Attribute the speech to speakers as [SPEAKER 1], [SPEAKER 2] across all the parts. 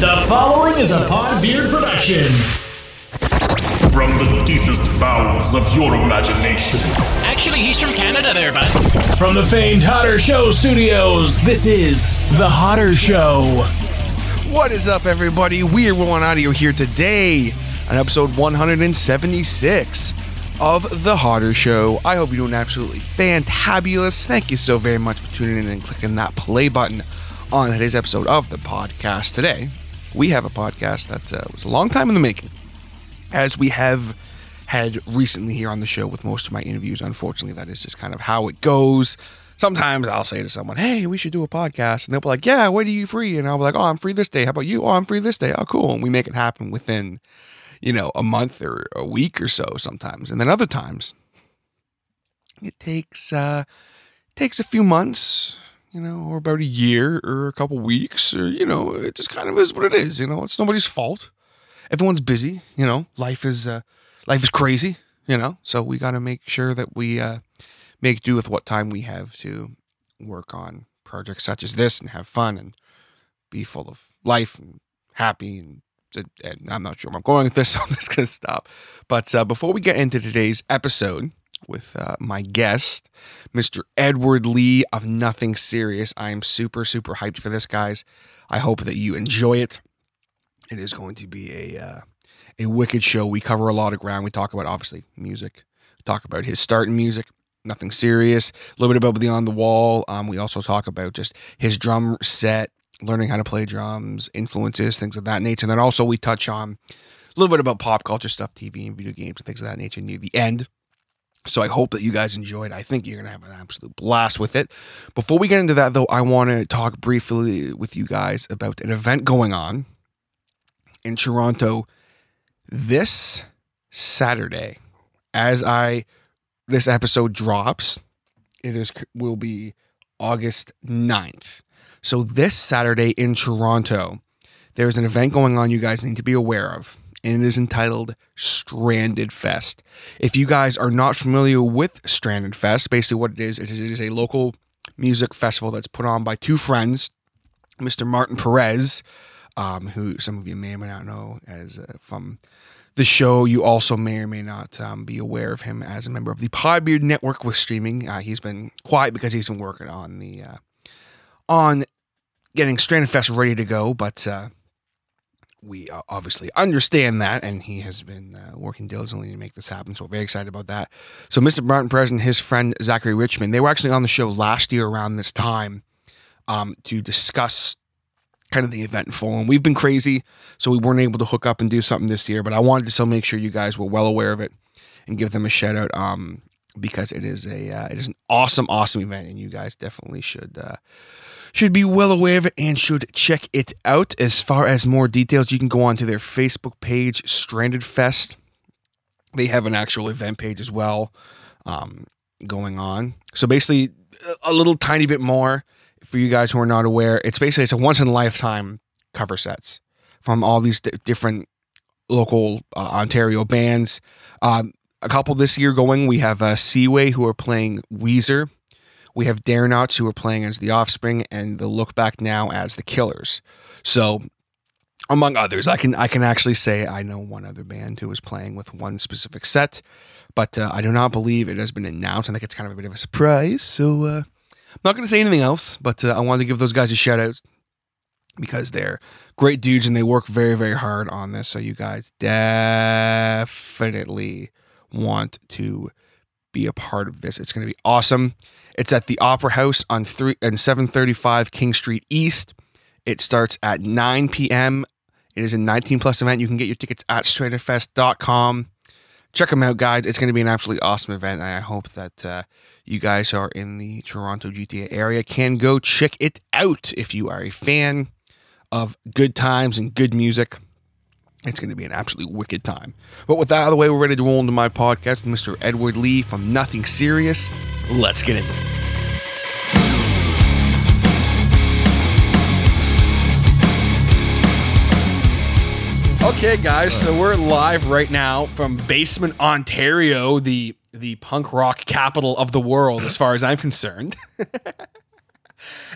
[SPEAKER 1] The following is a Pod Beard production.
[SPEAKER 2] From the deepest bowels of your imagination,
[SPEAKER 3] Actually, he's from Canada there, bud.
[SPEAKER 1] From the famed Hotter Show studios, this is The Hotter Show.
[SPEAKER 4] What is up, everybody? Weird Will on Audio here today on episode 176 of The Harder Show. I hope you're doing absolutely fantabulous. Thank you so very much for tuning in and clicking that play button on today's episode of the podcast. Today, we have a podcast that uh, was a long time in the making, as we have had recently here on the show with most of my interviews. Unfortunately, that is just kind of how it goes. Sometimes I'll say to someone, "Hey, we should do a podcast," and they'll be like, "Yeah, when are you free?" And I'll be like, "Oh, I'm free this day. How about you? Oh, I'm free this day. Oh, cool." And we make it happen within, you know, a month or a week or so sometimes. And then other times, it takes uh, takes a few months, you know, or about a year or a couple weeks, or you know, it just kind of is what it is. You know, it's nobody's fault. Everyone's busy. You know, life is uh, life is crazy. You know, so we got to make sure that we uh, make do with what time we have to work on projects such as this and have fun and be full of life and happy and. And I'm not sure where I'm going with this, so I'm just going to stop. But uh, before we get into today's episode with uh, my guest, Mr. Edward Lee of Nothing Serious. I am super, super hyped for this, guys. I hope that you enjoy it. It is going to be a uh, a wicked show. We cover a lot of ground. We talk about obviously music. We talk about his start in music. Nothing serious. A little bit about Beyond the Wall. Um, we also talk about just his drum set, learning how to play drums, influences, things of that nature. And then also we touch on a little bit about pop culture stuff, TV and video games and things of that nature near the end. So I hope that you guys enjoyed. I think you're going to have an absolute blast with it. Before we get into that, though, I want to talk briefly with you guys about an event going on in Toronto this Saturday. As I this episode drops, it is will be August 9th. So this Saturday in Toronto, there's an event going on you guys need to be aware of, and it is entitled Stranded Fest. If you guys are not familiar with Stranded Fest, basically what it is, it is, it is a local music festival that's put on by two friends, Mr. Martin Perez, um, who some of you may or may not know as uh, from the show. You also may or may not um, be aware of him as a member of the Podbeard Network with streaming. Uh, he's been quiet because he's been working on the uh, on getting Stranded Fest ready to go, but uh, we uh, obviously understand that, and he has been uh, working diligently to make this happen. So we're very excited about that. So Mr. Martin Perez and his friend Zachary Richmond, they were actually on the show last year around this time um, to discuss kind of the event in full. And we've been crazy, so we weren't able to hook up and do something this year. But I wanted to still make sure you guys were well aware of it and give them a shout out um, because it is a uh, it is an awesome, awesome event, and you guys definitely should. Uh, should be well aware of it and should check it out. As far as more details, you can go onto their Facebook page, Stranded Fest. They have an actual event page as well um, going on. So basically, a- a little tiny bit more for you guys who are not aware. It's basically it's a once in a lifetime cover sets from all these di- different local uh, Ontario bands. Um, a couple this year going, we have uh, Seaway who are playing Weezer. We have Dare Nots, who are playing as The Offspring, and the Look Back Now as The Killers. So, among others, I can I can actually say I know one other band who is playing with one specific set, but uh, I do not believe it has been announced. I think it's kind of a bit of a surprise. So, uh, I'm not going to say anything else, but uh, I wanted to give those guys a shout out because they're great dudes and they work very very hard on this. So, you guys definitely want to be a part of this. It's going to be awesome. It's at the Opera House on three and seven thirty-five King Street East. It starts at nine p.m. It is a nineteen plus event. You can get your tickets at StraighterFest.com. Check them out, guys. It's going to be an absolutely awesome event. And I hope that uh, you guys who are in the Toronto GTA area can go check it out if you are a fan of good times and good music. It's going to be an absolutely wicked time. But with that out of the way, we're ready to roll into my podcast with Mr. Edward Lee from Nothing Serious. Let's get into it. Okay, guys, so we're live right now from Basement, Ontario, the the punk rock capital of the world, as far as I'm concerned.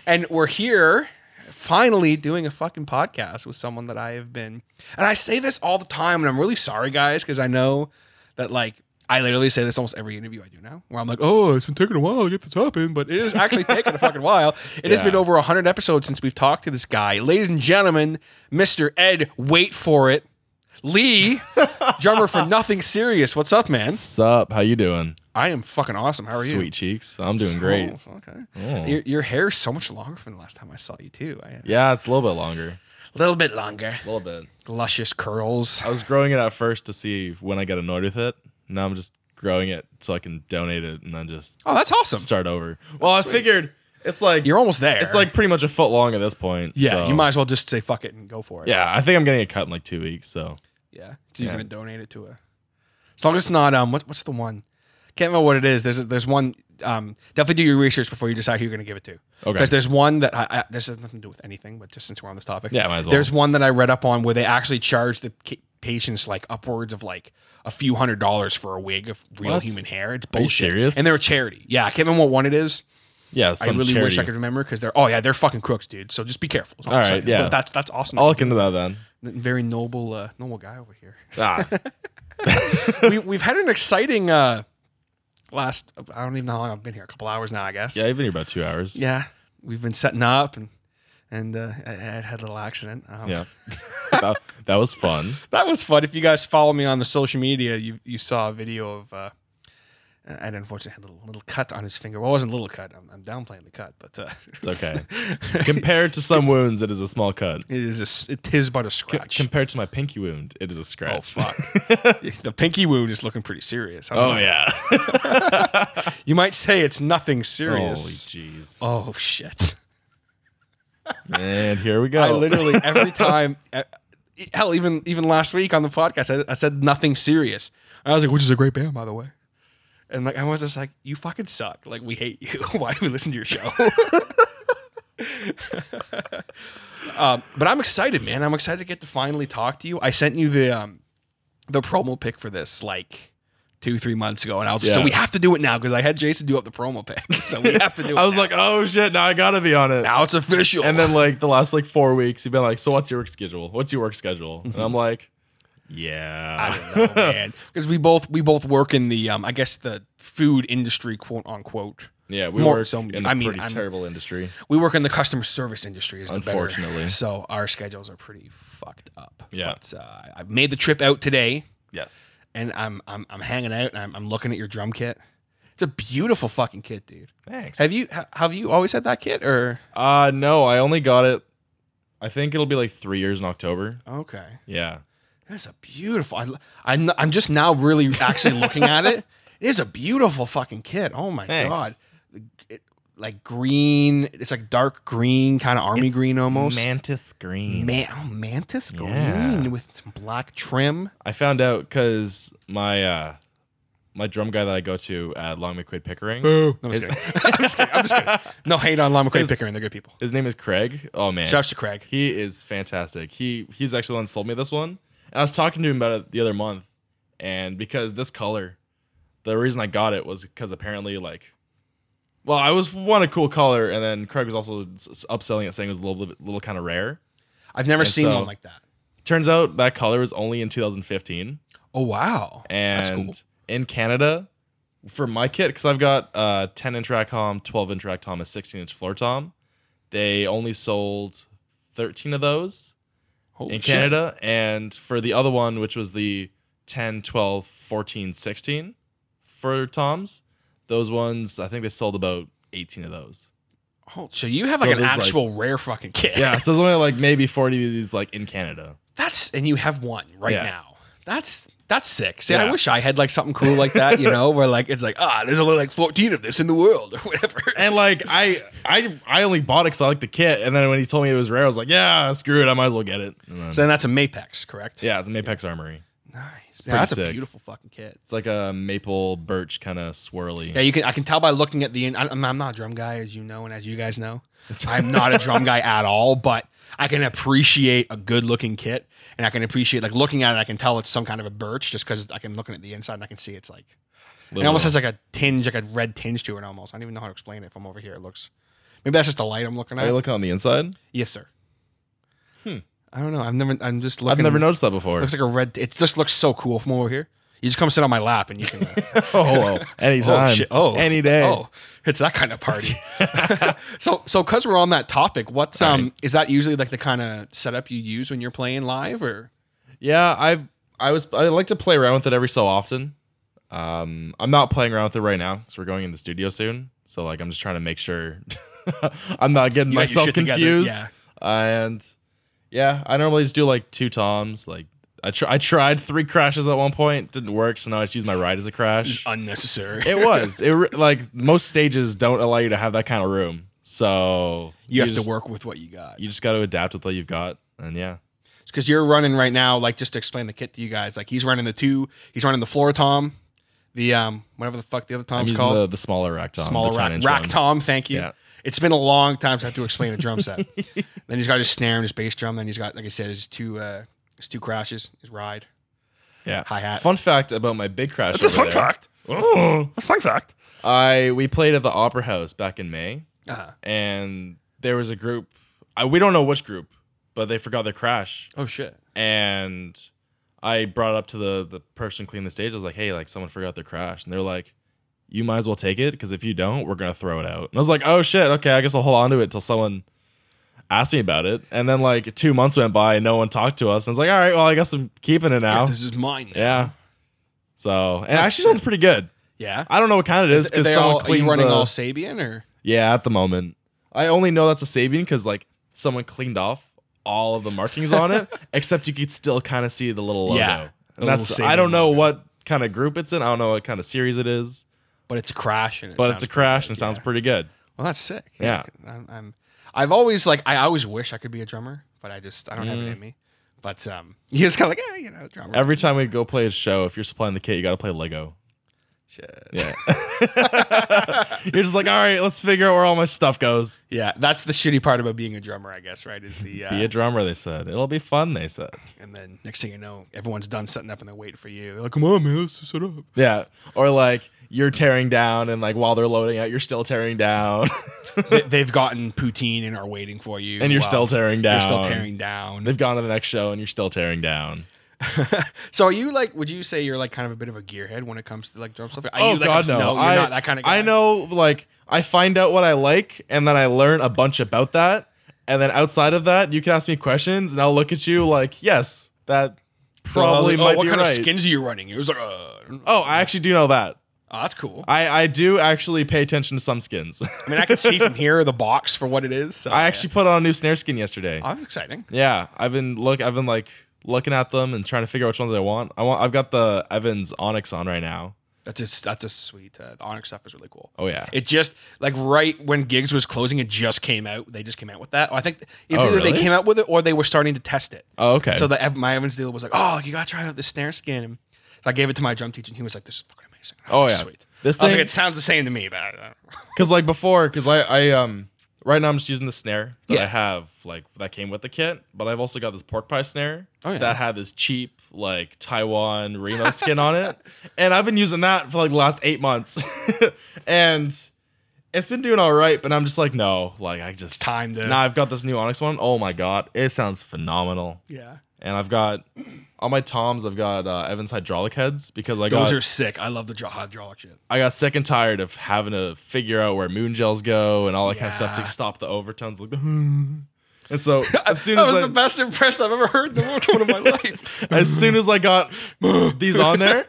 [SPEAKER 4] and we're here finally doing a fucking podcast with someone that I have been. And I say this all the time, and I'm really sorry, guys, because I know that like I literally say this almost every interview I do now, where I'm like, oh, it's been taking a while to get this happen, but it is actually taking a fucking while. It has been over 100 episodes since we've talked to this guy. Ladies and gentlemen, Mr. Ed, wait for it. Lee, drummer for Nothing Serious. What's up, man?
[SPEAKER 5] Sup? How you doing?
[SPEAKER 4] I am fucking awesome. How are you?
[SPEAKER 5] Sweet cheeks. I'm doing great.
[SPEAKER 4] Oh, okay. Your, your hair is so much longer from the last time I saw you too. I,
[SPEAKER 5] Yeah, it's a little bit longer.
[SPEAKER 4] A little bit longer.
[SPEAKER 5] A little bit.
[SPEAKER 4] Luscious curls.
[SPEAKER 5] I was growing it at first to see when I get annoyed with it. Now I'm just growing it so I can donate it and then just
[SPEAKER 4] Oh, that's awesome.
[SPEAKER 5] start over. Well, I figured it's like
[SPEAKER 4] You're almost there.
[SPEAKER 5] It's like pretty much a foot long at this point.
[SPEAKER 4] yeah,
[SPEAKER 5] so-
[SPEAKER 4] you might as well just say fuck it and go for it.
[SPEAKER 5] Yeah, I think I'm getting it cut in like two weeks. So
[SPEAKER 4] yeah. So you're gonna donate it to a. As long as it's not um, what, what's the one? Can't remember what it is. There's a, there's one. Um, definitely do your research before you decide who you're gonna give it to.
[SPEAKER 5] Okay.
[SPEAKER 4] Because there's one that I, I this has nothing to do with anything, but just since we're on this topic,
[SPEAKER 5] Yeah, might as well.
[SPEAKER 4] There's one that I read up on where they actually charge the ca- patients like upwards of like a few hundred dollars for a wig of real
[SPEAKER 5] What?
[SPEAKER 4] human hair. It's
[SPEAKER 5] you
[SPEAKER 4] bullshit.
[SPEAKER 5] serious?
[SPEAKER 4] And they're a charity. Yeah, I can't remember what one it is.
[SPEAKER 5] yeah,
[SPEAKER 4] I
[SPEAKER 5] some
[SPEAKER 4] really wish I
[SPEAKER 5] charity.
[SPEAKER 4] could remember because they're oh yeah they're fucking crooks, dude. So just be careful. is
[SPEAKER 5] All
[SPEAKER 4] I'm
[SPEAKER 5] right,
[SPEAKER 4] saying.
[SPEAKER 5] yeah.
[SPEAKER 4] But that's that's awesome.
[SPEAKER 5] I'll look into that then.
[SPEAKER 4] Very noble uh, noble guy over here.
[SPEAKER 5] Ah,
[SPEAKER 4] we we've had an exciting uh, last. I don't even know how long I've been here. A couple hours now, I guess.
[SPEAKER 5] yeah, you've been here about two hours.
[SPEAKER 4] Yeah. We've been setting up and and uh, Ed had a little accident. Um,
[SPEAKER 5] yeah. that, that was fun.
[SPEAKER 4] That was fun. If you guys follow me on the social media, you you saw a video of uh, Ed unfortunately had a little little cut on his finger. Well, it wasn't a little cut. I'm, I'm downplaying the cut, but uh,
[SPEAKER 5] It's okay. Compared to some wounds, it is a small cut.
[SPEAKER 4] It is a, s- it is but a
[SPEAKER 5] C-
[SPEAKER 4] scratch.
[SPEAKER 5] compared to my pinky wound, it is a scratch.
[SPEAKER 4] Oh fuck! the pinky wound is looking pretty serious. I don't
[SPEAKER 5] Oh
[SPEAKER 4] know.
[SPEAKER 5] yeah.
[SPEAKER 4] You might say it's nothing
[SPEAKER 5] Holy
[SPEAKER 4] serious.
[SPEAKER 5] jeez.
[SPEAKER 4] oh shit!
[SPEAKER 5] And here we go.
[SPEAKER 4] I literally every time, eh, hell, even even last week on the podcast, I, I said nothing serious. And I was like, which is a great band, by the way. And like I was just like, you fucking suck. Like we hate you. Why do we listen to your show? um, but I'm excited, man. I'm excited to get to finally talk to you. I sent you the um, the promo pic for this like two three months ago, and I was like, so
[SPEAKER 5] Yeah.
[SPEAKER 4] we have to do it now because I had Jason do up the promo pic, so we have to do it.
[SPEAKER 5] I was
[SPEAKER 4] now.
[SPEAKER 5] like, oh shit, now I gotta be on it.
[SPEAKER 4] now it's official.
[SPEAKER 5] And then like the last like four weeks, you've been like, so what's your work schedule? What's your work schedule? And I'm like,
[SPEAKER 4] Mm-hmm. I
[SPEAKER 5] yeah.
[SPEAKER 4] don't know, man. Because we both we both work in the um, I guess the food industry, quote unquote.
[SPEAKER 5] Yeah, we
[SPEAKER 4] More
[SPEAKER 5] work
[SPEAKER 4] so-
[SPEAKER 5] in a
[SPEAKER 4] I mean,
[SPEAKER 5] pretty
[SPEAKER 4] I'm-
[SPEAKER 5] terrible industry.
[SPEAKER 4] We work in the customer service industry, is the better-
[SPEAKER 5] Unfortunately.
[SPEAKER 4] So our schedules are pretty fucked up.
[SPEAKER 5] Yeah.
[SPEAKER 4] But uh, I've made the trip out today,
[SPEAKER 5] Yes.
[SPEAKER 4] and I'm I'm, I'm hanging out, and I'm, I'm looking at your drum kit. It's a beautiful fucking kit, dude.
[SPEAKER 5] Thanks.
[SPEAKER 4] Have you ha- have you always had that kit or
[SPEAKER 5] Uh no, I only got it. I think it'll be like three years in October.
[SPEAKER 4] okay?
[SPEAKER 5] Yeah.
[SPEAKER 4] That's a beautiful. I, I'm I'm just now really actually looking at it. It is a beautiful fucking kit. Oh my
[SPEAKER 5] Thanks.
[SPEAKER 4] god, It- like green. It's like dark green, kind of army green almost.
[SPEAKER 5] Mantis green.
[SPEAKER 4] Man, oh, mantis green
[SPEAKER 5] Yeah.
[SPEAKER 4] with some black trim.
[SPEAKER 5] I found out because my uh my drum guy that I go to at Long McQuaid Pickering.
[SPEAKER 4] No, I'm
[SPEAKER 5] His,
[SPEAKER 4] just kidding. I'm just kidding. I'm just kidding. No hate on Lama Quay
[SPEAKER 5] Is-
[SPEAKER 4] Pickering. They're good people.
[SPEAKER 5] his name is Craig. Oh man.
[SPEAKER 4] Shouts to Craig.
[SPEAKER 5] He is fantastic. He he's actually the one that sold me this one. And I was talking to him about it the other month, and because this color, the reason I got it was because apparently like, well, I was one a cool color, and then Craig was also s- s- upselling it, saying it was a little bit- little kind of rare.
[SPEAKER 4] I've never
[SPEAKER 5] And
[SPEAKER 4] seen
[SPEAKER 5] so-
[SPEAKER 4] one like that.
[SPEAKER 5] Turns out that color was only in 2015,
[SPEAKER 4] Oh wow,
[SPEAKER 5] and
[SPEAKER 4] that's cool.
[SPEAKER 5] in Canada, for my kit, because I've got uh 10 inch rack tom, 12 inch rack tom, a 16 inch floor tom, they only sold 13 of those.
[SPEAKER 4] Holy
[SPEAKER 5] in
[SPEAKER 4] shit.
[SPEAKER 5] Canada and for the other one which was the 10 12 14 16 for Toms those ones I think they sold about 18 of those
[SPEAKER 4] Oh, so you have
[SPEAKER 5] So
[SPEAKER 4] like an
[SPEAKER 5] there's, like-
[SPEAKER 4] actual rare fucking kit.
[SPEAKER 5] yeah so there's only like maybe 40 of these like in Canada
[SPEAKER 4] That's and you have one right
[SPEAKER 5] Yeah.
[SPEAKER 4] now. That's that's sick. See, I
[SPEAKER 5] Yeah.
[SPEAKER 4] wish I had like something cool like that, you know, where like it's like ah, there's only like 14 of this in the world or whatever.
[SPEAKER 5] and like I I I only bought it cuz I like the kit and then when he told me it was rare I was like yeah screw it I might as well get it and then,
[SPEAKER 4] so then that's a Mapex, correct?
[SPEAKER 5] yeah it's a Mapex Armory
[SPEAKER 4] nice. Yeah, that's a
[SPEAKER 5] sick.
[SPEAKER 4] beautiful fucking kit.
[SPEAKER 5] it's like a maple birch kind of swirly
[SPEAKER 4] Yeah, you can. I can tell by looking at the. in- I'm, I'm not a drum guy, as you know, and as you guys know, I'm not a drum guy at all. But I can appreciate a good looking kit, and I can appreciate like looking at it. I can tell it's some kind of a birch just because I can looking at the inside and I can see it's like It
[SPEAKER 5] Little-
[SPEAKER 4] almost has like a tinge, like a red tinge to it almost. I don't even know how to explain it from over here. It looks maybe that's just the light I'm looking
[SPEAKER 5] are you
[SPEAKER 4] at.
[SPEAKER 5] looking on the inside
[SPEAKER 4] yes, sir. I don't know. I've never. I'm just
[SPEAKER 5] I've
[SPEAKER 4] looking.
[SPEAKER 5] never noticed that before.
[SPEAKER 4] Looks like a red. It just looks so cool from over here. You just come sit on my lap and you can.
[SPEAKER 5] oh, well, anytime.
[SPEAKER 4] Oh, shit. oh,
[SPEAKER 5] any day.
[SPEAKER 4] Oh, it's that kind of party. so, so because we're on that topic, what's um is that usually like the kind of setup you use when you're playing live, or
[SPEAKER 5] Yeah, I I was I like to play around with it every so often. Um, I'm not playing around with it right now because we're going in the studio soon. So like, I'm just trying to make sure I'm not getting
[SPEAKER 4] You got your
[SPEAKER 5] myself
[SPEAKER 4] shit together,
[SPEAKER 5] confused.
[SPEAKER 4] yeah.
[SPEAKER 5] And yeah, I normally just do like two toms. Like I tr- I tried three crashes at one point, didn't work. So now I just use my ride as a
[SPEAKER 4] just
[SPEAKER 5] crash.
[SPEAKER 4] unnecessary?
[SPEAKER 5] it was it re- like most stages don't allow you to have that kind of room. So
[SPEAKER 4] you have
[SPEAKER 5] just-
[SPEAKER 4] to work with what you got.
[SPEAKER 5] You just got to adapt with what you've got. And yeah.
[SPEAKER 4] because you're running right now. Like just to explain the kit to you guys, like he's running the two, he's running the floor tom, the um whatever the fuck the other
[SPEAKER 5] I'm
[SPEAKER 4] tom's
[SPEAKER 5] using
[SPEAKER 4] called,
[SPEAKER 5] the, the smaller rack tom. the
[SPEAKER 4] smaller rack,
[SPEAKER 5] 10 -inch
[SPEAKER 4] rack
[SPEAKER 5] one.
[SPEAKER 4] tom. Thank you.
[SPEAKER 5] Yeah.
[SPEAKER 4] It's been a long time since I have to explain a drum set. then he's got his snare and his bass drum. Then he's got, like I said, his two uh his two crashes, his ride.
[SPEAKER 5] Yeah.
[SPEAKER 4] Hi-hat.
[SPEAKER 5] Fun fact about my big crash. That's over there.
[SPEAKER 6] Oh, that's fun fact.
[SPEAKER 5] I we played at the Opera House back in May,
[SPEAKER 4] Uh-huh.
[SPEAKER 5] and there was a group. I, we don't know which group, but they forgot their crash,
[SPEAKER 4] Oh shit.
[SPEAKER 5] and I brought it up to the the person cleaning the stage. I was like, "Hey, like someone forgot their crash," and they're like. You might as well take it because if you don't, we're gonna throw it out. And I was like, "Oh shit, okay, I guess I'll hold on to it until someone asks me about it." And then like two months went by and no one talked to us. And I was like, "All right, well, I guess I'm keeping it now."
[SPEAKER 4] Yeah, this is mine. now.
[SPEAKER 5] Yeah. So and it actually sounds pretty good.
[SPEAKER 4] Yeah.
[SPEAKER 5] I don't know what kind it is
[SPEAKER 4] Are
[SPEAKER 5] because
[SPEAKER 4] they
[SPEAKER 5] someone
[SPEAKER 4] all, are
[SPEAKER 5] cleaned
[SPEAKER 4] you running
[SPEAKER 5] the-
[SPEAKER 4] all Sabian or?
[SPEAKER 5] Yeah, at the moment, I only know that's a Sabian because like someone cleaned off all of the markings on it, except you could still kind of see the little logo.
[SPEAKER 4] Yeah, the
[SPEAKER 5] and that's
[SPEAKER 4] little
[SPEAKER 5] I
[SPEAKER 4] Sabian
[SPEAKER 5] don't know
[SPEAKER 4] logo.
[SPEAKER 5] what kind of group it's in. I don't know what kind of series it is,
[SPEAKER 4] But it's a crash and it
[SPEAKER 5] but
[SPEAKER 4] sounds
[SPEAKER 5] it's a crash
[SPEAKER 4] pretty
[SPEAKER 5] and it
[SPEAKER 4] good,
[SPEAKER 5] sounds
[SPEAKER 4] yeah.
[SPEAKER 5] pretty good.
[SPEAKER 4] Well, that's sick.
[SPEAKER 5] Yeah.
[SPEAKER 4] I'm, I'm I've always like I always wish I could be a drummer, but I just I don't have it in me. But um, you just kind of like eh, you know, drummer.
[SPEAKER 5] Mm. Every time we go play a show, if you're supplying the kit, you got to play Lego.
[SPEAKER 4] shit.
[SPEAKER 5] Yeah, you're just like, all right, let's figure out where all my stuff goes.
[SPEAKER 4] Yeah, that's the shitty part about being a drummer, I guess. Right? Is the uh,
[SPEAKER 5] Be a drummer, they said. It'll be fun, they said.
[SPEAKER 4] and then next thing you know, everyone's done setting up and they're waiting for you. They're like, "Come on, man, let's set up."
[SPEAKER 5] Yeah. Or like you're tearing down and like while they're loading out, you're still tearing down.
[SPEAKER 4] they, they've gotten poutine and are waiting for you,
[SPEAKER 5] and you're
[SPEAKER 4] while
[SPEAKER 5] still tearing down.
[SPEAKER 4] You're still tearing down.
[SPEAKER 5] They've gone to the next show and you're still tearing down.
[SPEAKER 4] So are you like? Would you say you're like kind of a bit of a gearhead when it comes to like drum stuff? Are you,
[SPEAKER 5] oh
[SPEAKER 4] like,
[SPEAKER 5] god
[SPEAKER 4] a-
[SPEAKER 5] no.
[SPEAKER 4] you're
[SPEAKER 5] I,
[SPEAKER 4] not that kind of guy.
[SPEAKER 5] I know like I find out what I like and then I learn a bunch about that. And then outside of that, you can ask me questions and I'll look at you like, yes, that
[SPEAKER 4] So I was
[SPEAKER 5] probably
[SPEAKER 4] like,
[SPEAKER 5] might
[SPEAKER 4] oh, what
[SPEAKER 5] be
[SPEAKER 4] kind
[SPEAKER 5] right.
[SPEAKER 4] of skins are you running? It was like, uh, I don't know.
[SPEAKER 5] oh, I actually do know that.
[SPEAKER 4] oh, that's cool.
[SPEAKER 5] I, I do actually pay attention to some skins.
[SPEAKER 4] I mean, I can see from here the box for what it is. So,
[SPEAKER 5] I actually put on a new snare skin yesterday.
[SPEAKER 4] yeah. oh, that's exciting.
[SPEAKER 5] Yeah, I've been look. I've been like looking at them and trying to figure out which ones I want. I want. I've got the Evans Onyx on right now.
[SPEAKER 4] That's a that's a sweet. Uh, the Onyx stuff is really cool.
[SPEAKER 5] Oh yeah.
[SPEAKER 4] It just like right when gigs was closing, it just came out. They just came out with that. I think it's
[SPEAKER 5] Oh,
[SPEAKER 4] either they
[SPEAKER 5] really?
[SPEAKER 4] came out with it or they were starting to test it.
[SPEAKER 5] oh okay.
[SPEAKER 4] So the Ev- my Evans dealer was like, "Oh, you gotta try out this snare skin." And so I gave it to my drum teacher, and he was like, "This is fucking amazing." I was
[SPEAKER 5] Oh,
[SPEAKER 4] like,
[SPEAKER 5] yeah.
[SPEAKER 4] sweet.
[SPEAKER 5] This
[SPEAKER 4] I was like,
[SPEAKER 5] thing-
[SPEAKER 4] "It sounds the same to me, but I don't know."
[SPEAKER 5] because like before, because I I um right now I'm just using the snare that
[SPEAKER 4] Yeah.
[SPEAKER 5] I have like that came with the kit, but I've also got this pork pie snare
[SPEAKER 4] Oh, yeah.
[SPEAKER 5] that had this cheap like Taiwan Remo skin on it, and I've been using that for like the last eight months, and. It's been doing all right, but I'm just like, no, like I just
[SPEAKER 4] time to-
[SPEAKER 5] Now I've got this new Onyx one. Oh my god, it sounds phenomenal.
[SPEAKER 4] yeah,
[SPEAKER 5] and I've got on my toms. I've got uh, Evans hydraulic heads because I
[SPEAKER 4] those
[SPEAKER 5] got
[SPEAKER 4] are sick. I love the dra- hydraulic shit.
[SPEAKER 5] I got sick and tired of having to figure out where moon gels go and all that kind of stuff
[SPEAKER 4] Yeah.
[SPEAKER 5] to stop the overtones like the and so as soon
[SPEAKER 4] that
[SPEAKER 5] as
[SPEAKER 4] was
[SPEAKER 5] I,
[SPEAKER 4] the best impression I've ever heard in the world of my life.
[SPEAKER 5] as soon as I got these on there.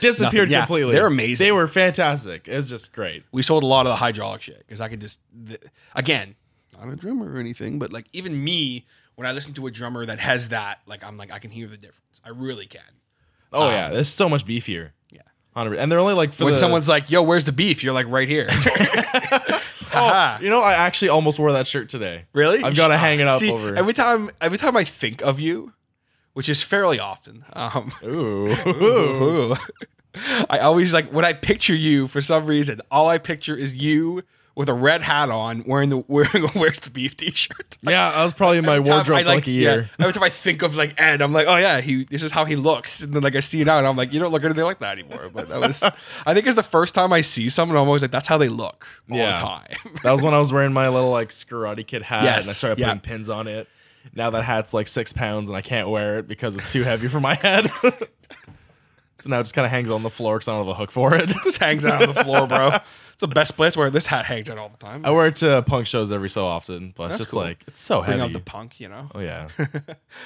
[SPEAKER 5] Disappeared
[SPEAKER 4] Nothing, yeah.
[SPEAKER 5] completely.
[SPEAKER 4] They're amazing.
[SPEAKER 5] They were fantastic. It was just great.
[SPEAKER 4] we sold a lot of the hydraulic shit because I could just th- again, not a drummer or anything, but like even me when I listen to a drummer that has that, like I'm like I can hear the difference. I really can.
[SPEAKER 5] Oh yeah, it's so much beefier.
[SPEAKER 4] Um, Yeah.
[SPEAKER 5] hundred. And they're only like for
[SPEAKER 4] when
[SPEAKER 5] the-
[SPEAKER 4] someone's like, "Yo, where's the beef?" You're like, "Right here."
[SPEAKER 5] Oh, you know, I actually almost wore that shirt today.
[SPEAKER 4] Really?
[SPEAKER 5] I've got to hang it up
[SPEAKER 4] See,
[SPEAKER 5] over.
[SPEAKER 4] Every time, every time I think of you, which is fairly often, um,
[SPEAKER 5] Ooh.
[SPEAKER 4] I always like when I picture you for some reason. All I picture is you with a red hat on, wearing the wearing a "Where's the Beef" T-shirt.
[SPEAKER 5] Yeah, I was probably in my
[SPEAKER 4] Every time
[SPEAKER 5] wardrobe
[SPEAKER 4] I,
[SPEAKER 5] for like a year.
[SPEAKER 4] yeah, every time I think of like Ed, I'm like, oh yeah, he. This is how he looks. And then like I see you now, and I'm like, you don't look anything like that anymore. But that was, I think, it's the first time I see someone. I'm always like, that's how they look all
[SPEAKER 5] Yeah.
[SPEAKER 4] the time.
[SPEAKER 5] That was when I was wearing my little like Karate Kid hat
[SPEAKER 4] Yes,
[SPEAKER 5] and I started
[SPEAKER 4] yeah.
[SPEAKER 5] putting pins on it. Now that hat's like six pounds and I can't wear it because it's too heavy for my head. so now it just kind of hangs on the floor because I don't have a hook for it.
[SPEAKER 4] This hangs out on the floor, bro. It's the best place where this hat hangs out all the time.
[SPEAKER 5] I wear it to punk shows every so often, but
[SPEAKER 4] That's
[SPEAKER 5] it's just
[SPEAKER 4] cool.
[SPEAKER 5] like it's so
[SPEAKER 4] Bring
[SPEAKER 5] heavy.
[SPEAKER 4] out the punk, you know.
[SPEAKER 5] oh yeah,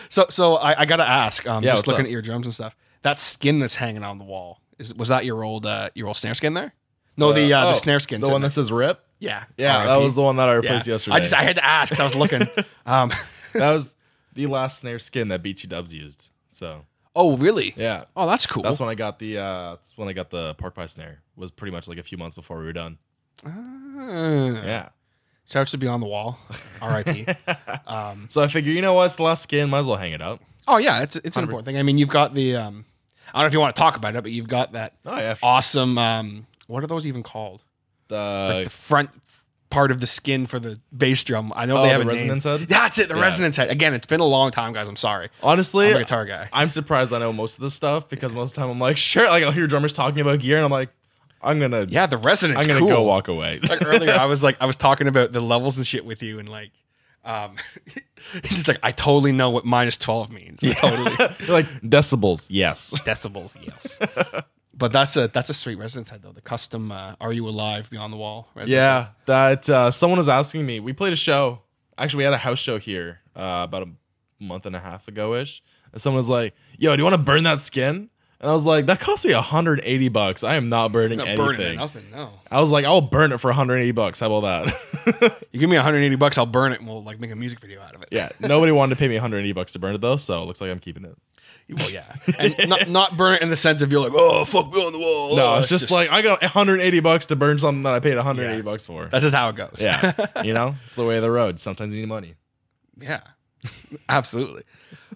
[SPEAKER 4] So, so I, I gotta ask. Um,
[SPEAKER 5] Yeah,
[SPEAKER 4] just
[SPEAKER 5] what's up?
[SPEAKER 4] looking at your drums and stuff. That skin that's hanging on the wall is was that your old uh, your old snare skin there? No, the uh,
[SPEAKER 5] Oh,
[SPEAKER 4] the snare skin.
[SPEAKER 5] the one that says rip.
[SPEAKER 4] yeah,
[SPEAKER 5] Yeah, that
[SPEAKER 4] RIP.
[SPEAKER 5] was the one that I
[SPEAKER 4] Yeah.
[SPEAKER 5] replaced yesterday.
[SPEAKER 4] I just I had to ask 'cause I was looking. um,
[SPEAKER 5] that was the last snare skin that BT Dubs used. So
[SPEAKER 4] oh really?
[SPEAKER 5] yeah,
[SPEAKER 4] Oh, that's cool.
[SPEAKER 5] that's when I got the uh, that's when I got the pork pie snare. Was pretty much like a few months before we were done.
[SPEAKER 4] Uh,
[SPEAKER 5] Yeah.
[SPEAKER 4] So it should be on the wall. R.I.P.
[SPEAKER 5] So I figure, you know what? It's the last skin. Might as well hang it up.
[SPEAKER 4] oh yeah, it's it's an important thing. I mean, you've got the um, I don't know if you want to talk about it, but you've got that
[SPEAKER 5] Oh yeah.
[SPEAKER 4] awesome um, what are those even called?
[SPEAKER 5] the,
[SPEAKER 4] the front part of the skin for the bass drum. I know
[SPEAKER 5] Oh,
[SPEAKER 4] they
[SPEAKER 5] the
[SPEAKER 4] have a
[SPEAKER 5] resonance
[SPEAKER 4] name.
[SPEAKER 5] head?
[SPEAKER 4] That's it, the
[SPEAKER 5] Yeah.
[SPEAKER 4] resonance head. Again, it's been a long time, guys. I'm sorry.
[SPEAKER 5] honestly,
[SPEAKER 4] I'm a guitar guy.
[SPEAKER 5] I'm surprised I know most of this stuff because most of the time I'm like, sure, like I'll hear drummers talking about gear and I'm like, I'm gonna
[SPEAKER 4] Yeah, the resonance.
[SPEAKER 5] I'm gonna
[SPEAKER 4] cool.
[SPEAKER 5] go walk away.
[SPEAKER 4] Like earlier, I was like, I was talking about the levels and shit with you, and like, um, he's like, I totally know what minus twelve means. I Totally
[SPEAKER 5] They're like decibels, yes.
[SPEAKER 4] decibels. Yes. But that's a that's a sweet resonance head though. The custom uh, "Are You Alive" beyond the wall. resonance head.
[SPEAKER 5] Yeah, that uh, someone was asking me. We played a show. Actually, we had a house show here uh, about a month and a half ago ish. And someone was like, "Yo, do you want to burn that skin?" And I was like, "That cost me 180 bucks. I am not burning
[SPEAKER 4] Not
[SPEAKER 5] anything."
[SPEAKER 4] burning it, nothing. No,
[SPEAKER 5] I was like, "I'll burn it for 180 bucks. How about that?"
[SPEAKER 4] you give me 180 bucks, I'll burn it, and we'll like make a music video out of it.
[SPEAKER 5] yeah. Nobody wanted to pay me 180 bucks to burn it though, so it looks like I'm keeping it.
[SPEAKER 4] Well, yeah, and not not burn it in the sense of you're like, oh fuck, me on the wall.
[SPEAKER 5] No,
[SPEAKER 4] Oh,
[SPEAKER 5] it's just, like I got 180 bucks to burn something that I paid 180
[SPEAKER 4] Yeah.
[SPEAKER 5] bucks for.
[SPEAKER 4] that's just how it goes.
[SPEAKER 5] yeah, you know, it's the way of the road. Sometimes you need money.
[SPEAKER 4] yeah, absolutely.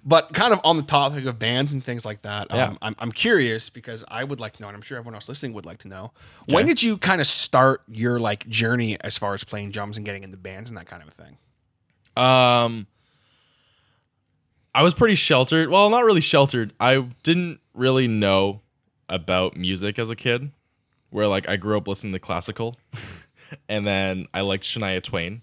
[SPEAKER 4] But kind of on the topic of bands and things like that, um,
[SPEAKER 5] Yeah.
[SPEAKER 4] I'm I'm curious because I would like to know, and I'm sure everyone else listening would like to know. When did you kind of start your like journey as far as playing drums and getting into bands and that kind of a thing?
[SPEAKER 5] Um, I was pretty sheltered. Well, not really sheltered. I didn't really know about music as a kid, where like I grew up listening to classical, and then I liked Shania Twain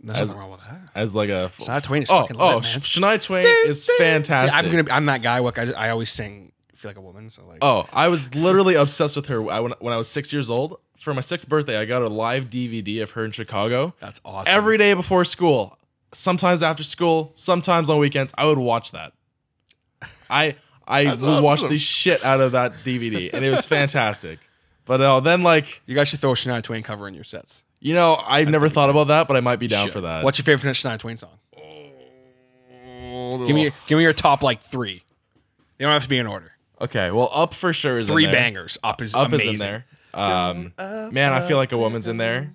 [SPEAKER 4] There's nothing wrong with that.
[SPEAKER 5] as like a.
[SPEAKER 4] Shania Twain is
[SPEAKER 5] oh,
[SPEAKER 4] fucking lit,
[SPEAKER 5] oh,
[SPEAKER 4] man.
[SPEAKER 5] Sh- Shania Twain is fantastic.
[SPEAKER 4] See, I'm gonna be, I'm that guy. Look, I, I always sing. Feel like a woman, so like.
[SPEAKER 5] Oh, I was literally obsessed with her. I, when, when I was six years old, for my sixth birthday, I got a live DVD of her in Chicago.
[SPEAKER 4] That's awesome.
[SPEAKER 5] Every day before school, sometimes after school, sometimes on weekends, I would watch that. I I would
[SPEAKER 4] That's
[SPEAKER 5] watch
[SPEAKER 4] awesome.
[SPEAKER 5] the shit out of that DVD, and it was fantastic. But uh, then, like
[SPEAKER 4] you guys should throw a Shania Twain cover in your sets.
[SPEAKER 5] you know, I never thought about that, but I might be down for that.
[SPEAKER 4] What's your favorite Shania Twain song?
[SPEAKER 5] Oh,
[SPEAKER 4] Give me give me your top like three. They don't have to be in order.
[SPEAKER 5] okay, well, up for sure is in
[SPEAKER 4] Three
[SPEAKER 5] there.
[SPEAKER 4] bangers. Up is
[SPEAKER 5] Up
[SPEAKER 4] amazing.
[SPEAKER 5] is in there. Um, man, I feel like a woman's in there.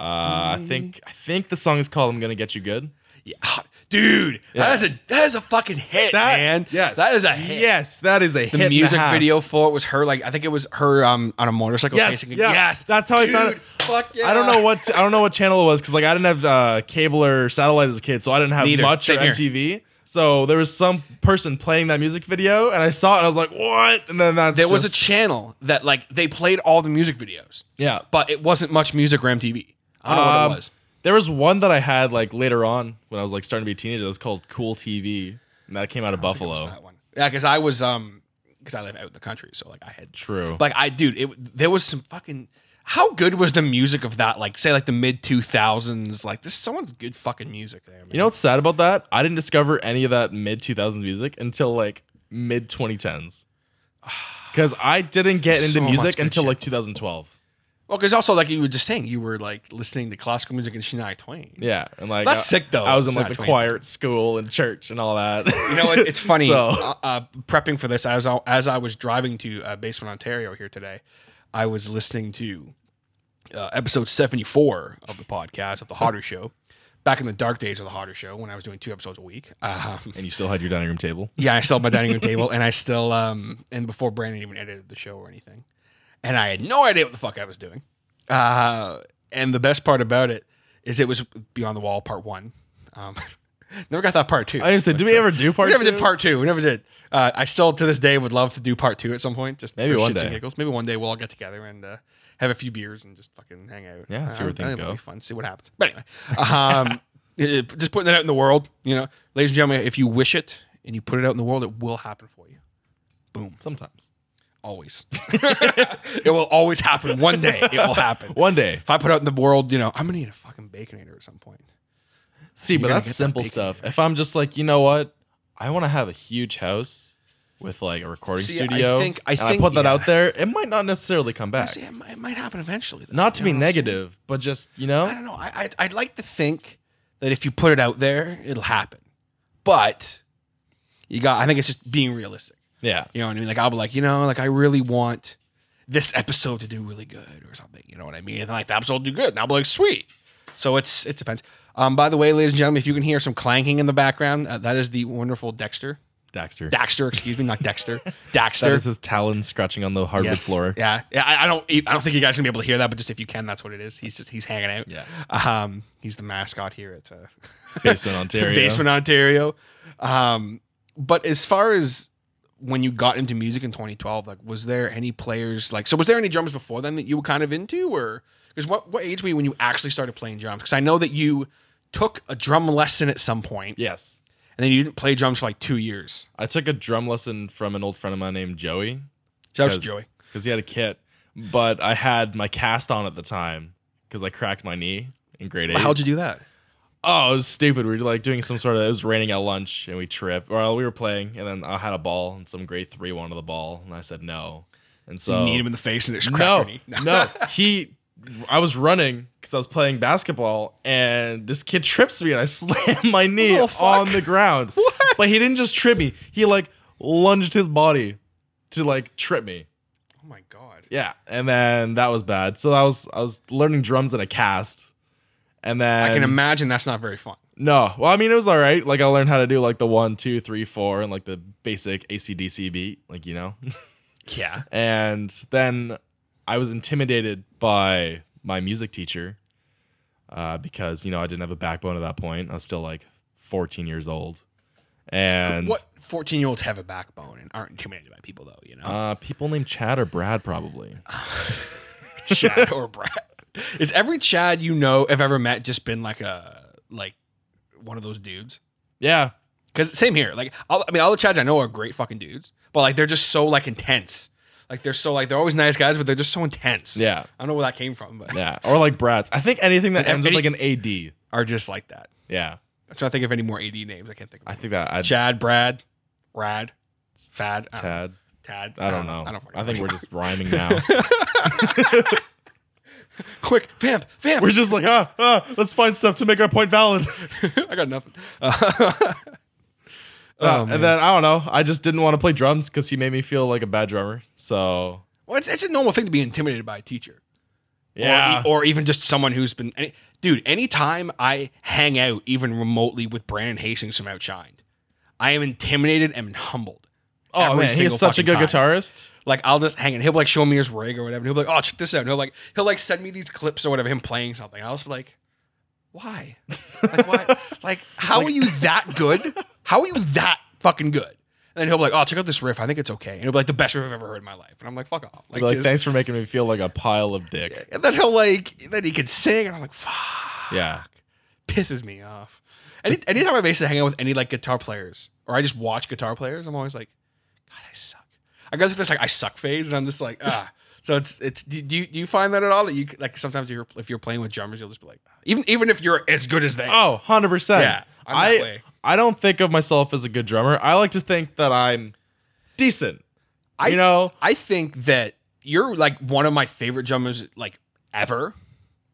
[SPEAKER 5] Uh, I think I think the song is called "I'm Gonna Get You Good."
[SPEAKER 4] Yeah. Ah, Dude, that is a that is a fucking hit,
[SPEAKER 5] That-
[SPEAKER 4] man.
[SPEAKER 5] yes.
[SPEAKER 4] That is a hit.
[SPEAKER 5] Yes, that is a hit.
[SPEAKER 4] The
[SPEAKER 5] and a
[SPEAKER 4] music
[SPEAKER 5] half.
[SPEAKER 4] video for it was her like I think it was her um on a motorcycle
[SPEAKER 5] Yes,
[SPEAKER 4] chasing a-
[SPEAKER 5] yeah,
[SPEAKER 4] yes.
[SPEAKER 5] that's how I found
[SPEAKER 4] Dude,
[SPEAKER 5] it.
[SPEAKER 4] Fuck yeah.
[SPEAKER 5] I don't know what I don't know what channel it was because like I didn't have uh, cable or satellite as a kid, so I didn't have
[SPEAKER 4] Neither.
[SPEAKER 5] much
[SPEAKER 4] Same
[SPEAKER 5] or
[SPEAKER 4] here.
[SPEAKER 5] MTV. So there was some person playing that music video, and I saw it, and I was like, "What?" And then that's
[SPEAKER 4] There was a
[SPEAKER 5] just-
[SPEAKER 4] channel that like they played all the music videos,
[SPEAKER 5] yeah.
[SPEAKER 4] but it wasn't much music or MTV. I don't know
[SPEAKER 5] Um,
[SPEAKER 4] what it was.
[SPEAKER 5] There was one that I had like later on when I was like starting to be a teenager. It was called Cool TV, and that came out of
[SPEAKER 4] was
[SPEAKER 5] Buffalo.
[SPEAKER 4] that one. Yeah, because I was um because I live out in the country, so like I had
[SPEAKER 5] True.
[SPEAKER 4] Like I dude, it there was some fucking how good was the music of that? Like say like the mid two thousands. Like this is someone's good fucking music there. Man.
[SPEAKER 5] You know what's sad about that? I didn't discover any of that mid 2000s music until like mid 2010s. Because I didn't get into
[SPEAKER 4] So much
[SPEAKER 5] music
[SPEAKER 4] good
[SPEAKER 5] until
[SPEAKER 4] shit.
[SPEAKER 5] like 2012.
[SPEAKER 4] well, because also like you were just saying you were like listening to classical music and Shania Twain.
[SPEAKER 5] Yeah, and like
[SPEAKER 4] That's
[SPEAKER 5] I-
[SPEAKER 4] sick, though.
[SPEAKER 5] I was
[SPEAKER 4] It's
[SPEAKER 5] in like
[SPEAKER 4] not
[SPEAKER 5] the
[SPEAKER 4] 20.
[SPEAKER 5] choir at school and church and all that.
[SPEAKER 4] You know, it, it's funny.
[SPEAKER 5] So-
[SPEAKER 4] uh, uh, prepping for this, as I, as I was driving to uh, Basement Ontario here today, I was listening to uh, episode seventy four of the podcast of the Hotter Show. Back in the dark days of the Hotter Show, when I was doing two episodes a week, um,
[SPEAKER 5] and you still had your dining room table.
[SPEAKER 4] Yeah, I still had my dining room table, and I still um and before Brandon even edited the show or anything, and I had no idea what the fuck I was doing. Uh, and the best part about it is it was Beyond the Wall Part One. Um, never got that Part Two.
[SPEAKER 5] I didn't say, did we ever do part?
[SPEAKER 4] we never
[SPEAKER 5] two?
[SPEAKER 4] did Part Two. We never did. Uh, I still to this day would love to do Part Two at some point. Just
[SPEAKER 5] Maybe
[SPEAKER 4] for
[SPEAKER 5] one
[SPEAKER 4] shits
[SPEAKER 5] day.
[SPEAKER 4] and giggles. Maybe one day we'll all get together and uh, have a few beers and just fucking hang out.
[SPEAKER 5] Yeah, see
[SPEAKER 4] Uh,
[SPEAKER 5] where things
[SPEAKER 4] that'd
[SPEAKER 5] go.
[SPEAKER 4] Be fun. See what happens. But anyway, um, Eh, eh, Just putting that out in the world, you know, ladies and gentlemen, if you wish it and you put it out in the world, it will happen for you.
[SPEAKER 5] Sometimes.
[SPEAKER 4] Always. it will always happen. One day it will happen.
[SPEAKER 5] One day.
[SPEAKER 4] If I put out in the world, you know, I'm gonna need a fucking baconator at some point.
[SPEAKER 5] See, but
[SPEAKER 4] gotta
[SPEAKER 5] that's
[SPEAKER 4] get that
[SPEAKER 5] simple
[SPEAKER 4] bacon
[SPEAKER 5] stuff. If I'm just like, you know what, I want to have a huge house with like a recording
[SPEAKER 4] See, I
[SPEAKER 5] studio.
[SPEAKER 4] think- I
[SPEAKER 5] and
[SPEAKER 4] think-
[SPEAKER 5] put that
[SPEAKER 4] yeah.
[SPEAKER 5] out there. It might not necessarily come back.
[SPEAKER 4] See, it, might, it might happen eventually. though.
[SPEAKER 5] Not to
[SPEAKER 4] You
[SPEAKER 5] be
[SPEAKER 4] know what I'm saying?
[SPEAKER 5] negative, but just you know,
[SPEAKER 4] I don't know. I, I I'd like to think that if you put it out there, it'll happen. But you got. I think it's just being realistic.
[SPEAKER 5] yeah.
[SPEAKER 4] You know what I mean? Like I'll be like, you know, like I really want this episode to do really good or something. You know what I mean? And like the episode will do good, and I'll be like, sweet. So it's it depends. Um, by the way, ladies and gentlemen, if you can hear some clanking in the background, uh, that is the wonderful Dexter.
[SPEAKER 5] Daxter.
[SPEAKER 4] Daxter, excuse me, not Dexter. Daxter.
[SPEAKER 5] That is his talon scratching on the hardwood
[SPEAKER 4] Yes.
[SPEAKER 5] floor.
[SPEAKER 4] Yeah, yeah. I, I don't. e, I don't think you guys are gonna be able to hear that, but just if you can, that's what it is. He's just he's hanging out.
[SPEAKER 5] Yeah.
[SPEAKER 4] Um, he's the mascot here at uh,
[SPEAKER 5] Basement Ontario.
[SPEAKER 4] Basement Ontario. Um, but as far as when you got into music in 2012, like, was there any players like? So was there any drummers before then that you were kind of into, or because what what age were you when you actually started playing drums? Because I know that you took a drum lesson at some point,
[SPEAKER 5] Yes.
[SPEAKER 4] and then you didn't play drums for like two years.
[SPEAKER 5] I took a drum lesson from an old friend of mine named Joey.
[SPEAKER 4] That was Joey.
[SPEAKER 5] Because he had a kit, but I had my cast on at the time because I cracked my knee in grade eight.
[SPEAKER 4] How'd you do that?
[SPEAKER 5] Oh, it was stupid. We were like doing some sort of. It was raining at lunch, and we tripped. Well, we were playing, and then I had a ball, and some grade three wanted the ball, and I said no. And so
[SPEAKER 4] you need him in the face and it's
[SPEAKER 5] no,
[SPEAKER 4] cracking.
[SPEAKER 5] no. He, I was running because I was playing basketball, and this kid trips me, and I slam my knee
[SPEAKER 4] Oh, fuck.
[SPEAKER 5] on the ground. But he didn't just trip me. He like lunged his body to like trip me.
[SPEAKER 4] Oh my god.
[SPEAKER 5] Yeah, and then that was bad. So I was I was learning drums in a cast, and then
[SPEAKER 4] I can imagine that's not very fun.
[SPEAKER 5] No. Well, I mean, it was all right. Like, I learned how to do like the one, two, three, four, and like the basic ACDC beat, like, you know?
[SPEAKER 4] Yeah.
[SPEAKER 5] and then I was intimidated by my music teacher uh, because, you know, I didn't have a backbone at that point. I was still like 14 years old. And
[SPEAKER 4] what 14 year olds have a backbone and aren't intimidated by people though, you know?
[SPEAKER 5] Uh, people named Chad or Brad, probably.
[SPEAKER 4] Chad or Brad. Is every Chad you know have ever met just been like a like one of those dudes?
[SPEAKER 5] Yeah.
[SPEAKER 4] Because same here. Like all, I mean, all the Chads I know are great fucking dudes, but like they're just so like intense. Like they're so like they're always nice guys, but they're just so intense.
[SPEAKER 5] Yeah.
[SPEAKER 4] I don't know where that came from, but
[SPEAKER 5] Yeah. Or like Bratz. I think anything that
[SPEAKER 4] Like,
[SPEAKER 5] ends with
[SPEAKER 4] any-
[SPEAKER 5] like an AD.
[SPEAKER 4] are just like that.
[SPEAKER 5] Yeah.
[SPEAKER 4] I'm trying to think of any more AD names. I can't think of.
[SPEAKER 5] I
[SPEAKER 4] any.
[SPEAKER 5] think that I
[SPEAKER 4] Chad, Brad, Rad, Fad, I don't know.
[SPEAKER 5] Tad.
[SPEAKER 4] Tad. Uh,
[SPEAKER 5] I don't know.
[SPEAKER 4] I don't.
[SPEAKER 5] I think we're just rhyming now.
[SPEAKER 4] quick, vamp, vamp.
[SPEAKER 5] We're just like, ah, ah, let's find stuff to make our point valid. Ah,
[SPEAKER 4] I got nothing. Oh, Um,
[SPEAKER 5] Uh, and then I don't know. I just didn't want to play drums because he made me feel like a bad drummer. So
[SPEAKER 4] well, it's, it's a normal thing to be intimidated by a teacher.
[SPEAKER 5] yeah,
[SPEAKER 4] Or, or even just someone who's been, any, dude, anytime I hang out, even remotely with Brandon Hastings from Outshined, I am intimidated and humbled.
[SPEAKER 5] oh
[SPEAKER 4] every
[SPEAKER 5] man,
[SPEAKER 4] single
[SPEAKER 5] he's such a
[SPEAKER 4] fucking
[SPEAKER 5] good
[SPEAKER 4] time.
[SPEAKER 5] guitarist.
[SPEAKER 4] Like I'll just hang and he'll be like show me his rig or whatever. And he'll be like, oh check this out. And he'll like he'll like send me these clips or whatever, him playing something. I'll just be like, why? Like why? like how are you that good? How are you that fucking good? And then he'll be like, oh check out this riff. I think it's okay. And he'll be like the best riff I've ever heard in my life. And I'm like, fuck off.
[SPEAKER 5] Like, like
[SPEAKER 4] just-
[SPEAKER 5] thanks for making me feel like a pile of dick.
[SPEAKER 4] And then he'll like then he can sing and I'm like, fuck.
[SPEAKER 5] Yeah,
[SPEAKER 4] Pisses me off. Any anytime I basically hang out with any like guitar players or I just watch guitar players, I'm always like, God, I suck. I go through this like I suck phase, and I'm just like, ah. So it's it's do do you, do you find that at all that you like sometimes you're if you're playing with drummers you'll just be like "Ah." even even if you're as good as they are.
[SPEAKER 5] Oh, 100 percent.
[SPEAKER 4] Yeah, I'm that
[SPEAKER 5] I
[SPEAKER 4] way.
[SPEAKER 5] I don't think of myself as a good drummer. I like to think that I'm decent.
[SPEAKER 4] I,
[SPEAKER 5] you know-
[SPEAKER 4] I think that you're like one of my favorite drummers like ever,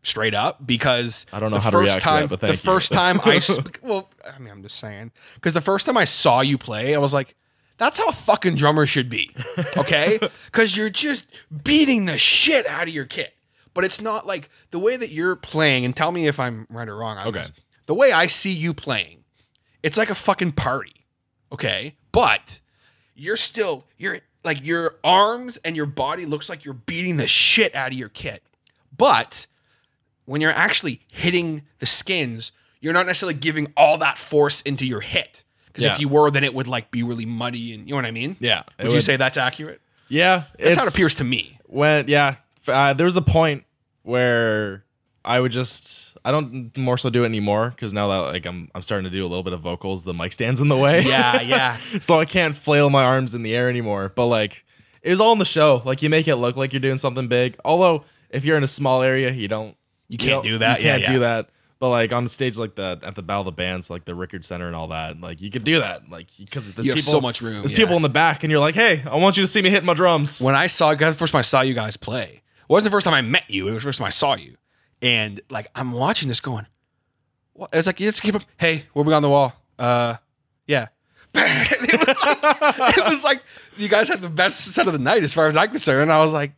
[SPEAKER 4] straight up. Because
[SPEAKER 5] I don't know
[SPEAKER 4] the
[SPEAKER 5] how to
[SPEAKER 4] first
[SPEAKER 5] react to that,
[SPEAKER 4] time,
[SPEAKER 5] but
[SPEAKER 4] the
[SPEAKER 5] thank you.
[SPEAKER 4] first time I sp- well, I mean, I'm just saying because the first time I saw you play, I was like. That's how a fucking drummer should be, okay? Because you're just beating the shit out of your kit. But it's not like the way that you're playing, and tell me if I'm right or wrong on
[SPEAKER 5] Okay.
[SPEAKER 4] this. The way I see you playing, it's like a fucking party, okay? But you're still you're like your arms and your body looks like you're beating the shit out of your kit but when you're actually hitting the skins you're not necessarily giving all that force into your hit because
[SPEAKER 5] Yeah.
[SPEAKER 4] if you were then it would like be really muddy and you know what i mean
[SPEAKER 5] Yeah, it
[SPEAKER 4] would, you
[SPEAKER 5] would-
[SPEAKER 4] say that's accurate
[SPEAKER 5] Yeah,
[SPEAKER 4] that's how it appears to me
[SPEAKER 5] when yeah f- uh, there was a point where I would just I don't more so do it anymore because now that like I'm I'm starting to do a little bit of vocals, the mic stands in the way.
[SPEAKER 4] Yeah, yeah.
[SPEAKER 5] so I can't flail my arms in the air anymore. But like it was all in the show. Like you make it look like you're doing something big. Although if you're in a small area, you don't
[SPEAKER 4] You
[SPEAKER 5] don't-
[SPEAKER 4] can't do that.
[SPEAKER 5] You can't
[SPEAKER 4] yeah,
[SPEAKER 5] do
[SPEAKER 4] yeah.
[SPEAKER 5] that. But like on the stage like that at the Battle of the Bands, like the Rickard Center and all that, like you could do that. Like because there's
[SPEAKER 4] You have
[SPEAKER 5] people
[SPEAKER 4] so much room,
[SPEAKER 5] There's
[SPEAKER 4] yeah.
[SPEAKER 5] people in the back and you're like, hey, I want you to see me hit my drums.
[SPEAKER 4] When I saw guys, first time I saw you guys play, it wasn't the first time I met you. It was the first time I saw you, and like I'm watching this going, what? It's like let's keep up. Hey, where we on the wall? Uh, yeah. it, was like, it was like you guys had the best set of the night as far as I'm concerned. And I was like,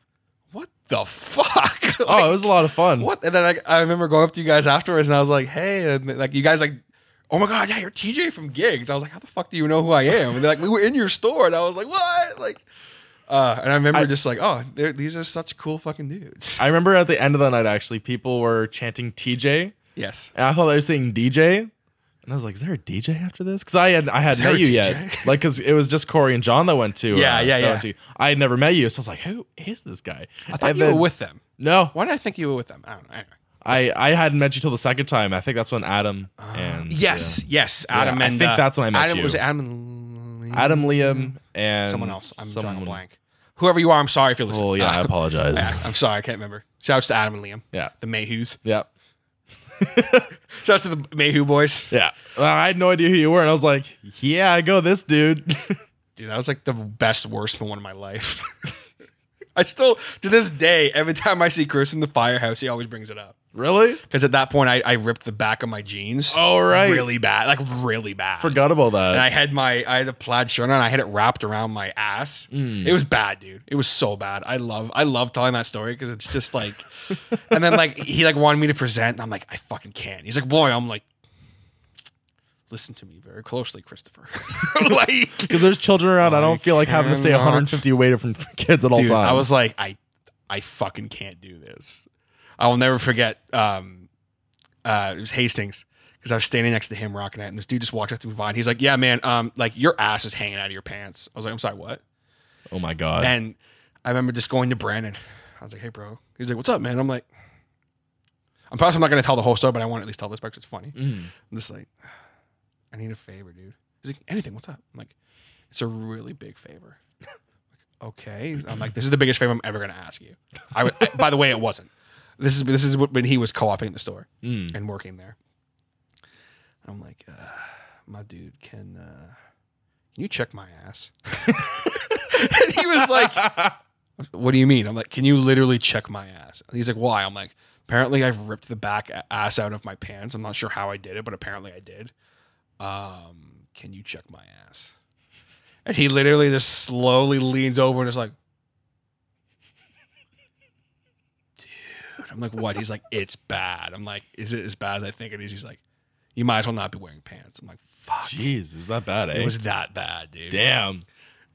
[SPEAKER 4] what the fuck?
[SPEAKER 5] oh, it was a lot of fun.
[SPEAKER 4] what? And then I, I remember going up to you guys afterwards, and I was like, "Hey," and like you guys like, "Oh my god, yeah, you're TJ from Gigs." I was like, "How the fuck do you know who I am?" And they're like, "We were in your store," and I was like, "What?" Like, uh, and I remember just like, "Oh, they're- these are such cool fucking dudes."
[SPEAKER 5] I remember at the end of the night, actually, people were chanting TJ,
[SPEAKER 4] yes.
[SPEAKER 5] and I thought they were saying DJ, and I was like, "Is there a DJ after this?" Because I had I had
[SPEAKER 4] there
[SPEAKER 5] met
[SPEAKER 4] a
[SPEAKER 5] you
[SPEAKER 4] DJ?
[SPEAKER 5] yet, like because it was just Corey and John that went to. uh,
[SPEAKER 4] Yeah, yeah,
[SPEAKER 5] that
[SPEAKER 4] yeah.
[SPEAKER 5] went to- I had never met you, so I was like, "Who is this guy?"
[SPEAKER 4] I thought you were with them.
[SPEAKER 5] No,
[SPEAKER 4] Why did I think you were with them? I don't know. Anyway.
[SPEAKER 5] I I hadn't met you till the second time. I think that's when Adam and
[SPEAKER 4] Uh, Yes, yes. Adam
[SPEAKER 5] I
[SPEAKER 4] and
[SPEAKER 5] think
[SPEAKER 4] uh,
[SPEAKER 5] that's when I met
[SPEAKER 4] Adam
[SPEAKER 5] you.
[SPEAKER 4] was it Adam. and-
[SPEAKER 5] uh, Adam, Liam, and
[SPEAKER 4] Mm-hmm. Someone else. I'm drawing
[SPEAKER 5] someone-
[SPEAKER 4] a blank. Whoever you are, I'm sorry if you're listening.
[SPEAKER 5] Oh yeah, I
[SPEAKER 4] Uh,
[SPEAKER 5] apologize.
[SPEAKER 4] yeah, I'm sorry. I can't remember. Shouts to Adam and Liam,
[SPEAKER 5] yeah,
[SPEAKER 4] the Mayhews.
[SPEAKER 5] yeah,
[SPEAKER 4] Shouts to the Mayhew boys.
[SPEAKER 5] yeah. Well, I had no idea who you were, and I was like, "Yeah, I go this dude."
[SPEAKER 4] Dude, that was like the best worst one of my life. I still, to this day, every time I see Chris in the firehouse, he always brings it up.
[SPEAKER 5] really?
[SPEAKER 4] Because at that point, I, I ripped the back of my jeans.
[SPEAKER 5] All Oh, right.
[SPEAKER 4] Really bad. Like, really bad.
[SPEAKER 5] Forgot about that.
[SPEAKER 4] And I had my, I had a plaid shirt on. I had it wrapped around my ass.
[SPEAKER 5] Mm.
[SPEAKER 4] It was bad, dude. It was so bad. I love, I love telling that story because it's just like, and then like, he like wanted me to present. And I'm like, I fucking can't. He's like, boy, I'm like, listen to me very closely, Christopher. like,
[SPEAKER 5] Because there's children around, I don't feel like having to stay
[SPEAKER 4] cannot.
[SPEAKER 5] 150 away from kids at all
[SPEAKER 4] Dude,
[SPEAKER 5] times.
[SPEAKER 4] I was like, I, I fucking can't do this. I will never forget. Um, uh, it was Hastings because I was standing next to him rocking it, and this dude just walked up to me. Vine. He's like, "Yeah, man. Um, like your ass is hanging out of your pants." I was like, "I'm sorry, what?"
[SPEAKER 5] oh my god,
[SPEAKER 4] And I remember just going to Brandon. I was like, "Hey, bro." He's like, "What's up, man?" I'm like, "I'm probably not going to tell the whole story, but I want to at least tell this part 'cause it's funny." I'm just like, I need a favor, dude. He's like, anything, what's up? I'm like, it's a really big favor. I'm like, okay. I'm like, this is the biggest favor I'm ever gonna ask you. I, would- by the way, it wasn't. This is this is what- when he was co-oping the store and working there. I'm like, uh, my dude, can uh, can you check my ass? and he was like, what do you mean? I'm like, can you literally check my ass? And he's like, why? I'm like, apparently I've ripped the back a- ass out of my pants. I'm not sure how I did it, but apparently I did. Um, can you check my ass? And he literally just slowly leans over and is like, dude. I'm like, what? He's like, it's bad. I'm like, is it as bad as I think it is? He's like, you might as well not be wearing pants. I'm like, fuck.
[SPEAKER 5] jeez, it was that bad, eh?
[SPEAKER 4] It was that bad, dude.
[SPEAKER 5] Damn.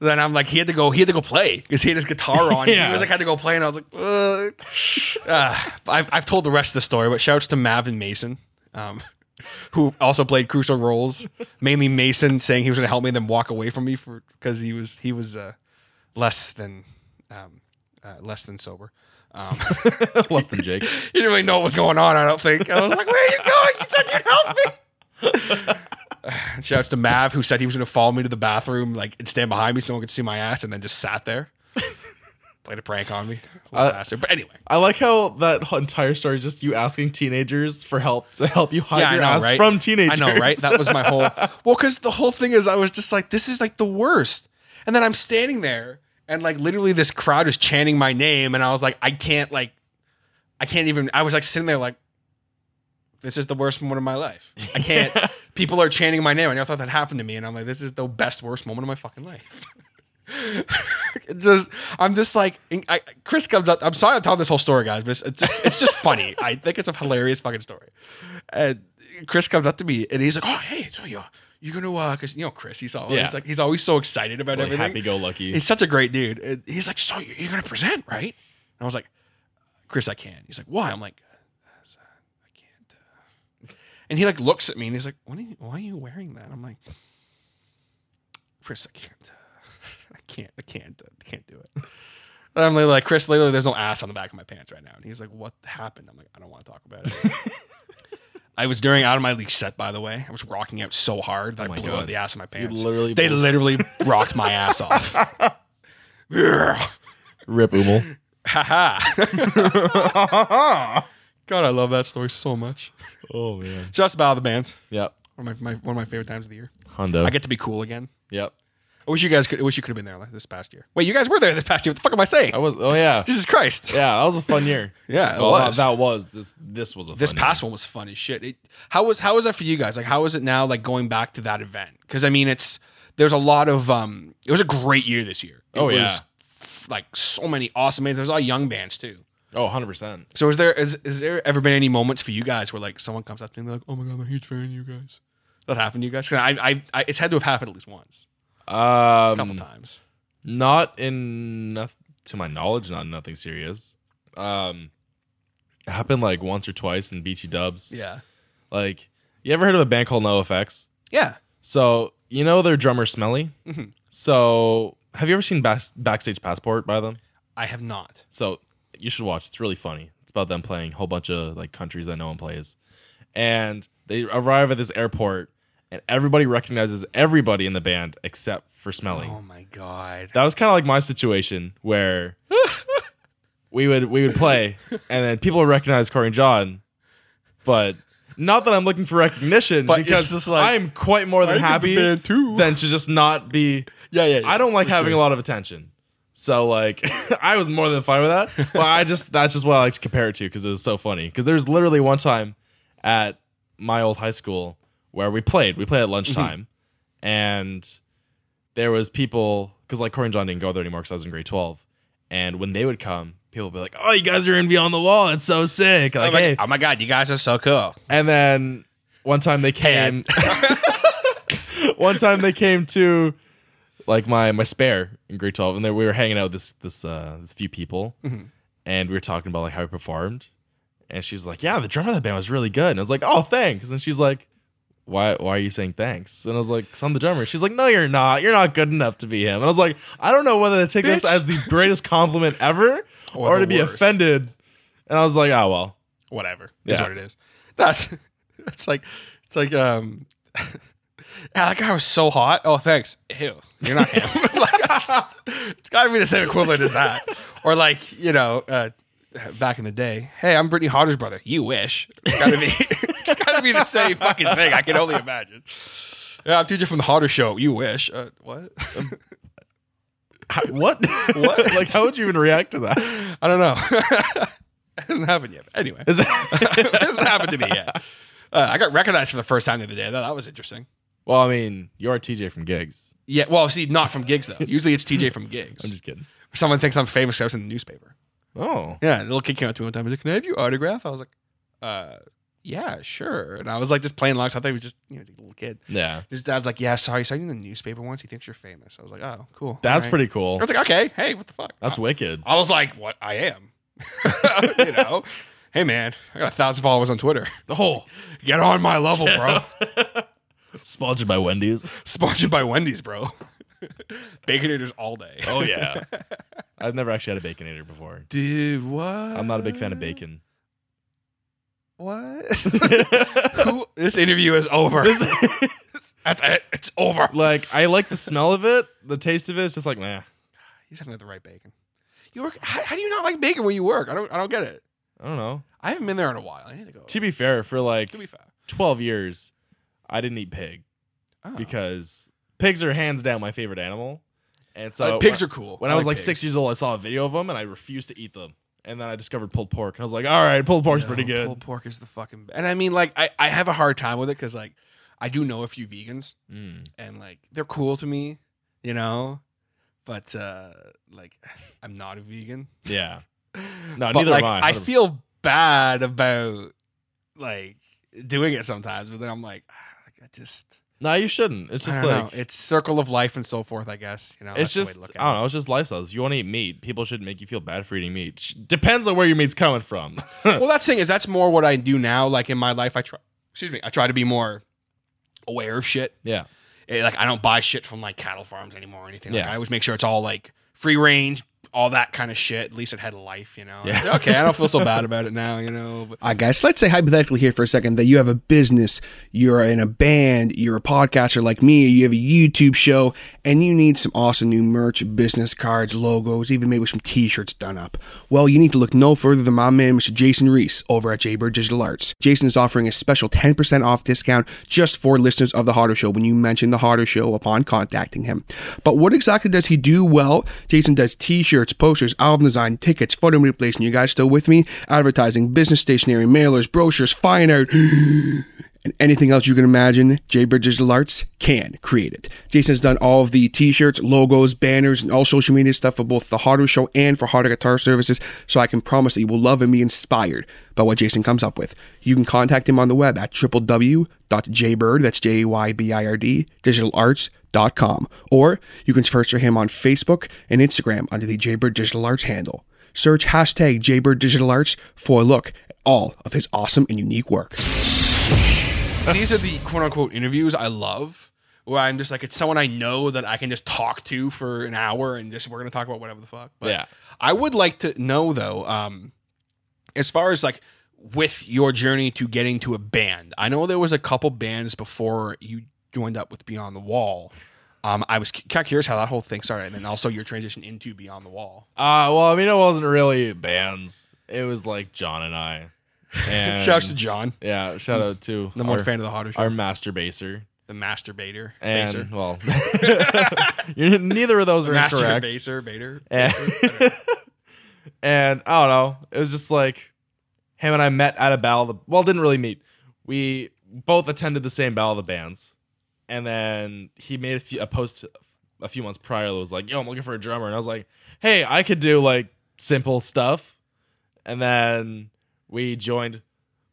[SPEAKER 4] Then I'm like, he had to go. He had to go play because he had his guitar on.
[SPEAKER 5] Yeah.
[SPEAKER 4] He was like, had to go play, and I was like, Ugh. uh, I've, I've told the rest of the story, but shouts to Mav and Mason, um, who also played crucial roles. Mainly Mason saying he was going to help me, then walk away from me for because he was he was uh, less than um, uh, less than sober. Um,
[SPEAKER 5] Less than Jake.
[SPEAKER 4] he didn't really know what was going on. I don't think. I was like, where are you going? You said you'd help me. Shouts to Mav, who said he was going to follow me to the bathroom, like and stand behind me so no one could see my ass, and then just sat there, played a prank on me, Little bastard. But anyway,
[SPEAKER 5] I like how that whole entire story is just you asking teenagers for help to help you hide
[SPEAKER 4] yeah, I
[SPEAKER 5] your
[SPEAKER 4] know,
[SPEAKER 5] ass
[SPEAKER 4] right?
[SPEAKER 5] from teenagers.
[SPEAKER 4] I know, right? That was my whole. Well, because the whole thing is, I was just like, this is like the worst. And then I'm standing there, and like literally, this crowd is chanting my name, and I was like, I can't, like, I can't even. I was like sitting there, like, this is the worst moment of my life. I can't. People are chanting my name. I never thought that happened to me, and I'm like, this is the best worst moment of my fucking life. It just I'm just like and I, Chris comes up. I'm sorry I'm telling this whole story, guys, but it's it's just, it's just funny. I think it's a hilarious fucking story. And Chris comes up to me and he's like, "Oh, hey, so you you gonna uh, cause you know Chris? He's always
[SPEAKER 5] Yeah.
[SPEAKER 4] like he's always so excited about
[SPEAKER 5] Like,
[SPEAKER 4] everything.
[SPEAKER 5] happy-go-lucky.
[SPEAKER 4] He's such a great dude. And he's like, so you- you're gonna present, right? And I was like, Chris, I can't. He's like, why? I'm like, I can't. uh." And he like looks at me and he's like, what are you, why are you wearing that? I'm like, Chris, I can't. uh, I can't. I can't. I can't uh, do it. But I'm like, Chris, literally, there's no ass on the back of my pants right now. And he's like, what happened? I'm like, I don't want to talk about it. I was during out of my league set, by the way. I was rocking out so hard that I blew out
[SPEAKER 5] God.
[SPEAKER 4] the ass of my pants.
[SPEAKER 5] literally
[SPEAKER 4] they
[SPEAKER 5] blew-
[SPEAKER 4] literally rocked my ass off.
[SPEAKER 5] Rip Umel.
[SPEAKER 4] Haha. God, I love that story so much.
[SPEAKER 5] Oh man.
[SPEAKER 4] Just about the bands.
[SPEAKER 5] Yep.
[SPEAKER 4] One of my, my one of my favorite times of the year.
[SPEAKER 5] Hondo.
[SPEAKER 4] I get to be cool again.
[SPEAKER 5] yep.
[SPEAKER 4] I wish you guys could. I wish you could have been there like this past year. Wait, you guys were there this past year. What the fuck am I saying?
[SPEAKER 5] I was. Oh yeah.
[SPEAKER 4] Jesus Christ.
[SPEAKER 5] Yeah, that was a fun year.
[SPEAKER 4] Yeah, it
[SPEAKER 5] Well,
[SPEAKER 4] was.
[SPEAKER 5] That, that was this. This was a.
[SPEAKER 4] this
[SPEAKER 5] fun
[SPEAKER 4] past one was fun as shit. It, how was how was that for you guys? Like, how is it now? Like going back to that event because I mean, it's there's a lot of um. It was a great year this year. It
[SPEAKER 5] Oh,
[SPEAKER 4] was,
[SPEAKER 5] yeah.
[SPEAKER 4] f- Like so many awesome bands. There's a lot of young bands too.
[SPEAKER 5] Year. Oh, 100 percent.
[SPEAKER 4] So is there is, is there ever been any moments for you guys where like someone comes up to me and they're like, oh my god, I'm a huge fan of you guys. That happened to you guys? 'Cause I, I, I it's had to have happened at least once, a couple
[SPEAKER 5] Um,
[SPEAKER 4] times.
[SPEAKER 5] not in noth- to my knowledge, not nothing serious. Um, it happened like once or twice in BT Dubs.
[SPEAKER 4] Yeah.
[SPEAKER 5] Like, you ever heard of a band called NoFX?
[SPEAKER 4] Yeah.
[SPEAKER 5] So you know their drummer Smelly.
[SPEAKER 4] Mhm.
[SPEAKER 5] So have you ever seen Back- Backstage Passport by them?
[SPEAKER 4] I have not.
[SPEAKER 5] So you should watch. It's really funny. It's about them playing a whole bunch of like countries that no one plays. And they arrive at this airport and everybody recognizes everybody in the band except for Smelly.
[SPEAKER 4] Oh my god.
[SPEAKER 5] That was kind of like my situation where we would we would play and then people would recognize Corey and John, but not that I'm looking for recognition
[SPEAKER 4] But it's
[SPEAKER 5] because
[SPEAKER 4] just like,
[SPEAKER 5] I'm quite more than
[SPEAKER 4] I'm in the
[SPEAKER 5] happy
[SPEAKER 4] band too.
[SPEAKER 5] than to just not be
[SPEAKER 4] yeah, yeah, yeah.
[SPEAKER 5] I don't like
[SPEAKER 4] for
[SPEAKER 5] having
[SPEAKER 4] sure.
[SPEAKER 5] a lot of attention. So like I was more than fine with that. But I just that's just what I like to compare it to because it was so funny. Because there was literally one time at my old high school where we played. We
[SPEAKER 4] Mm-hmm.
[SPEAKER 5] played at lunchtime and there was people because like Corey and John didn't go there anymore because I was in grade twelve. And when they would come, people would be like, Oh, you guys are in Beyond the Wall, it's so sick.
[SPEAKER 4] Oh
[SPEAKER 5] Like,
[SPEAKER 4] my,
[SPEAKER 5] hey.
[SPEAKER 4] oh my god, you guys are so cool.
[SPEAKER 5] And then one time they came. one time they came to like my my spare in grade twelve, and then we were hanging out with this this uh, this few people,
[SPEAKER 4] Mm-hmm.
[SPEAKER 5] and we were talking about like how we performed, and she's like, "Yeah, the drummer of the band was really good," and I was like, "Oh, thanks," and she's like. Why, why are you saying thanks? And I was like, 'Cause I'm the drummer. She's like, no, you're not. You're not good enough to be him. And I was like, I don't know whether to take this
[SPEAKER 4] Bitch.
[SPEAKER 5] as the greatest compliment ever
[SPEAKER 4] Or
[SPEAKER 5] or,
[SPEAKER 4] the
[SPEAKER 5] to be
[SPEAKER 4] worst.
[SPEAKER 5] offended. And I was like, oh, well.
[SPEAKER 4] Whatever. That's
[SPEAKER 5] Yeah.
[SPEAKER 4] what it is. That's that's like it's like um yeah, that guy was so hot. Oh, thanks. Ew. You're not him. like, it's- it's gotta be the same equivalent as that. Or like, you know, uh back in the day, hey, I'm Brittany Hodder's brother. You wish. It's gotta be it's gotta be the same fucking thing. I can only imagine. Yeah, I'm TJ from the Hodder show. You wish. Uh, what?
[SPEAKER 5] How- what?
[SPEAKER 4] What?
[SPEAKER 5] like, how would you even react to that?
[SPEAKER 4] I don't know. it hasn't happened yet. But anyway.
[SPEAKER 5] Is
[SPEAKER 4] it
[SPEAKER 5] it-
[SPEAKER 4] hasn't happened to me yet. Uh, I got recognized for the first time the other day. That, that was interesting.
[SPEAKER 5] well, I mean, you are TJ from gigs.
[SPEAKER 4] Yeah, well, see, not from gigs though. Usually it's TJ from gigs.
[SPEAKER 5] I'm just kidding.
[SPEAKER 4] Someone thinks I'm famous 'cause I was in the newspaper.
[SPEAKER 5] Oh,
[SPEAKER 4] Yeah, a little kid came up to me one time. He's like, "Can I have your autograph?" I was like, "Uh, yeah, sure." And I was like, just playing along. So I thought he was just you know, a little kid.
[SPEAKER 5] yeah,
[SPEAKER 4] His dad's like, "Yeah, sorry, saw you in the newspaper once. He thinks you're famous." I was like, "Oh, cool."
[SPEAKER 5] that's
[SPEAKER 4] All right."
[SPEAKER 5] pretty cool.
[SPEAKER 4] I was like, "Okay, hey, what the fuck?"
[SPEAKER 5] That's wicked.
[SPEAKER 4] I was like, "What? I am." you know, hey man, I got a thousand followers on Twitter.
[SPEAKER 5] Oh,
[SPEAKER 4] Get on my level, bro.
[SPEAKER 5] sponsored by Wendy's.
[SPEAKER 4] Sponsored by Wendy's, bro. Baconators all day.
[SPEAKER 5] Oh yeah. I've never actually had a baconator before.
[SPEAKER 4] Dude, what?
[SPEAKER 5] I'm not a big fan of bacon.
[SPEAKER 4] What? Who? This interview is over. That's it. It's over.
[SPEAKER 5] like, I like the smell of it. The taste of it is just like, nah.
[SPEAKER 4] He's having the right bacon. You work? How, how do you not like bacon when you work? I don't. I don't get it.
[SPEAKER 5] I don't know.
[SPEAKER 4] I haven't been there in a while. I need to go.
[SPEAKER 5] To be fair, for like
[SPEAKER 4] To be fair.
[SPEAKER 5] 12 years, I didn't eat pig
[SPEAKER 4] Oh.
[SPEAKER 5] because pigs are hands down my favorite animal. And so
[SPEAKER 4] Uh, pigs are cool.
[SPEAKER 5] When I, was like
[SPEAKER 4] pigs.
[SPEAKER 5] six years old, I saw a video of them and I refused to eat them. And then I discovered pulled pork. And I was like, all right, pulled pork's
[SPEAKER 4] No,
[SPEAKER 5] pretty good.
[SPEAKER 4] Pulled pork is the fucking. be- And I mean, like, I I have a hard time with it because like, I do know a few vegans.
[SPEAKER 5] Mm.
[SPEAKER 4] and like they're cool to me, you know. But uh like I'm not a vegan.
[SPEAKER 5] Yeah. No,
[SPEAKER 4] but,
[SPEAKER 5] neither
[SPEAKER 4] like,
[SPEAKER 5] am I.
[SPEAKER 4] I feel bad about like doing it sometimes, but then I'm like, "Ah, like, I just
[SPEAKER 5] No, you shouldn't. It's
[SPEAKER 4] I
[SPEAKER 5] just
[SPEAKER 4] don't
[SPEAKER 5] like,
[SPEAKER 4] know. it's circle of life and so forth, I guess. You know,
[SPEAKER 5] it's
[SPEAKER 4] that's
[SPEAKER 5] just,
[SPEAKER 4] the way to look
[SPEAKER 5] I
[SPEAKER 4] at
[SPEAKER 5] don't know. It's just lifestyles. You want to eat meat. People shouldn't make you feel bad for eating meat. Sh- Depends on where your meat's coming from.
[SPEAKER 4] it. Well, that's the thing is that's more what I do now. Like in my life, I try excuse me, I try to be more aware of shit.
[SPEAKER 5] yeah.
[SPEAKER 4] Eh, like I don't buy shit from like cattle farms anymore or anything. Like
[SPEAKER 5] Yeah.
[SPEAKER 4] I always make sure it's all like free range, all that kind of shit. At least it had life, you know. It's, Okay, I don't feel so bad about it now, you know. But
[SPEAKER 7] All right, guys, let's say hypothetically here for a second that you have a business, you're in a band, you're a podcaster like me, you have a YouTube show, and you need some awesome new merch, business cards, logos, even maybe some t shirts done up. Well, you need to look no further than my man, Mr. Jason Reese, over at Jaybird Digital Arts. Jason is offering a special 10% off discount just for listeners of The Harder Show when you mention The Harder Show upon contacting him. But what exactly does he do well? Jason does t shirts, posters, album design, tickets, photo manipulation. You guys still with me? Advertising, business stationery, mailers, brochures, fine art. and anything else you can imagine, Jay Bridges Digital Arts can create it. Jason's done all of the t-shirts, logos, banners, and all social media stuff for both the Harder Show and for Harder Guitar Services, so I can promise that you will love and be inspired by what Jason comes up with. You can contact him on the web at www.jbird, that's J-A-Y-B-I-R-D, digitalarts.com, or you can search for him on Facebook and Instagram under the Jaybird Digital Arts handle. Search hashtag Jaybird Digital Arts for a look at all of his awesome and unique work.
[SPEAKER 4] these are the quote unquote interviews I love, where I'm just like it's someone I know that I can just talk to for an hour and just we're gonna talk about whatever the fuck. But
[SPEAKER 5] Yeah.
[SPEAKER 4] I would like to know though, um, as far as like with your journey to getting to a band, I know there was a couple bands before you joined up with Beyond the Wall. Um, I was kind of curious how that whole thing started, and then also your transition into Beyond the Wall.
[SPEAKER 5] Uh, well, I mean, it wasn't really bands. It was like John and I. And
[SPEAKER 4] Shouts to John.
[SPEAKER 5] Yeah, shout out to
[SPEAKER 4] Number one
[SPEAKER 5] our-
[SPEAKER 4] fan of the Hotter Show,
[SPEAKER 5] our master baser.
[SPEAKER 4] the masturbator,
[SPEAKER 5] And
[SPEAKER 4] baser,
[SPEAKER 5] well, you- neither of those are
[SPEAKER 4] master
[SPEAKER 5] incorrect.
[SPEAKER 4] baser, bater.
[SPEAKER 5] And, and I don't know. It was just like him and I met at a battle. Of the, well, didn't really meet. We both attended the same battle of the bands, and then he made a, few, a post a few months prior that was like, "Yo, I'm looking for a drummer," and I was like, "Hey, I could do like simple stuff," and then we joined.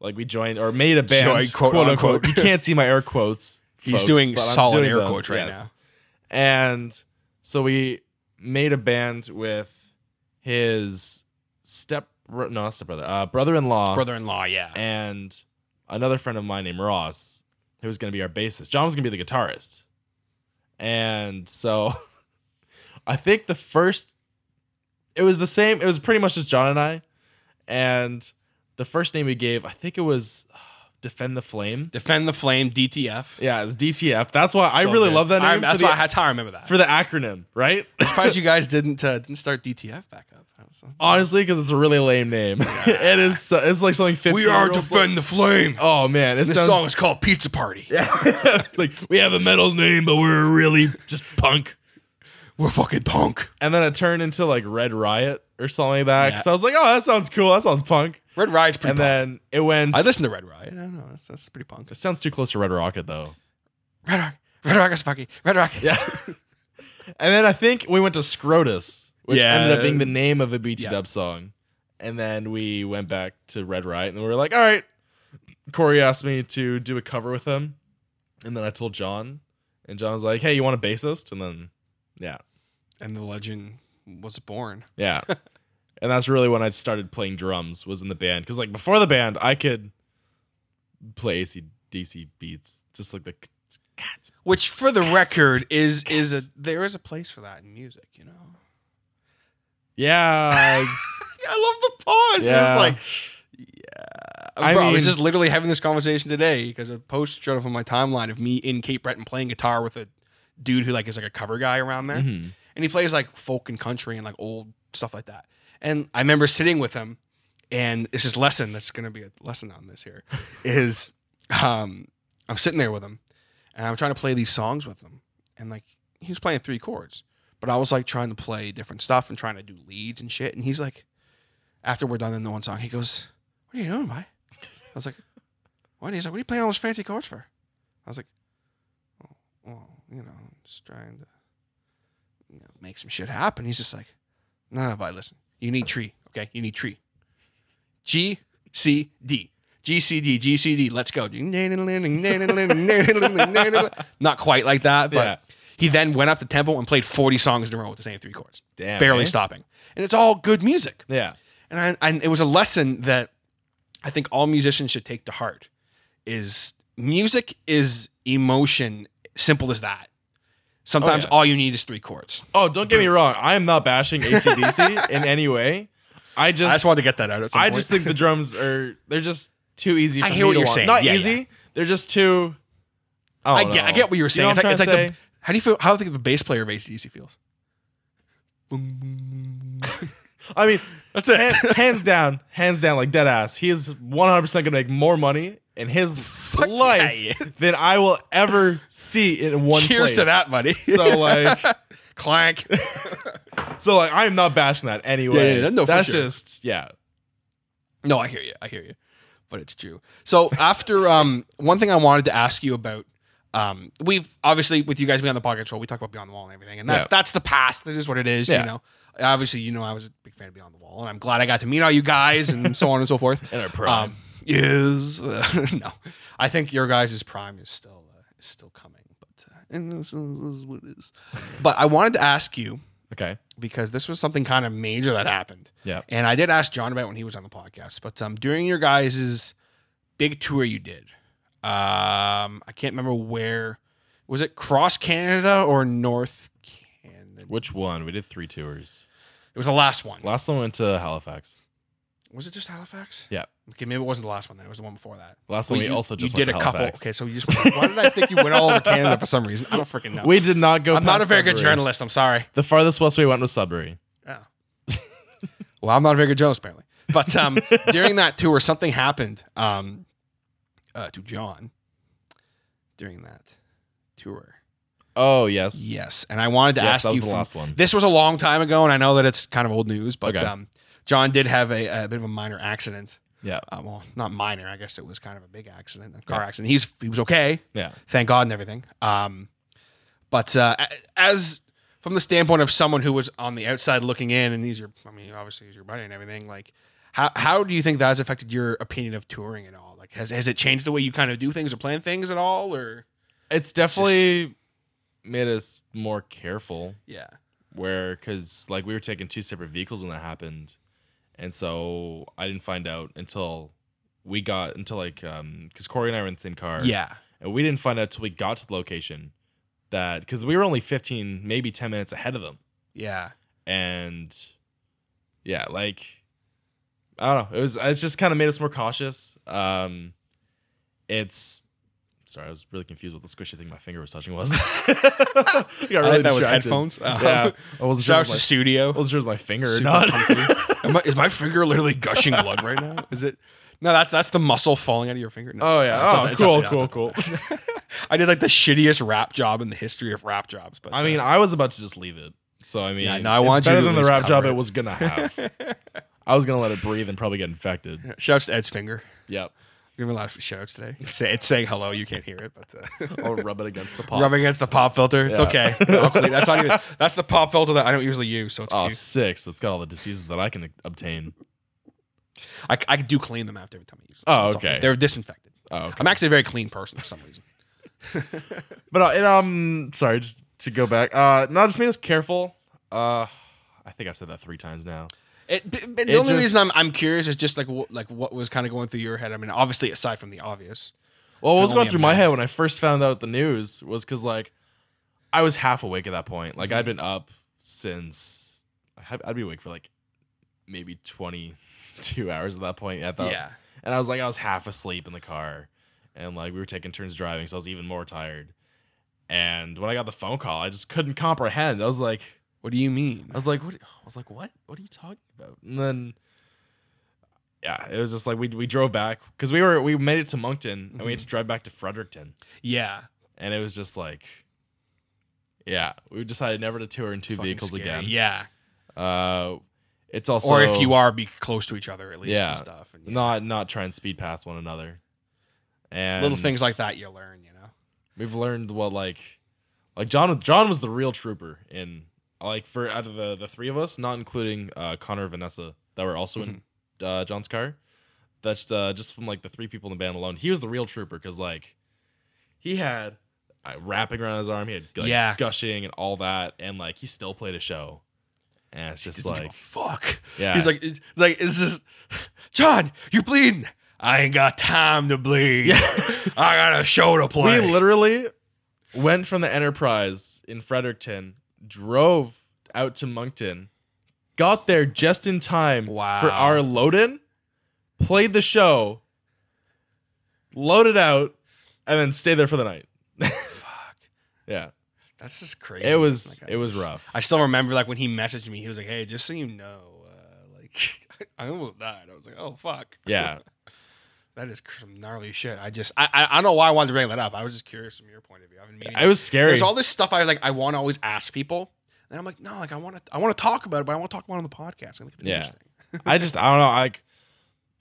[SPEAKER 5] Like we joined or made a band,
[SPEAKER 4] Joined, quote, unquote.
[SPEAKER 5] You can't see my air quotes.
[SPEAKER 4] He's doing
[SPEAKER 5] but I'm
[SPEAKER 4] solid
[SPEAKER 5] doing
[SPEAKER 4] air
[SPEAKER 5] them,
[SPEAKER 4] quotes right now.
[SPEAKER 5] And so we made a band with his step no not stepbrother, uh, brother-in-law,
[SPEAKER 4] brother-in-law. Yeah,
[SPEAKER 5] and another friend of mine named Ross, who was going to be our bassist. John was going to be the guitarist, and so I think the first it was the same. It was pretty much just John and I, and the first name we gave, I think it was uh, Defend the Flame.
[SPEAKER 4] defend the flame, DTF.
[SPEAKER 5] Yeah, it's DTF. That's why I
[SPEAKER 4] So
[SPEAKER 5] really
[SPEAKER 4] good.
[SPEAKER 5] love that name.
[SPEAKER 4] I-
[SPEAKER 5] for
[SPEAKER 4] that's
[SPEAKER 5] the-
[SPEAKER 4] why I, that's how I remember that.
[SPEAKER 5] for the acronym, right?
[SPEAKER 4] I'm surprised you guys didn't uh, didn't start DTF back up. I was like,
[SPEAKER 5] Honestly, because it's a really lame name. it is. so- It's like something. 15
[SPEAKER 4] the flame.
[SPEAKER 5] Oh man, it sounds,
[SPEAKER 4] is called Pizza Party.
[SPEAKER 5] it's like we have a metal name, but we're really just punk.
[SPEAKER 4] We're fucking punk.
[SPEAKER 5] And then it turned into like Red Riot or something like that.
[SPEAKER 4] Yeah.
[SPEAKER 5] So I was like, oh, that sounds cool. That sounds punk.
[SPEAKER 4] Red Riot's pretty.
[SPEAKER 5] and
[SPEAKER 4] punk.
[SPEAKER 5] then it went.
[SPEAKER 4] I listened to Red Riot. I don't know. That's, that's pretty punk.
[SPEAKER 5] It sounds too close to Red Rocket though.
[SPEAKER 4] Red Rock. Red Rock is funky. Red Rock.
[SPEAKER 5] Yeah. and then I think we went to Scrotus, which
[SPEAKER 4] Yeah.
[SPEAKER 5] ended up being the name of a BT
[SPEAKER 4] Yeah.
[SPEAKER 5] Dub song. And then we went back to Red Riot and we were like, all right. Corey asked me to do a cover with him. And then I told John. And John was like, hey, you want a bassist? And then, yeah.
[SPEAKER 4] And the legend was born.
[SPEAKER 5] Yeah. and that's really when I started playing drums, was in the band. Because, like, before the band, I could play AC/DC beats, just like the.
[SPEAKER 4] Which, for the record, is is a there is a place for that in music. You know.
[SPEAKER 5] Yeah.
[SPEAKER 4] I love the pause.
[SPEAKER 5] Yeah.
[SPEAKER 4] It's like.
[SPEAKER 5] I
[SPEAKER 4] I, Bro, I was
[SPEAKER 5] mean-
[SPEAKER 4] just literally having this conversation today because a post showed up on my timeline of me in Cape Breton playing guitar with a dude who like is like a cover guy around there,
[SPEAKER 5] Mhm.
[SPEAKER 4] and he plays like folk and country and like old stuff like that. And I remember sitting with him, and this is lesson that's going to be a lesson on this here is um, I'm sitting there with him, and I'm trying to play these songs with him, and like he was playing three chords, but I was like trying to play different stuff and trying to do leads and shit, and he's like, after we're done in the one song, he goes, "What are you doing, Mike?" I was like, "What?" He's like, "What are you playing all those fancy chords for?" I was like, "Oh, "Well, you know, I'm just trying to you know, make some shit happen." He's just like, "No, no, but listen, you need tree, okay? You need tree. G C D." G C D G C D. Let's go. Not quite like that, but
[SPEAKER 5] Yeah.
[SPEAKER 4] he then went up the tempo and played 40 songs in a row with the same three chords,
[SPEAKER 5] Damn.
[SPEAKER 4] barely
[SPEAKER 5] eh?
[SPEAKER 4] stopping. And it's all good music
[SPEAKER 5] Yeah.
[SPEAKER 4] and I, and it was a lesson that I think all musicians should take to heart is music is emotion simple as that Sometimes
[SPEAKER 5] Oh, yeah.
[SPEAKER 4] all you need is three chords.
[SPEAKER 5] Oh, don't get me wrong. I am not bashing ACDC in any way. I just,
[SPEAKER 4] I just wanted to get that out. At some
[SPEAKER 5] I
[SPEAKER 4] point.
[SPEAKER 5] just think the drums are they're just too easy. For
[SPEAKER 4] I
[SPEAKER 5] me
[SPEAKER 4] hear what
[SPEAKER 5] to
[SPEAKER 4] you're
[SPEAKER 5] want.
[SPEAKER 4] saying.
[SPEAKER 5] Not
[SPEAKER 4] Yeah,
[SPEAKER 5] easy.
[SPEAKER 4] yeah.
[SPEAKER 5] They're just too.
[SPEAKER 4] I,
[SPEAKER 5] I, don't
[SPEAKER 4] get, I
[SPEAKER 5] know.
[SPEAKER 4] get what you're
[SPEAKER 5] Oh, You
[SPEAKER 4] saying.
[SPEAKER 5] know
[SPEAKER 4] it's like,
[SPEAKER 5] I'm
[SPEAKER 4] it's like
[SPEAKER 5] trying to
[SPEAKER 4] the,
[SPEAKER 5] say?
[SPEAKER 4] how do you feel? How do you think the bass player of ACDC feels?
[SPEAKER 5] I mean, that's it. hands down, hands down, like dead ass. He is 100 percent gonna make more money in his life
[SPEAKER 4] yeah, he is.
[SPEAKER 5] than I will ever see in one.
[SPEAKER 4] Cheers to
[SPEAKER 5] place.
[SPEAKER 4] that, buddy.
[SPEAKER 5] So like,
[SPEAKER 4] Clank.
[SPEAKER 5] so like, I'm not bashing that anyway.
[SPEAKER 4] Yeah, yeah, no, for
[SPEAKER 5] that's
[SPEAKER 4] sure.
[SPEAKER 5] just yeah.
[SPEAKER 4] No, I hear you. I hear you. But it's true. So after um, one thing I wanted to ask you about, um, we've obviously with you guys being on the podcast role, we talk about Beyond the Wall and everything, and that's
[SPEAKER 5] Yeah.
[SPEAKER 4] that's the past. That is what it is. You
[SPEAKER 5] Yeah.
[SPEAKER 4] know, obviously, you know, I was a big fan of Beyond the Wall, and I'm glad I got to meet all you guys and so on and so forth. Um,
[SPEAKER 5] In our prime.
[SPEAKER 4] is no, I think your guys' prime is still uh, is still coming, but uh, and this is, this is what it is. But I wanted to ask you
[SPEAKER 5] Okay.
[SPEAKER 4] because this was something kind of major that happened.
[SPEAKER 5] Yeah.
[SPEAKER 4] And I did ask John about it when he was on the podcast, but um, during your guys' big tour you did, um, I can't remember where was it cross Canada or North Canada?
[SPEAKER 5] Which one? We did three tours.
[SPEAKER 4] It was the last one.
[SPEAKER 5] Last one went to Halifax.
[SPEAKER 4] Was it just Halifax?
[SPEAKER 5] Yeah.
[SPEAKER 4] Okay, maybe it wasn't the last one. Then it was the one before that.
[SPEAKER 5] Last
[SPEAKER 4] Well,
[SPEAKER 5] one we also just
[SPEAKER 4] you
[SPEAKER 5] went
[SPEAKER 4] did
[SPEAKER 5] to
[SPEAKER 4] a couple.
[SPEAKER 5] Halifax.
[SPEAKER 4] Okay, so you just why did I think you went all over Canada for some reason? I don't freaking know.
[SPEAKER 5] We did not go.
[SPEAKER 4] I'm not
[SPEAKER 5] past
[SPEAKER 4] a very good
[SPEAKER 5] Sudbury.
[SPEAKER 4] journalist. I'm sorry.
[SPEAKER 5] The farthest west we went was Sudbury.
[SPEAKER 4] Yeah. well, I'm not a very good journalist apparently. But um, during that tour, something happened um, uh, to John during that tour.
[SPEAKER 5] Oh yes.
[SPEAKER 4] Yes, and I wanted to
[SPEAKER 5] Yes,
[SPEAKER 4] ask
[SPEAKER 5] that was
[SPEAKER 4] you.
[SPEAKER 5] the
[SPEAKER 4] from-
[SPEAKER 5] last one.
[SPEAKER 4] This was a long time ago, and I know that it's kind of old news, but
[SPEAKER 5] Okay.
[SPEAKER 4] um, John did have a, a bit of a minor accident.
[SPEAKER 5] Yeah.
[SPEAKER 4] Uh, well, not minor. I guess it was kind of a big accident, a car accident. He's he was okay
[SPEAKER 5] Yeah.
[SPEAKER 4] thank God and everything. Um, but uh, a- as from the standpoint of someone who was on the outside looking in, and he's your, I mean, obviously he's your buddy and everything. Like, how how do you think that has affected your opinion of touring and all? Like, has has it changed the way you kind of do things or plan things at all? Or
[SPEAKER 5] It's definitely made us more careful.
[SPEAKER 4] yeah,
[SPEAKER 5] Where, because like we were taking two separate vehicles when that happened, and so I didn't find out until we got until like um because Corey and I were in the same car.
[SPEAKER 4] yeah,
[SPEAKER 5] and we didn't find out till we got to the location that because we were only 15 maybe 10 minutes ahead of them
[SPEAKER 4] yeah.
[SPEAKER 5] and yeah like i don't know it was it's just kind of made us more cautious um it's sorry i was really confused what the squishy thing my finger was touching was I got
[SPEAKER 4] I
[SPEAKER 5] really
[SPEAKER 4] think that was
[SPEAKER 5] distracted.
[SPEAKER 4] headphones. Uh-huh.
[SPEAKER 5] yeah i wasn't sure
[SPEAKER 4] Shout
[SPEAKER 5] it
[SPEAKER 4] out
[SPEAKER 5] was
[SPEAKER 4] to
[SPEAKER 5] my-
[SPEAKER 4] studio.
[SPEAKER 5] I wasn't sure it was my finger or
[SPEAKER 4] Super
[SPEAKER 5] not
[SPEAKER 4] comfy. Am I- is my finger literally gushing blood right now? Is it? No, that's that's the muscle falling out of your finger. No,
[SPEAKER 5] oh yeah
[SPEAKER 4] it's not-
[SPEAKER 5] oh,
[SPEAKER 4] it's not-
[SPEAKER 5] cool
[SPEAKER 4] no, it's
[SPEAKER 5] cool
[SPEAKER 4] not-
[SPEAKER 5] cool
[SPEAKER 4] I did like the shittiest rap job in the history of rap jobs. But
[SPEAKER 5] i
[SPEAKER 4] uh,
[SPEAKER 5] mean i was about to just leave it so i mean
[SPEAKER 4] Yeah, no, I
[SPEAKER 5] it's
[SPEAKER 4] wanted you
[SPEAKER 5] better
[SPEAKER 4] to
[SPEAKER 5] than
[SPEAKER 4] at
[SPEAKER 5] the
[SPEAKER 4] least
[SPEAKER 5] rap job
[SPEAKER 4] cover it.
[SPEAKER 5] it was gonna have i was gonna let it breathe and probably get infected
[SPEAKER 4] Shouts to Ed's finger.
[SPEAKER 5] Yep.
[SPEAKER 4] Give me a lot of shout outs today. It's, say- it's saying hello. You can't hear it, but uh,
[SPEAKER 5] I'll rub it against the pop.
[SPEAKER 4] rubbing against the pop filter. It's
[SPEAKER 5] Yeah.
[SPEAKER 4] okay. No, clean. that's not even. That's the pop filter that I don't usually use. So it's
[SPEAKER 5] Oh,
[SPEAKER 4] cute.
[SPEAKER 5] sick. So it's got all the diseases that I can obtain.
[SPEAKER 4] I, I do clean them after every time I use them.
[SPEAKER 5] Oh,
[SPEAKER 4] it's all-
[SPEAKER 5] okay.
[SPEAKER 4] They're disinfected.
[SPEAKER 5] Oh, okay.
[SPEAKER 4] I'm actually a very clean person for some reason.
[SPEAKER 5] But uh, and, um, sorry, just to go back. Uh, no, just made us careful. Uh, I think I said that three times now.
[SPEAKER 4] It, b- but the
[SPEAKER 5] It
[SPEAKER 4] only
[SPEAKER 5] just-
[SPEAKER 4] reason I'm, I'm curious is just like wh- like what was kind of going through your head. I mean, obviously aside from the obvious.
[SPEAKER 5] Well, what was
[SPEAKER 4] only
[SPEAKER 5] going through my
[SPEAKER 4] imagine.
[SPEAKER 5] head when I first found out the news was because like I was half awake at that point. Like I'd been up since I had- I'd be awake for like maybe twenty two hours at that point. At that,
[SPEAKER 4] Yeah.
[SPEAKER 5] And I was like, I was half asleep in the car, and like we were taking turns driving, so I was even more tired. And when I got the phone call, I just couldn't comprehend. I was like,
[SPEAKER 4] What do you mean?
[SPEAKER 5] I was like, what? I was like, what? What are you talking about? And then, yeah, it was just like we we drove back because we were we made it to Moncton and we
[SPEAKER 4] Mm-hmm.
[SPEAKER 5] had to drive back to Fredericton,
[SPEAKER 4] Yeah.
[SPEAKER 5] and it was just like, yeah, we decided never to tour in two
[SPEAKER 4] Fucking
[SPEAKER 5] vehicles
[SPEAKER 4] scary.
[SPEAKER 5] again.
[SPEAKER 4] Yeah.
[SPEAKER 5] Uh, it's also
[SPEAKER 4] or if you are, be close to each other at least
[SPEAKER 5] Yeah.
[SPEAKER 4] and stuff. And, yeah.
[SPEAKER 5] not not try and speed past one another, and
[SPEAKER 4] little things like that you learn, you know.
[SPEAKER 5] we've learned what like like John John was the real trooper in like for out of the the three of us, not including uh Connor and Vanessa that were also
[SPEAKER 4] Mm-hmm.
[SPEAKER 5] in uh, John's car. That's uh, just from like the three people in the band alone. He was the real trooper because like he had uh, wrapping around his arm, he had like,
[SPEAKER 4] Yeah.
[SPEAKER 5] gushing and all that, and like he still played a show. And it's just
[SPEAKER 4] Didn't give a
[SPEAKER 5] like
[SPEAKER 4] fuck.
[SPEAKER 5] Yeah.
[SPEAKER 4] He's like, it's, like, is this John? You're bleeding. I ain't got time to bleed. I got a show to
[SPEAKER 5] we
[SPEAKER 4] play.
[SPEAKER 5] literally went from the Enterprise in Fredericton, drove out to Moncton, got there just in time for
[SPEAKER 4] Wow.
[SPEAKER 5] our load in, played the show, loaded out, and then stayed there for the night.
[SPEAKER 4] Fuck.
[SPEAKER 5] Yeah.
[SPEAKER 4] That's just crazy.
[SPEAKER 5] It was
[SPEAKER 4] Like, I
[SPEAKER 5] it was
[SPEAKER 4] just-
[SPEAKER 5] rough.
[SPEAKER 4] I still remember like when he messaged me, he was like, "Hey, just so you know, uh, like I almost died." I was like, "Oh fuck."
[SPEAKER 5] Yeah.
[SPEAKER 4] that is cr- some gnarly shit. I just I, I I don't know why I wanted to bring that up. I was just curious from your point of view. I've been meaning.
[SPEAKER 5] It was scary.
[SPEAKER 4] There's all this stuff I like. I want to always ask people, and I'm like, no, like I want to I want to talk about it, but I want to talk about it on the podcast. I think it's
[SPEAKER 5] Yeah.
[SPEAKER 4] interesting.
[SPEAKER 5] I just I don't know. I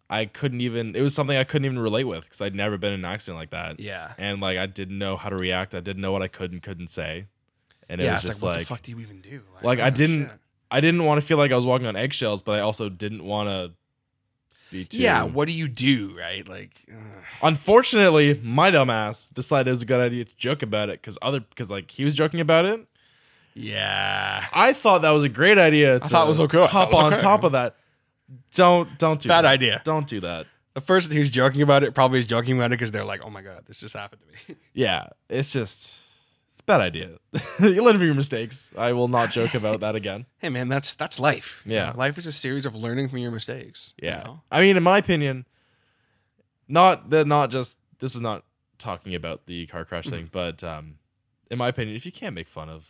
[SPEAKER 5] I couldn't even. It was something I couldn't even relate with because I'd never been in an accident like that.
[SPEAKER 4] Yeah.
[SPEAKER 5] And like I didn't know how to react. I didn't know what I could and couldn't say. And it
[SPEAKER 4] yeah,
[SPEAKER 5] was
[SPEAKER 4] it's
[SPEAKER 5] just
[SPEAKER 4] like, what
[SPEAKER 5] like,
[SPEAKER 4] the fuck do you even do?
[SPEAKER 5] like, I
[SPEAKER 4] oh,
[SPEAKER 5] didn't-
[SPEAKER 4] shit.
[SPEAKER 5] I didn't want to feel like I was walking on eggshells, but I also didn't want to be too.
[SPEAKER 4] Yeah, what do you do, right? Like, ugh.
[SPEAKER 5] Unfortunately, my dumbass decided it was a good idea to joke about it because other because like he was joking about it.
[SPEAKER 4] yeah,
[SPEAKER 5] I thought that was a great idea. To
[SPEAKER 4] thought it was okay. I
[SPEAKER 5] Hop
[SPEAKER 4] thought it was
[SPEAKER 5] on
[SPEAKER 4] okay.
[SPEAKER 5] top of that. Don't don't do
[SPEAKER 4] bad
[SPEAKER 5] that.
[SPEAKER 4] idea.
[SPEAKER 5] Don't do that.
[SPEAKER 4] The person who's joking about it probably is joking about it because they're like, "Oh my god, this just happened to me."
[SPEAKER 5] yeah, it's just it's a bad idea. you learn from your mistakes. I will not joke about that again.
[SPEAKER 4] hey, man, that's that's life. you
[SPEAKER 5] Yeah.
[SPEAKER 4] know? life is a series of learning from your mistakes. you
[SPEAKER 5] Yeah,
[SPEAKER 4] know?
[SPEAKER 5] I mean, in my opinion, not that not just this is not talking about the car crash
[SPEAKER 4] Mm-hmm.
[SPEAKER 5] thing, but um, in my opinion, if you can't make fun of,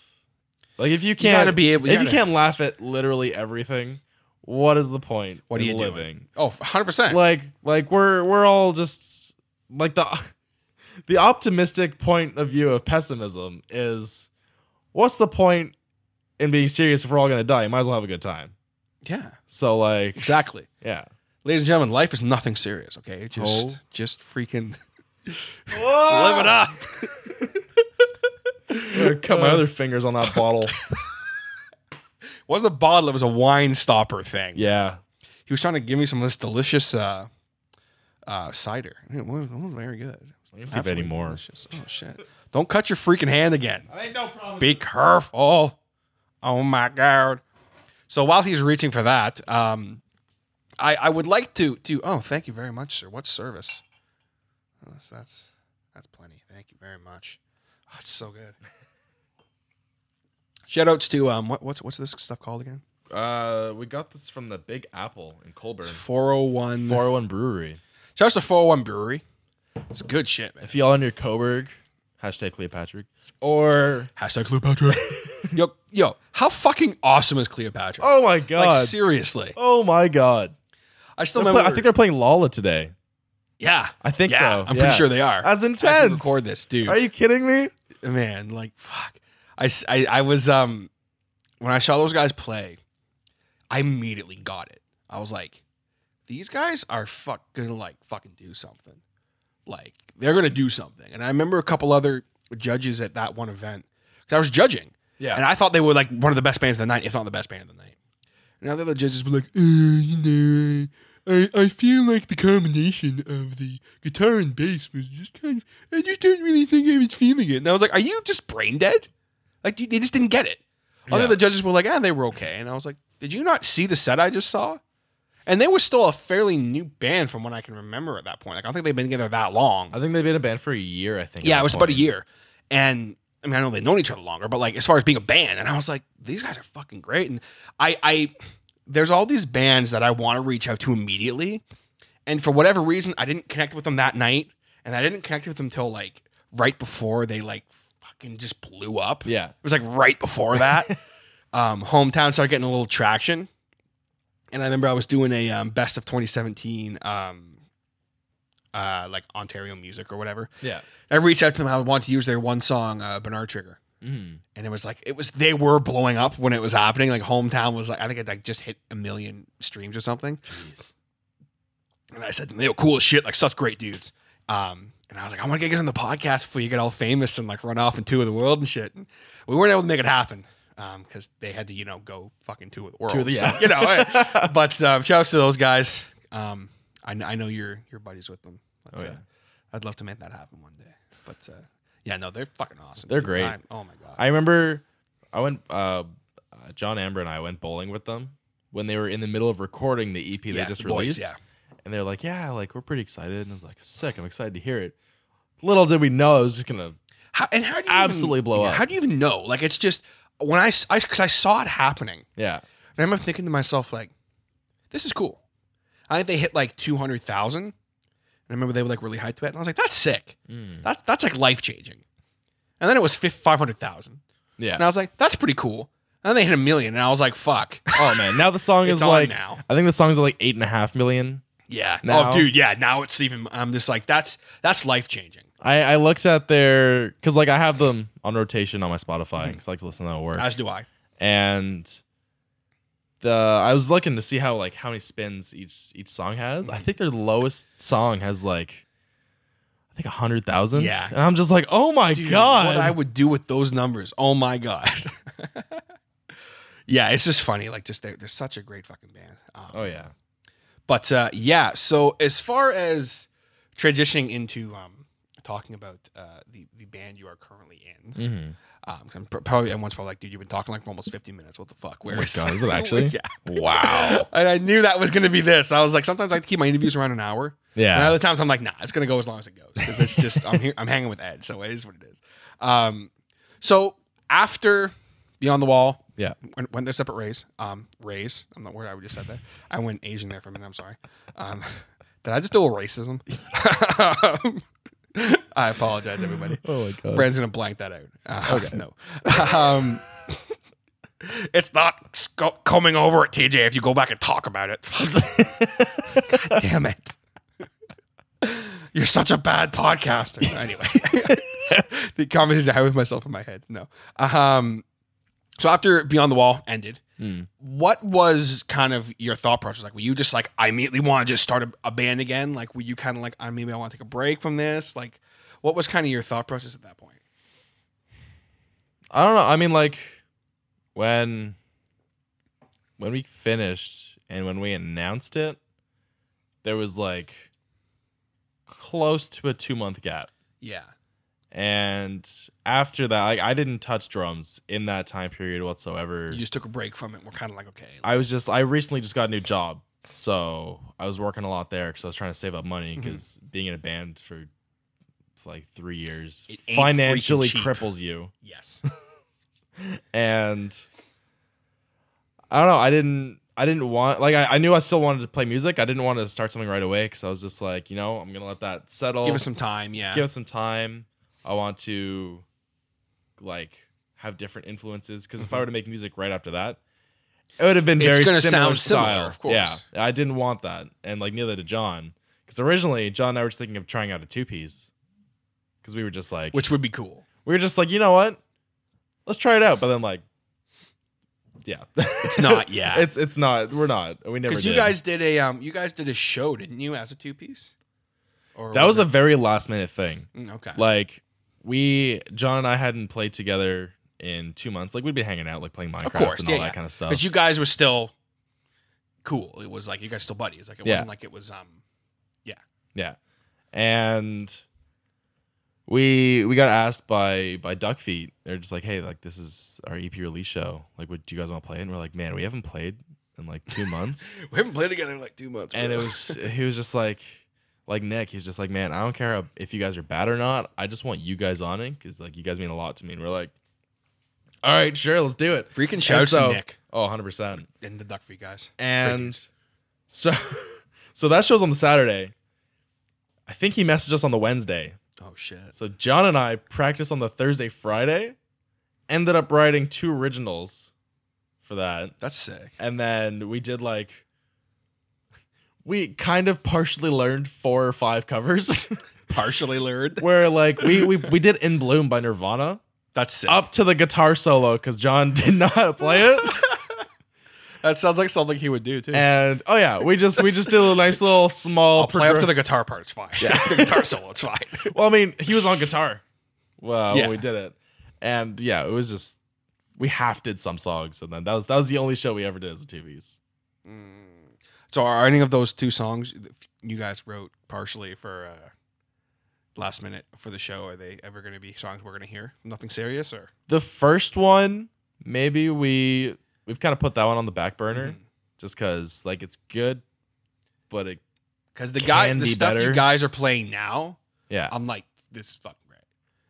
[SPEAKER 5] like, if you can't
[SPEAKER 4] gotta be able- you
[SPEAKER 5] if you
[SPEAKER 4] gotta-
[SPEAKER 5] can't laugh at literally everything, what is the point?
[SPEAKER 4] What are
[SPEAKER 5] in
[SPEAKER 4] you doing?
[SPEAKER 5] living?
[SPEAKER 4] Oh, 100 percent.
[SPEAKER 5] Like, like we're we're all just like the the optimistic point of view of pessimism is what's the point in being serious if we're all gonna die? You might as well have a good time.
[SPEAKER 4] Yeah,
[SPEAKER 5] So like,
[SPEAKER 4] exactly.
[SPEAKER 5] yeah.
[SPEAKER 4] Ladies and gentlemen, life is nothing serious. Okay, just just freaking
[SPEAKER 5] Live
[SPEAKER 4] it up.
[SPEAKER 5] cut my other fingers on that bottle.
[SPEAKER 4] Wasn't a bottle. It was a wine stopper thing.
[SPEAKER 5] Yeah.
[SPEAKER 4] he was trying to give me some of this delicious uh, uh, cider. and It was, it was very good.
[SPEAKER 5] Let me see if any
[SPEAKER 4] Absolutely
[SPEAKER 5] more.
[SPEAKER 4] delicious. Oh shit! Don't cut your freaking hand again.
[SPEAKER 5] I ain't no problem.
[SPEAKER 4] Be careful. Oh my god. So while he's reaching for that, um, I I would like to to oh thank you very much sir. What service? Oh, That's that's, that's plenty. Thank you very much. Oh, it's so good. Shout outs to um what, what's what's this stuff called again?
[SPEAKER 5] Uh, we got this from the Big Apple in Colburn.
[SPEAKER 4] Four oh one.
[SPEAKER 5] 401 Brewery.
[SPEAKER 4] Shout outs to four oh one brewery. It's good shit, man.
[SPEAKER 5] If y'all in your Coburg, hashtag Cleopatra. Or
[SPEAKER 4] Hashtag Cleopatra. yo yo, how fucking awesome is Cleopatra?
[SPEAKER 5] oh my
[SPEAKER 4] like
[SPEAKER 5] god.
[SPEAKER 4] seriously.
[SPEAKER 5] oh my god.
[SPEAKER 4] I still
[SPEAKER 5] They're
[SPEAKER 4] remember.
[SPEAKER 5] play- I think they're playing Lala today.
[SPEAKER 4] Yeah,
[SPEAKER 5] I think
[SPEAKER 4] yeah,
[SPEAKER 5] so.
[SPEAKER 4] I'm
[SPEAKER 5] Yeah.
[SPEAKER 4] pretty sure they are.
[SPEAKER 5] That's
[SPEAKER 4] I
[SPEAKER 5] intense.
[SPEAKER 4] can record this, dude.
[SPEAKER 5] Are you kidding me?
[SPEAKER 4] Man, like fuck. I, s- I- I was um when I saw those guys play, I immediately got it. I was like, these guys are fuck gonna like fucking do something. Like they're gonna do something. And I remember a couple other judges at that one event 'cause I was judging.
[SPEAKER 5] Yeah.
[SPEAKER 4] And I thought they were like one of the best bands of the night, if not the best band of the night. And now the other judges were like, uh, you know, I, I feel like the combination of the guitar and bass was just kind of, I just don't really think I was feeling it. And I was like, are you just brain dead? Like, you, they just didn't get it. Other
[SPEAKER 5] Yeah.
[SPEAKER 4] the judges were like, ah, they were okay. And I was like, did you not see the set I just saw? And they were still a fairly new band from what I can remember at that point. Like, I don't think they've been together that long.
[SPEAKER 5] I think they've been a band for a year, I think. at
[SPEAKER 4] Yeah,
[SPEAKER 5] that
[SPEAKER 4] it was about a
[SPEAKER 5] point.
[SPEAKER 4] year. And I mean, I know they've known each other longer, but like as far as being a band, and I was like, these guys are fucking great. And I, I, there's all these bands that I want to reach out to immediately, and for whatever reason, I didn't connect with them that night, and I didn't connect with them till like right before they like fucking just blew up.
[SPEAKER 5] Yeah.
[SPEAKER 4] It was like right before that. um, hometown started getting a little traction. And I remember I was doing a um, best of 2017, um, uh, like Ontario music or whatever.
[SPEAKER 5] Yeah.
[SPEAKER 4] I reached out to them. I wanted to use their one song, uh, Bernard Trigger.
[SPEAKER 5] Mm.
[SPEAKER 4] And it was like, it was, they were blowing up when it was happening. Like, Hometown was like, I think it like just hit a million streams or something. And I said, to them, they were cool as shit, like such great dudes. Um, and I was like, I want to get guys on the podcast before you get all famous and like run off and tour the world and shit. And we weren't able to make it happen because they had to, you know, go fucking tour the world.
[SPEAKER 5] the-
[SPEAKER 4] So,
[SPEAKER 5] yeah.
[SPEAKER 4] you know, I- but um, shout outs to those guys. Um, I, kn- I know you're, you're buddies with them. But,
[SPEAKER 5] Oh, yeah.
[SPEAKER 4] uh, I'd love to make that happen one day. But uh, yeah, no, they're fucking awesome.
[SPEAKER 5] They're
[SPEAKER 4] dude.
[SPEAKER 5] great.
[SPEAKER 4] I'm- oh my God.
[SPEAKER 5] I remember I went uh, uh, John Amber and I went bowling with them when they were in the middle of recording the EP
[SPEAKER 4] Yeah,
[SPEAKER 5] they just
[SPEAKER 4] the boys,
[SPEAKER 5] released.
[SPEAKER 4] yeah.
[SPEAKER 5] And they're like, "Yeah, like we're pretty excited." And I was like, "Sick, I'm excited to hear it." Little did we know I was just going to
[SPEAKER 4] How, and how do you
[SPEAKER 5] Absolutely
[SPEAKER 4] even-
[SPEAKER 5] blow
[SPEAKER 4] yeah,
[SPEAKER 5] up.
[SPEAKER 4] How do you even know? Like it's just when I s- I because I saw it happening.
[SPEAKER 5] Yeah.
[SPEAKER 4] And I remember thinking to myself, like, this is cool. I think they hit like 200,000. And I remember they were like really hyped about it. And I was like, that's sick.
[SPEAKER 5] Hmm.
[SPEAKER 4] That's, that's like life changing. And then it was fif- 500,000.
[SPEAKER 5] Yeah.
[SPEAKER 4] And I was like, that's pretty cool. And then they hit a million. And I was like, fuck.
[SPEAKER 5] oh man. Now the song
[SPEAKER 4] It's
[SPEAKER 5] is
[SPEAKER 4] on
[SPEAKER 5] like
[SPEAKER 4] now.
[SPEAKER 5] I think the song's like eight and a half million.
[SPEAKER 4] yeah.
[SPEAKER 5] Now-
[SPEAKER 4] Oh, dude. Yeah. Now it's even, I'm just like, that's, that's life changing.
[SPEAKER 5] I, I looked at their because like I have them on rotation on my Spotify because I like to listen to how it works.
[SPEAKER 4] As do Hmm. I.
[SPEAKER 5] and the I was looking to see how like how many spins each each song has.
[SPEAKER 4] Hmm.
[SPEAKER 5] I think their lowest song has like I think a hundred thousand.
[SPEAKER 4] Yeah.
[SPEAKER 5] and I'm just like, oh my
[SPEAKER 4] Dude,
[SPEAKER 5] god,
[SPEAKER 4] What I would do with those numbers. Oh, my God. yeah. It's just funny. Like, just they're, they're such a great fucking band. Um,
[SPEAKER 5] oh yeah,
[SPEAKER 4] But uh, yeah, so as far as transitioning into um, talking about uh, the the band you are currently in,
[SPEAKER 5] Mm. Mm-hmm.
[SPEAKER 4] um, 'cause I'm pr- probably everyone's probably like, dude, you've been talking like for almost 50 minutes. What the fuck? Where is
[SPEAKER 5] Oh God, is it actually?
[SPEAKER 4] yeah.
[SPEAKER 5] wow,
[SPEAKER 4] And I knew that was gonna be this. I was like, sometimes I keep my interviews around an hour.
[SPEAKER 5] Yeah.
[SPEAKER 4] And other times I'm like, nah, it's gonna go as long as it goes because it's just I'm here, I'm hanging with Ed, so it is what it is. Um, so after Beyond the Wall,
[SPEAKER 5] yeah.
[SPEAKER 4] went, went their separate ways. Um, rays. I'm not where I just said that. I went Asian there for a minute. I'm sorry. Um, did I just do a racism? I apologize, everybody.
[SPEAKER 5] Oh my god,
[SPEAKER 4] Brand's gonna blank that out. Uh, No. Um, it's not sco- coming over at TJ if you go back and talk about it. God damn it. You're such a bad podcaster. Anyway, the conversation I had with myself in my head. No. Um, so after Beyond the Wall ended,
[SPEAKER 5] Hmm.
[SPEAKER 4] what was kind of your thought process? Like, were you just like, I immediately want to just start a, a band again? Like, were you kind of like, I maybe I want to take a break from this? Like, what was kind of your thought process at that point?
[SPEAKER 5] I don't know. I mean, like when when we finished and when we announced it, there was like close to a two month gap.
[SPEAKER 4] Yeah.
[SPEAKER 5] And after that, like, I didn't touch drums in that time period whatsoever.
[SPEAKER 4] You just took a break from it. And we're kind of like, okay.
[SPEAKER 5] I was just I recently just got a new job, so I was working a lot there because I was trying to save up money
[SPEAKER 4] Mm-hmm.
[SPEAKER 5] because being in a band for like three years
[SPEAKER 4] It ain't
[SPEAKER 5] financially
[SPEAKER 4] freaking cheap.
[SPEAKER 5] cripples you.
[SPEAKER 4] yes.
[SPEAKER 5] and I don't know. I didn't. I didn't want like I, I knew I still wanted to play music. I didn't want to start something right away because I was just like, you know, I'm gonna let that settle.
[SPEAKER 4] Give us some time. Yeah.
[SPEAKER 5] give us some time. I want to like have different influences because if I were to make music right after that, it would have been
[SPEAKER 4] Mm-hmm. It's
[SPEAKER 5] very
[SPEAKER 4] gonna
[SPEAKER 5] similar
[SPEAKER 4] sound similar,
[SPEAKER 5] style.
[SPEAKER 4] of course.
[SPEAKER 5] Yeah, I didn't want that, and like neither did John because originally John and I were just thinking of trying out a two piece because we were just like,
[SPEAKER 4] Which would be cool.
[SPEAKER 5] we were just like, you know what, let's try it out. But then like, yeah,
[SPEAKER 4] It's not. Yeah.
[SPEAKER 5] it's it's not. We're not. We never.
[SPEAKER 4] because you
[SPEAKER 5] did.
[SPEAKER 4] guys did a um, you guys did a show, didn't you, as a two piece? Or
[SPEAKER 5] that was a very last minute thing.
[SPEAKER 4] a okay.
[SPEAKER 5] like we John and I hadn't played together in two months. Like we'd be hanging out, like playing Minecraft
[SPEAKER 4] course,
[SPEAKER 5] and
[SPEAKER 4] yeah,
[SPEAKER 5] all that
[SPEAKER 4] yeah.
[SPEAKER 5] kind of stuff.
[SPEAKER 4] but you guys were still cool. It was like you guys still buddies. Like it
[SPEAKER 5] Yeah.
[SPEAKER 4] wasn't like it was um.
[SPEAKER 5] yeah, and we we got asked by by Duckfeet. They're just like, hey, like this is our EP release show. Like, what do you guys want to play? And we're like, man, we haven't played in like two months.
[SPEAKER 4] We haven't played together in like two months.
[SPEAKER 5] and it was he was just like. Like Nick, he's just like, man, I don't care if you guys are bad or not. I just want you guys on it because like you guys mean a lot to me. And we're like, all right, sure, let's do it.
[SPEAKER 4] freaking
[SPEAKER 5] And
[SPEAKER 4] shouts
[SPEAKER 5] so-
[SPEAKER 4] to Nick
[SPEAKER 5] Oh, 100 percent.
[SPEAKER 4] and the Duck Feet guys.
[SPEAKER 5] And so, so that show's on the Saturday. I think he messaged us on the Wednesday.
[SPEAKER 4] Oh shit!
[SPEAKER 5] So John and I practiced on the Thursday, Friday. Ended up writing two originals for that,
[SPEAKER 4] That's sick.
[SPEAKER 5] and then we did like we kind of partially learned four or five covers,
[SPEAKER 4] Partially lured.
[SPEAKER 5] where like we we we did "In Bloom" by Nirvana
[SPEAKER 4] That's sick.
[SPEAKER 5] up to the guitar solo because John did not play it.
[SPEAKER 4] That sounds like something he would do too.
[SPEAKER 5] And oh yeah, we just we just did a nice little small.
[SPEAKER 4] I'll play up
[SPEAKER 5] progr-
[SPEAKER 4] to the guitar part. It's fine. Yeah, the guitar solo. It's fine.
[SPEAKER 5] Well, I mean, he was on guitar. Well,
[SPEAKER 4] Yeah.
[SPEAKER 5] when we did it, and yeah, it was just we half did some songs, and then that was that was the only show we ever did as a TVs.
[SPEAKER 4] So, are any of those two songs that you guys wrote partially for uh, last minute for the show? Are they ever going to be songs we're going to hear? Nothing serious, or
[SPEAKER 5] The first one, maybe we we've kind of put that one on the back burner, just because like it's good, but it
[SPEAKER 4] because the guy,
[SPEAKER 5] Can
[SPEAKER 4] the
[SPEAKER 5] be
[SPEAKER 4] stuff
[SPEAKER 5] better.
[SPEAKER 4] you guys are playing now,
[SPEAKER 5] yeah
[SPEAKER 4] I'm like, this is fucking right.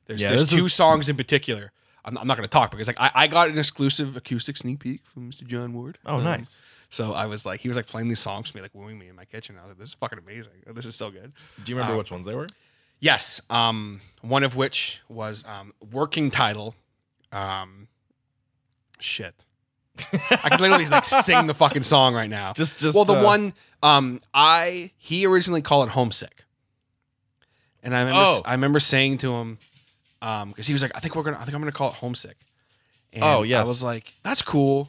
[SPEAKER 4] There's,
[SPEAKER 5] Yeah,
[SPEAKER 4] there's
[SPEAKER 5] this
[SPEAKER 4] two
[SPEAKER 5] is-
[SPEAKER 4] songs in particular. I'm, I'm not going to talk because like I, I got an exclusive acoustic sneak peek from Mr. John Ward.
[SPEAKER 5] Oh,
[SPEAKER 4] Um,
[SPEAKER 5] nice.
[SPEAKER 4] So I was like, he was like playing these songs for me, like wooing me in my kitchen. I was like, this is fucking amazing. This is so good.
[SPEAKER 5] Do you remember which ones they were?
[SPEAKER 4] Yes. Um, one of which was um, working title. Um, shit. I could literally like sing the fucking song right now.
[SPEAKER 5] Just- just,
[SPEAKER 4] well, the
[SPEAKER 5] uh,
[SPEAKER 4] one um, I he originally called it homesick, and I remember
[SPEAKER 5] Oh.
[SPEAKER 4] I remember saying to him because he was like, I think we're gonna I think I'm gonna call it homesick. And
[SPEAKER 5] Oh, yes.
[SPEAKER 4] I was like, that's cool.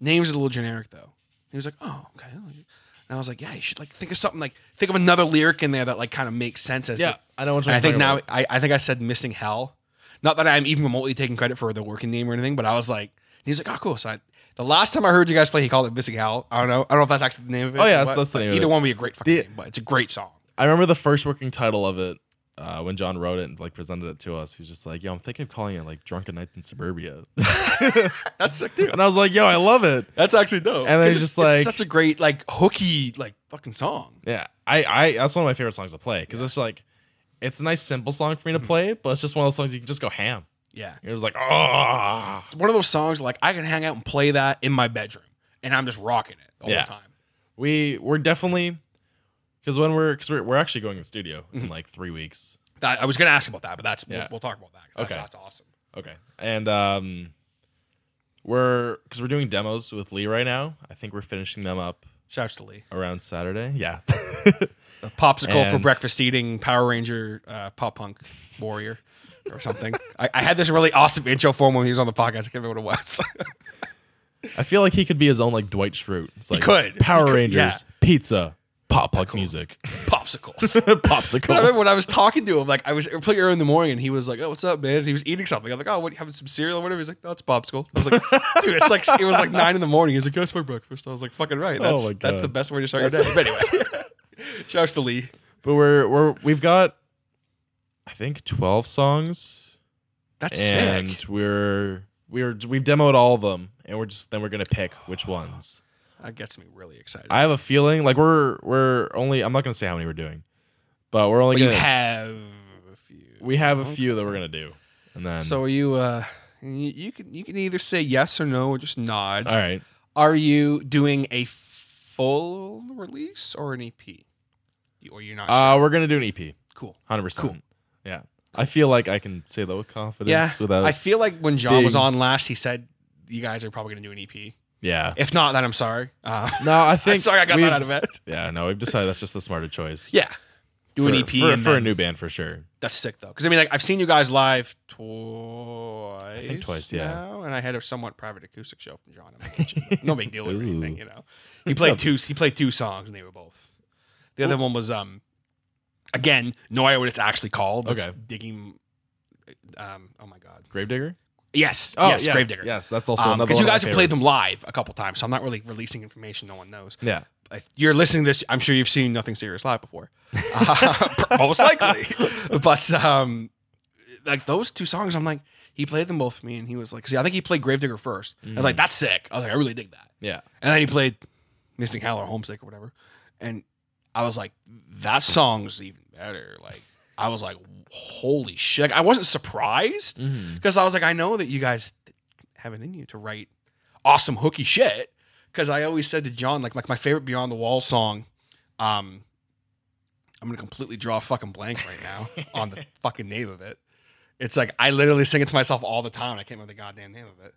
[SPEAKER 4] Name's a little generic though. He was like, oh okay. And I was like, yeah, you should like think of something like think of another lyric in there that like kind of makes sense as the-
[SPEAKER 5] I know which
[SPEAKER 4] and
[SPEAKER 5] ones.
[SPEAKER 4] I think now I, I think I said missing hell. Not that I'm even remotely taking credit for the working name or anything, but I was like, he's like, oh cool. So I, the last time I heard you guys play, he called it missing hell. I don't know. I don't know if that's actually the name of it.
[SPEAKER 5] Oh, yeah,
[SPEAKER 4] or
[SPEAKER 5] that's-
[SPEAKER 4] what,
[SPEAKER 5] that's the
[SPEAKER 4] but
[SPEAKER 5] name of
[SPEAKER 4] Either
[SPEAKER 5] it.
[SPEAKER 4] one would be a great fucking
[SPEAKER 5] The-
[SPEAKER 4] name, but it's a great song.
[SPEAKER 5] I remember the first working title of it uh, when John wrote it and like presented it to us. He's just like, "Yo, I'm thinking of calling it like Drunken Nights in Suburbia,"
[SPEAKER 4] That's sick too.
[SPEAKER 5] and I was like, "Yo, I love it."
[SPEAKER 4] That's actually dope.
[SPEAKER 5] And then
[SPEAKER 4] 'Cause
[SPEAKER 5] he's
[SPEAKER 4] it-
[SPEAKER 5] just like-
[SPEAKER 4] it's such a great like hooky like fucking song.
[SPEAKER 5] Yeah, I, I that's one of my favorite songs to play because it's like, it's a nice simple song for me to play, but it's just one of those songs you can just go ham.
[SPEAKER 4] Yeah,
[SPEAKER 5] It was like, oh,
[SPEAKER 4] it's one of those songs like I can hang out and play that in my bedroom, and I'm just rocking it all
[SPEAKER 5] Yeah.
[SPEAKER 4] the time.
[SPEAKER 5] we we're definitely because when we're because we're, we're actually going to the studio in
[SPEAKER 4] Mm-hmm.
[SPEAKER 5] like three weeks.
[SPEAKER 4] That, I was gonna ask about that, but that's
[SPEAKER 5] Yeah.
[SPEAKER 4] we'll, we'll talk about that. 'cause That's,
[SPEAKER 5] Okay.
[SPEAKER 4] that's awesome.
[SPEAKER 5] Okay, and um, we're because we're doing demos with Lee right now. I think we're finishing them up
[SPEAKER 4] Shouts to Lee.
[SPEAKER 5] around Saturday. Yeah.
[SPEAKER 4] a popsicle for
[SPEAKER 5] And-
[SPEAKER 4] breakfast eating Power Ranger uh, pop punk warrior or something. I, I had this really awesome intro for him when he was on the podcast. I can't remember what it was.
[SPEAKER 5] I feel like he could be his own like Dwight Schrute. It's like
[SPEAKER 4] could.
[SPEAKER 5] Power
[SPEAKER 4] He could,
[SPEAKER 5] Rangers,
[SPEAKER 4] yeah.
[SPEAKER 5] pizza, pop punk music,
[SPEAKER 4] Popsicles. I remember when
[SPEAKER 5] popsicles.
[SPEAKER 4] I was talking to him, like I was pretty early in the morning, and he was like, "Oh, what's up, man?" And he was eating something. I'm like, "Oh, what? You having some cereal or whatever?" He's like, "No, it's popsicle." I was like, "Dude, it's like it was like nine in the morning." He's like, "That's my breakfast." I was like, "Fucking right. That's
[SPEAKER 5] my
[SPEAKER 4] that's
[SPEAKER 5] God.
[SPEAKER 4] the best way to start your day." But anyway, shouts to Lee.
[SPEAKER 5] But we're we're we've got, I think, twelve songs,
[SPEAKER 4] That's
[SPEAKER 5] and
[SPEAKER 4] sick.
[SPEAKER 5] we're we're we've demoed all of them, and we're just then we're gonna pick which ones.
[SPEAKER 4] That gets me really excited.
[SPEAKER 5] I have a feeling like we're we're only I'm not gonna say how many we're doing, but we're only
[SPEAKER 4] But you
[SPEAKER 5] gonna
[SPEAKER 4] have a few.
[SPEAKER 5] we have a few that we're gonna do, and then
[SPEAKER 4] So are you? Uh, you, you can you can either say yes or no or just nod.
[SPEAKER 5] all right.
[SPEAKER 4] Are you doing a full release or an EP? You- Or you're not
[SPEAKER 5] Uh, we're gonna do an EP,
[SPEAKER 4] sure? Cool.
[SPEAKER 5] hundred percent.
[SPEAKER 4] Cool.
[SPEAKER 5] Yeah, I feel like I can say that with confidence.
[SPEAKER 4] Yeah.
[SPEAKER 5] without
[SPEAKER 4] I feel like when John was
[SPEAKER 5] big-
[SPEAKER 4] on last, he said you guys are probably gonna do an EP.
[SPEAKER 5] yeah.
[SPEAKER 4] If not, then I'm sorry. Uh,
[SPEAKER 5] No, I think
[SPEAKER 4] I'm sorry I got that
[SPEAKER 5] we've-
[SPEAKER 4] out of it.
[SPEAKER 5] Yeah, no, we've decided that's just the smarter choice.
[SPEAKER 4] Yeah. Do an
[SPEAKER 5] For-
[SPEAKER 4] EP
[SPEAKER 5] for,
[SPEAKER 4] and
[SPEAKER 5] for a
[SPEAKER 4] then-
[SPEAKER 5] new band for sure.
[SPEAKER 4] That's sick though, because I mean, like I've seen you guys live twice. I
[SPEAKER 5] think twice, yeah.
[SPEAKER 4] and I had a somewhat private acoustic show from John. In my kitchen, but no big deal or
[SPEAKER 5] Ooh.
[SPEAKER 4] anything, you know. He played two. He played two songs, and they were both. The other one was um, again, no idea what it's actually called. But
[SPEAKER 5] Okay.
[SPEAKER 4] it's digging. Um. Oh my God.
[SPEAKER 5] Gravedigger. Oh,
[SPEAKER 4] Yes. Oh, yes. Gravedigger.
[SPEAKER 5] Yes, that's also
[SPEAKER 4] Because
[SPEAKER 5] another. one
[SPEAKER 4] you
[SPEAKER 5] of my
[SPEAKER 4] guys have played them
[SPEAKER 5] favorites.
[SPEAKER 4] live a couple times, so I'm not really releasing information no one knows
[SPEAKER 5] Yeah,
[SPEAKER 4] if you're listening to this, I'm sure you've seen Nothing Serious live before, uh, most likely. But um, like those two songs, I'm like, he played them both for me, and he was like, see, I think he played Gravedigger first. I was like, that's sick. I was like, I really dig that.
[SPEAKER 5] yeah.
[SPEAKER 4] And then he played Missing Hell or Homesick or whatever, and I was like, that song's even better. Like, I was like, holy shit! Like, I wasn't surprised because I was like, I know that you guys have it in you to write awesome hooky shit. Because I always said to John, like, like my favorite Beyond the Wall song, um, I'm gonna completely draw a fucking blank right now on the fucking name of it. It's like I literally sing it to myself all the time. and I can't remember the goddamn name of it.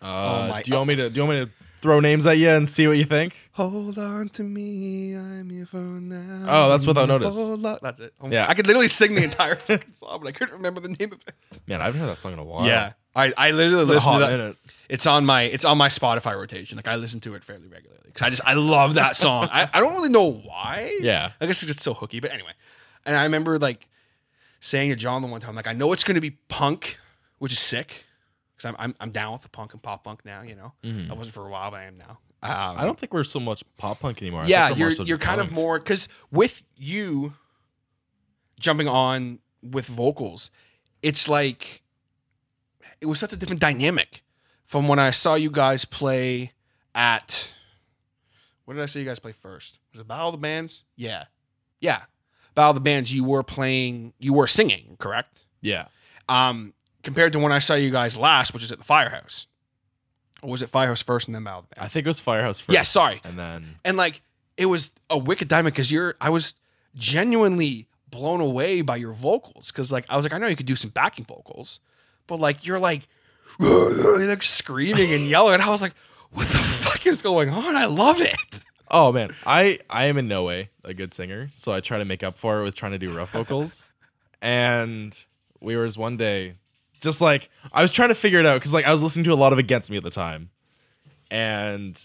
[SPEAKER 5] Uh,
[SPEAKER 4] Oh my-
[SPEAKER 5] do you want me to? Do you want me to throw names at you and see what you think?
[SPEAKER 4] Hold on to me, I'm here for now.
[SPEAKER 5] Oh, that's without notice.
[SPEAKER 4] Hold on- That's it. Oh my-
[SPEAKER 5] Yeah.
[SPEAKER 4] I could literally sing the entire fucking song, but I couldn't remember the name of it.
[SPEAKER 5] Man, I haven't heard that song in a while.
[SPEAKER 4] Yeah, I, I literally
[SPEAKER 5] It's
[SPEAKER 4] listen
[SPEAKER 5] been a
[SPEAKER 4] to
[SPEAKER 5] hot
[SPEAKER 4] that.
[SPEAKER 5] minute.
[SPEAKER 4] It's on my it's on my Spotify rotation. Like I listen to it fairly regularly because I just I love that song. I, I don't really know why.
[SPEAKER 5] Yeah.
[SPEAKER 4] I guess it's so hooky, but anyway. And I remember like saying to John the one time, like I know it's going to be punk, which is sick because I'm, I'm I'm down with the punk and pop punk now. You know, I wasn't for a while, but I am now. Um,
[SPEAKER 5] Mm-hmm. I don't think we're so much pop punk anymore. I
[SPEAKER 4] yeah,
[SPEAKER 5] think we're
[SPEAKER 4] you're
[SPEAKER 5] more so
[SPEAKER 4] you're
[SPEAKER 5] just
[SPEAKER 4] kind of
[SPEAKER 5] punk.
[SPEAKER 4] more because with you jumping on with vocals, it's like it was such a different dynamic from when I saw you guys play at. What did I say you guys play first? Was it Battle of the Bands? Yeah, yeah, Battle of the Bands. You were playing, you were singing, correct?
[SPEAKER 5] yeah.
[SPEAKER 4] Um, compared to when I saw you guys last, which is at the firehouse, or was it firehouse first and then Malibu?
[SPEAKER 5] I think it was Firehouse first.
[SPEAKER 4] Yeah, sorry.
[SPEAKER 5] And then
[SPEAKER 4] And like it was a wicked diamond because you're I was genuinely blown away by your vocals because like I was like I know you could do some backing vocals, but like you're like you're like screaming and yelling and I was like what the fuck is going on? I love it.
[SPEAKER 5] Oh man, I I am in no way a good singer, so I try to make up for it with trying to do rough vocals. and we were just one day, just like I was trying to figure it out because like I was listening to a lot of Against Me at the time, and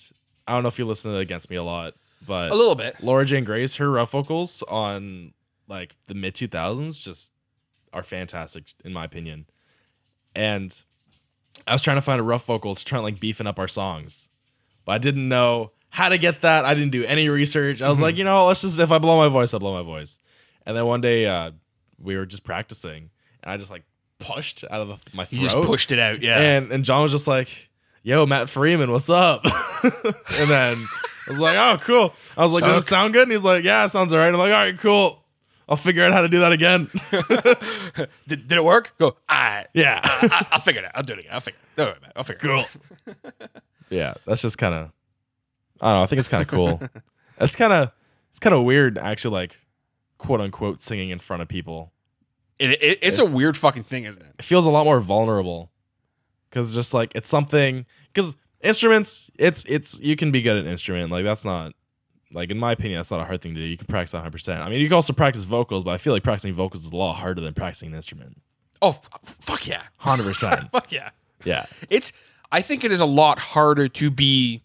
[SPEAKER 5] I don't know if you listen to Against Me a lot, but
[SPEAKER 4] A little bit.
[SPEAKER 5] Laura Jane Grace, her rough vocals on like the mid 2000s just are fantastic in my opinion. And I was trying to find a rough vocal to try and like beefing up our songs, but I didn't know how to get that. I didn't do any research. I was
[SPEAKER 4] Mm-hmm.
[SPEAKER 5] like, you know, let's just if I blow my voice, I blow my voice. And then one day uh, we were just practicing, and I just like pushed out of the, my throat.
[SPEAKER 4] You just pushed it out, yeah.
[SPEAKER 5] And and John was just like, "Yo, Matt Freeman, what's up?" and then I was like, "Oh, cool." I was like, "Does it sound good?" And he's like, "Yeah, it sounds all right." I'm like, "All right, cool. I'll figure out how to do that again."
[SPEAKER 4] did, did it work? Go. I
[SPEAKER 5] yeah,
[SPEAKER 4] I, I'll figure it out. I'll do it again. I'll figure. It. Don't worry about it. I'll figure. It. out.
[SPEAKER 5] yeah. That's just kind of. I don't know. I think it's kind of cool. That's kind of it's kind of weird, actually. Like, quote unquote, singing in front of people.
[SPEAKER 4] It, it, it's a weird fucking thing, isn't it?
[SPEAKER 5] It feels a lot more vulnerable, because just like it's something. Because instruments, it's it's you can be good at an instrument. Like that's not like in my opinion, that's not a hard thing to do. You can practice 100. percent I mean, you can also practice vocals, but I feel like practicing vocals is a lot harder than practicing an instrument.
[SPEAKER 4] Oh, f- fuck yeah,
[SPEAKER 5] 100. percent
[SPEAKER 4] fuck yeah.
[SPEAKER 5] Yeah.
[SPEAKER 4] It's. I think it is a lot harder to be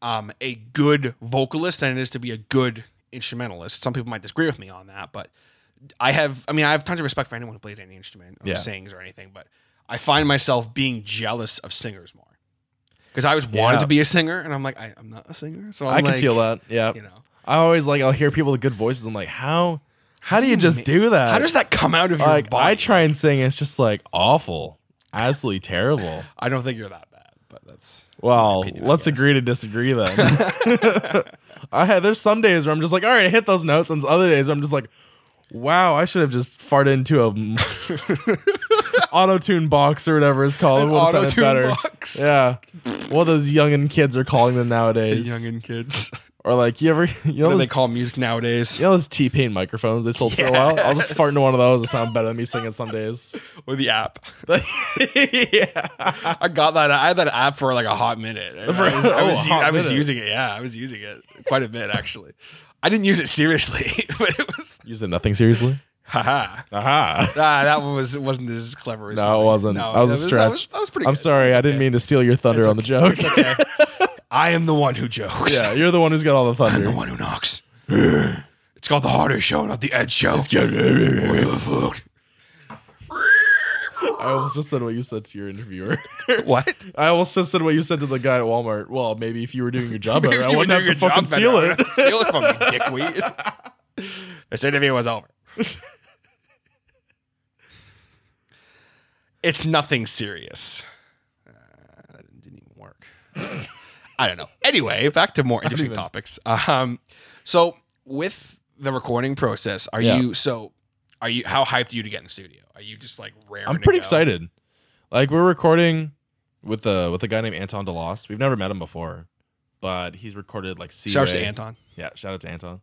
[SPEAKER 4] um, a good vocalist than it is to be a good instrumentalist. Some people might disagree with me on that, but I have. I mean, I have tons of respect for anyone who plays any instrument or
[SPEAKER 5] Yeah.
[SPEAKER 4] sings or anything, but I find myself being jealous of singers more because I always wanted
[SPEAKER 5] Yeah.
[SPEAKER 4] to be a singer, and I'm like, I, I'm not a singer, so I'm
[SPEAKER 5] i can
[SPEAKER 4] like,
[SPEAKER 5] feel that. Yeah.
[SPEAKER 4] You know,
[SPEAKER 5] I always like I'll hear people with good voices. I'm like, how how do you just do that?
[SPEAKER 4] Hmm. how does that come out of your
[SPEAKER 5] like
[SPEAKER 4] body?
[SPEAKER 5] I try and sing, it's just like awful, absolutely terrible.
[SPEAKER 4] I don't think you're that bad, but that's
[SPEAKER 5] Well,
[SPEAKER 4] opinion, I
[SPEAKER 5] let's
[SPEAKER 4] guess.
[SPEAKER 5] agree to disagree then. I had there's some days where I'm just like, all right, I hit those notes, and other days where I'm just like, wow, I should have just farted into a auto tune box or whatever it's called. It would have sounded
[SPEAKER 4] auto-tune
[SPEAKER 5] better.
[SPEAKER 4] box.
[SPEAKER 5] Yeah, what those youngin' kids are calling them nowadays.
[SPEAKER 4] youngin' kids.
[SPEAKER 5] or like you ever you know
[SPEAKER 4] What do
[SPEAKER 5] those
[SPEAKER 4] they call music nowadays?
[SPEAKER 5] You know those T Pain microphones they sold for a while? I'll just fart into one of those. It sound better than me singing some days.
[SPEAKER 4] Or the app.
[SPEAKER 5] yeah.
[SPEAKER 4] I got that. I had that app for like a hot minute. and
[SPEAKER 5] For-
[SPEAKER 4] I was, I
[SPEAKER 5] oh,
[SPEAKER 4] was,
[SPEAKER 5] a
[SPEAKER 4] u-
[SPEAKER 5] hot
[SPEAKER 4] I was
[SPEAKER 5] minute.
[SPEAKER 4] using it. Yeah, I was using it quite a bit actually. I didn't use it seriously, but it was
[SPEAKER 5] Using nothing seriously?
[SPEAKER 4] haha.
[SPEAKER 5] Aha.
[SPEAKER 4] Ah, that one was wasn't as clever as
[SPEAKER 5] No, it wasn't. that was a
[SPEAKER 4] that
[SPEAKER 5] stretch.
[SPEAKER 4] That was, that was pretty.
[SPEAKER 5] I'm
[SPEAKER 4] good.
[SPEAKER 5] sorry.
[SPEAKER 4] That was
[SPEAKER 5] I didn't
[SPEAKER 4] okay.
[SPEAKER 5] mean to steal your thunder on the joke.
[SPEAKER 4] I am the one who jokes.
[SPEAKER 5] yeah, you're the one who's got all the
[SPEAKER 4] I'm the
[SPEAKER 5] thunder.
[SPEAKER 4] one who knocks. it's called the harder show, not the Ed show. What the fuck?
[SPEAKER 5] I almost just said what you said to your interviewer.
[SPEAKER 4] What?
[SPEAKER 5] I almost just said what you said to the guy at Walmart. Well, maybe if you were doing your job better,
[SPEAKER 4] If
[SPEAKER 5] I
[SPEAKER 4] you
[SPEAKER 5] wouldn't
[SPEAKER 4] do
[SPEAKER 5] have
[SPEAKER 4] your
[SPEAKER 5] to fucking
[SPEAKER 4] job better,
[SPEAKER 5] steal
[SPEAKER 4] I
[SPEAKER 5] it.
[SPEAKER 4] would Steal it from me, dickweed. this interview was over. it's nothing serious. Uh, that didn't even work. I don't know. Anyway, back to more interesting topics. Um, so with the recording process, are
[SPEAKER 5] Yeah.
[SPEAKER 4] you so? Are you how hyped are you to get in the studio? Are you just like raring?
[SPEAKER 5] I'm
[SPEAKER 4] to
[SPEAKER 5] pretty
[SPEAKER 4] go?
[SPEAKER 5] excited. Like we're recording with a with a guy named Anton DeLost. We've never met him before, but he's recorded like Sea
[SPEAKER 4] Shout out to
[SPEAKER 5] Ray.
[SPEAKER 4] Anton.
[SPEAKER 5] Yeah, shout out to Anton.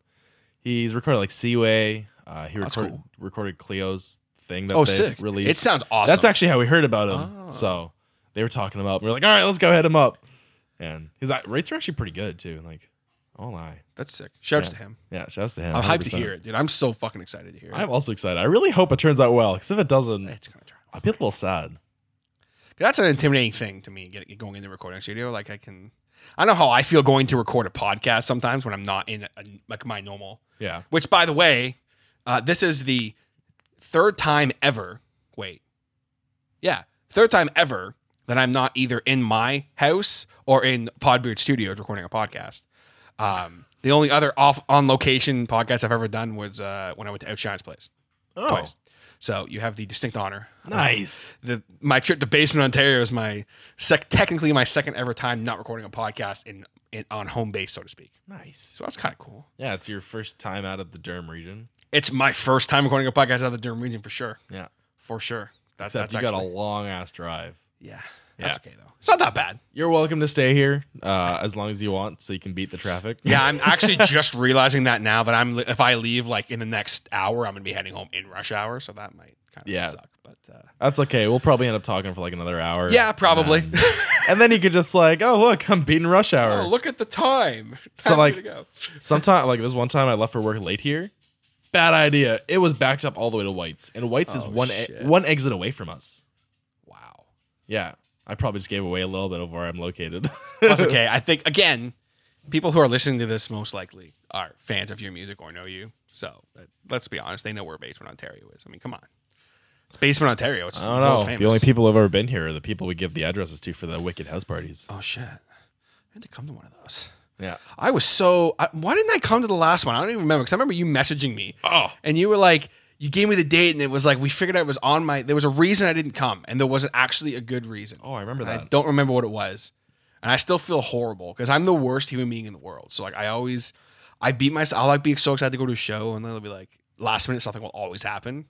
[SPEAKER 5] He's recorded like Seaway. Uh, he
[SPEAKER 4] Oh, That's
[SPEAKER 5] recorded
[SPEAKER 4] cool.
[SPEAKER 5] recorded Cleo's thing that
[SPEAKER 4] Oh,
[SPEAKER 5] they
[SPEAKER 4] sick!
[SPEAKER 5] released.
[SPEAKER 4] It sounds awesome.
[SPEAKER 5] That's actually how we heard about him.
[SPEAKER 4] Oh.
[SPEAKER 5] So they were talking him up. We were like, all right, let's go hit him up. And his uh, rates are actually pretty good too. Like, oh my,
[SPEAKER 4] that's sick. Shout out
[SPEAKER 5] Yeah.
[SPEAKER 4] to him.
[SPEAKER 5] yeah, shouts to him.
[SPEAKER 4] I'm hyped to
[SPEAKER 5] 100%.
[SPEAKER 4] hear it, dude. I'm so fucking excited to hear it.
[SPEAKER 5] I'm also excited. I really hope it turns out well. Because if it doesn't,
[SPEAKER 4] It's gonna try.
[SPEAKER 5] I'd be a little sad.
[SPEAKER 4] That's an intimidating thing to me. Get, going in the recording studio, like I can. I know how I feel going to record a podcast sometimes when I'm not in a, like my normal.
[SPEAKER 5] Yeah.
[SPEAKER 4] Which, by the way, uh, this is the third time ever. Wait, yeah, third time ever that I'm not either in my house or in Podbeard Studios recording a podcast. Um, the only other off on location podcast I've ever done was uh, when I went to Outshine's place
[SPEAKER 5] Oh,
[SPEAKER 4] twice. So you have the distinct honor of
[SPEAKER 5] nice.
[SPEAKER 4] the my trip to Basement Ontario is my sec technically my second ever time not recording a podcast in, in on home base, so to speak.
[SPEAKER 5] Nice.
[SPEAKER 4] So that's kind of cool.
[SPEAKER 5] Yeah, it's your first time out of the Durham region.
[SPEAKER 4] It's my first time recording a podcast out of the Durham region for sure,
[SPEAKER 5] Yeah.
[SPEAKER 4] for sure. That,
[SPEAKER 5] Except
[SPEAKER 4] that's
[SPEAKER 5] you got
[SPEAKER 4] actually-
[SPEAKER 5] a long ass drive.
[SPEAKER 4] yeah.
[SPEAKER 5] Yeah.
[SPEAKER 4] That's okay though. It's not that bad.
[SPEAKER 5] You're welcome to stay here uh, as long as you want, so you can beat the traffic.
[SPEAKER 4] Yeah, I'm actually just realizing that now. That I'm if I leave like in the next hour, I'm gonna be heading home in rush hour, so that might kind of
[SPEAKER 5] Yeah.
[SPEAKER 4] suck. But uh,
[SPEAKER 5] that's okay. We'll probably end up talking for like another hour.
[SPEAKER 4] yeah, probably.
[SPEAKER 5] And, and then you could just like, oh look, I'm beating rush hour.
[SPEAKER 4] oh, look at the time.
[SPEAKER 5] So,
[SPEAKER 4] Time
[SPEAKER 5] like-
[SPEAKER 4] to go.
[SPEAKER 5] Sometime like this one time I left for work late here. Bad idea. It was backed up all the way to Whites, and Whites is
[SPEAKER 4] Oh,
[SPEAKER 5] one e-
[SPEAKER 4] shit.
[SPEAKER 5] one exit away from us.
[SPEAKER 4] wow.
[SPEAKER 5] Yeah, I probably just gave away a little bit of where I'm located.
[SPEAKER 4] That's okay. I think again, people who are listening to this most likely are fans of your music or know you. So but let's be honest, they know where Basement Ontario is. I mean, come on, it's Basement Ontario. It's
[SPEAKER 5] I don't
[SPEAKER 4] world
[SPEAKER 5] know.
[SPEAKER 4] Famous.
[SPEAKER 5] The only people who've ever been here are the people we give the addresses to for the wicked house parties.
[SPEAKER 4] Oh shit! I had to come to one of those.
[SPEAKER 5] Yeah.
[SPEAKER 4] I was so. I, why didn't I come to the last one? I don't even remember because I remember you messaging me. Oh, and you were like, you gave me the date, and it was like we figured out it was on my. There was a reason I didn't come, and there wasn't actually a good reason.
[SPEAKER 5] Oh, I remember
[SPEAKER 4] And I
[SPEAKER 5] that.
[SPEAKER 4] don't remember what it was, and I still feel horrible because I'm the worst human being in the world. So like, I always, I beat myself. I'll like be so excited to go to a show, and then it'll be like last minute something will always happen.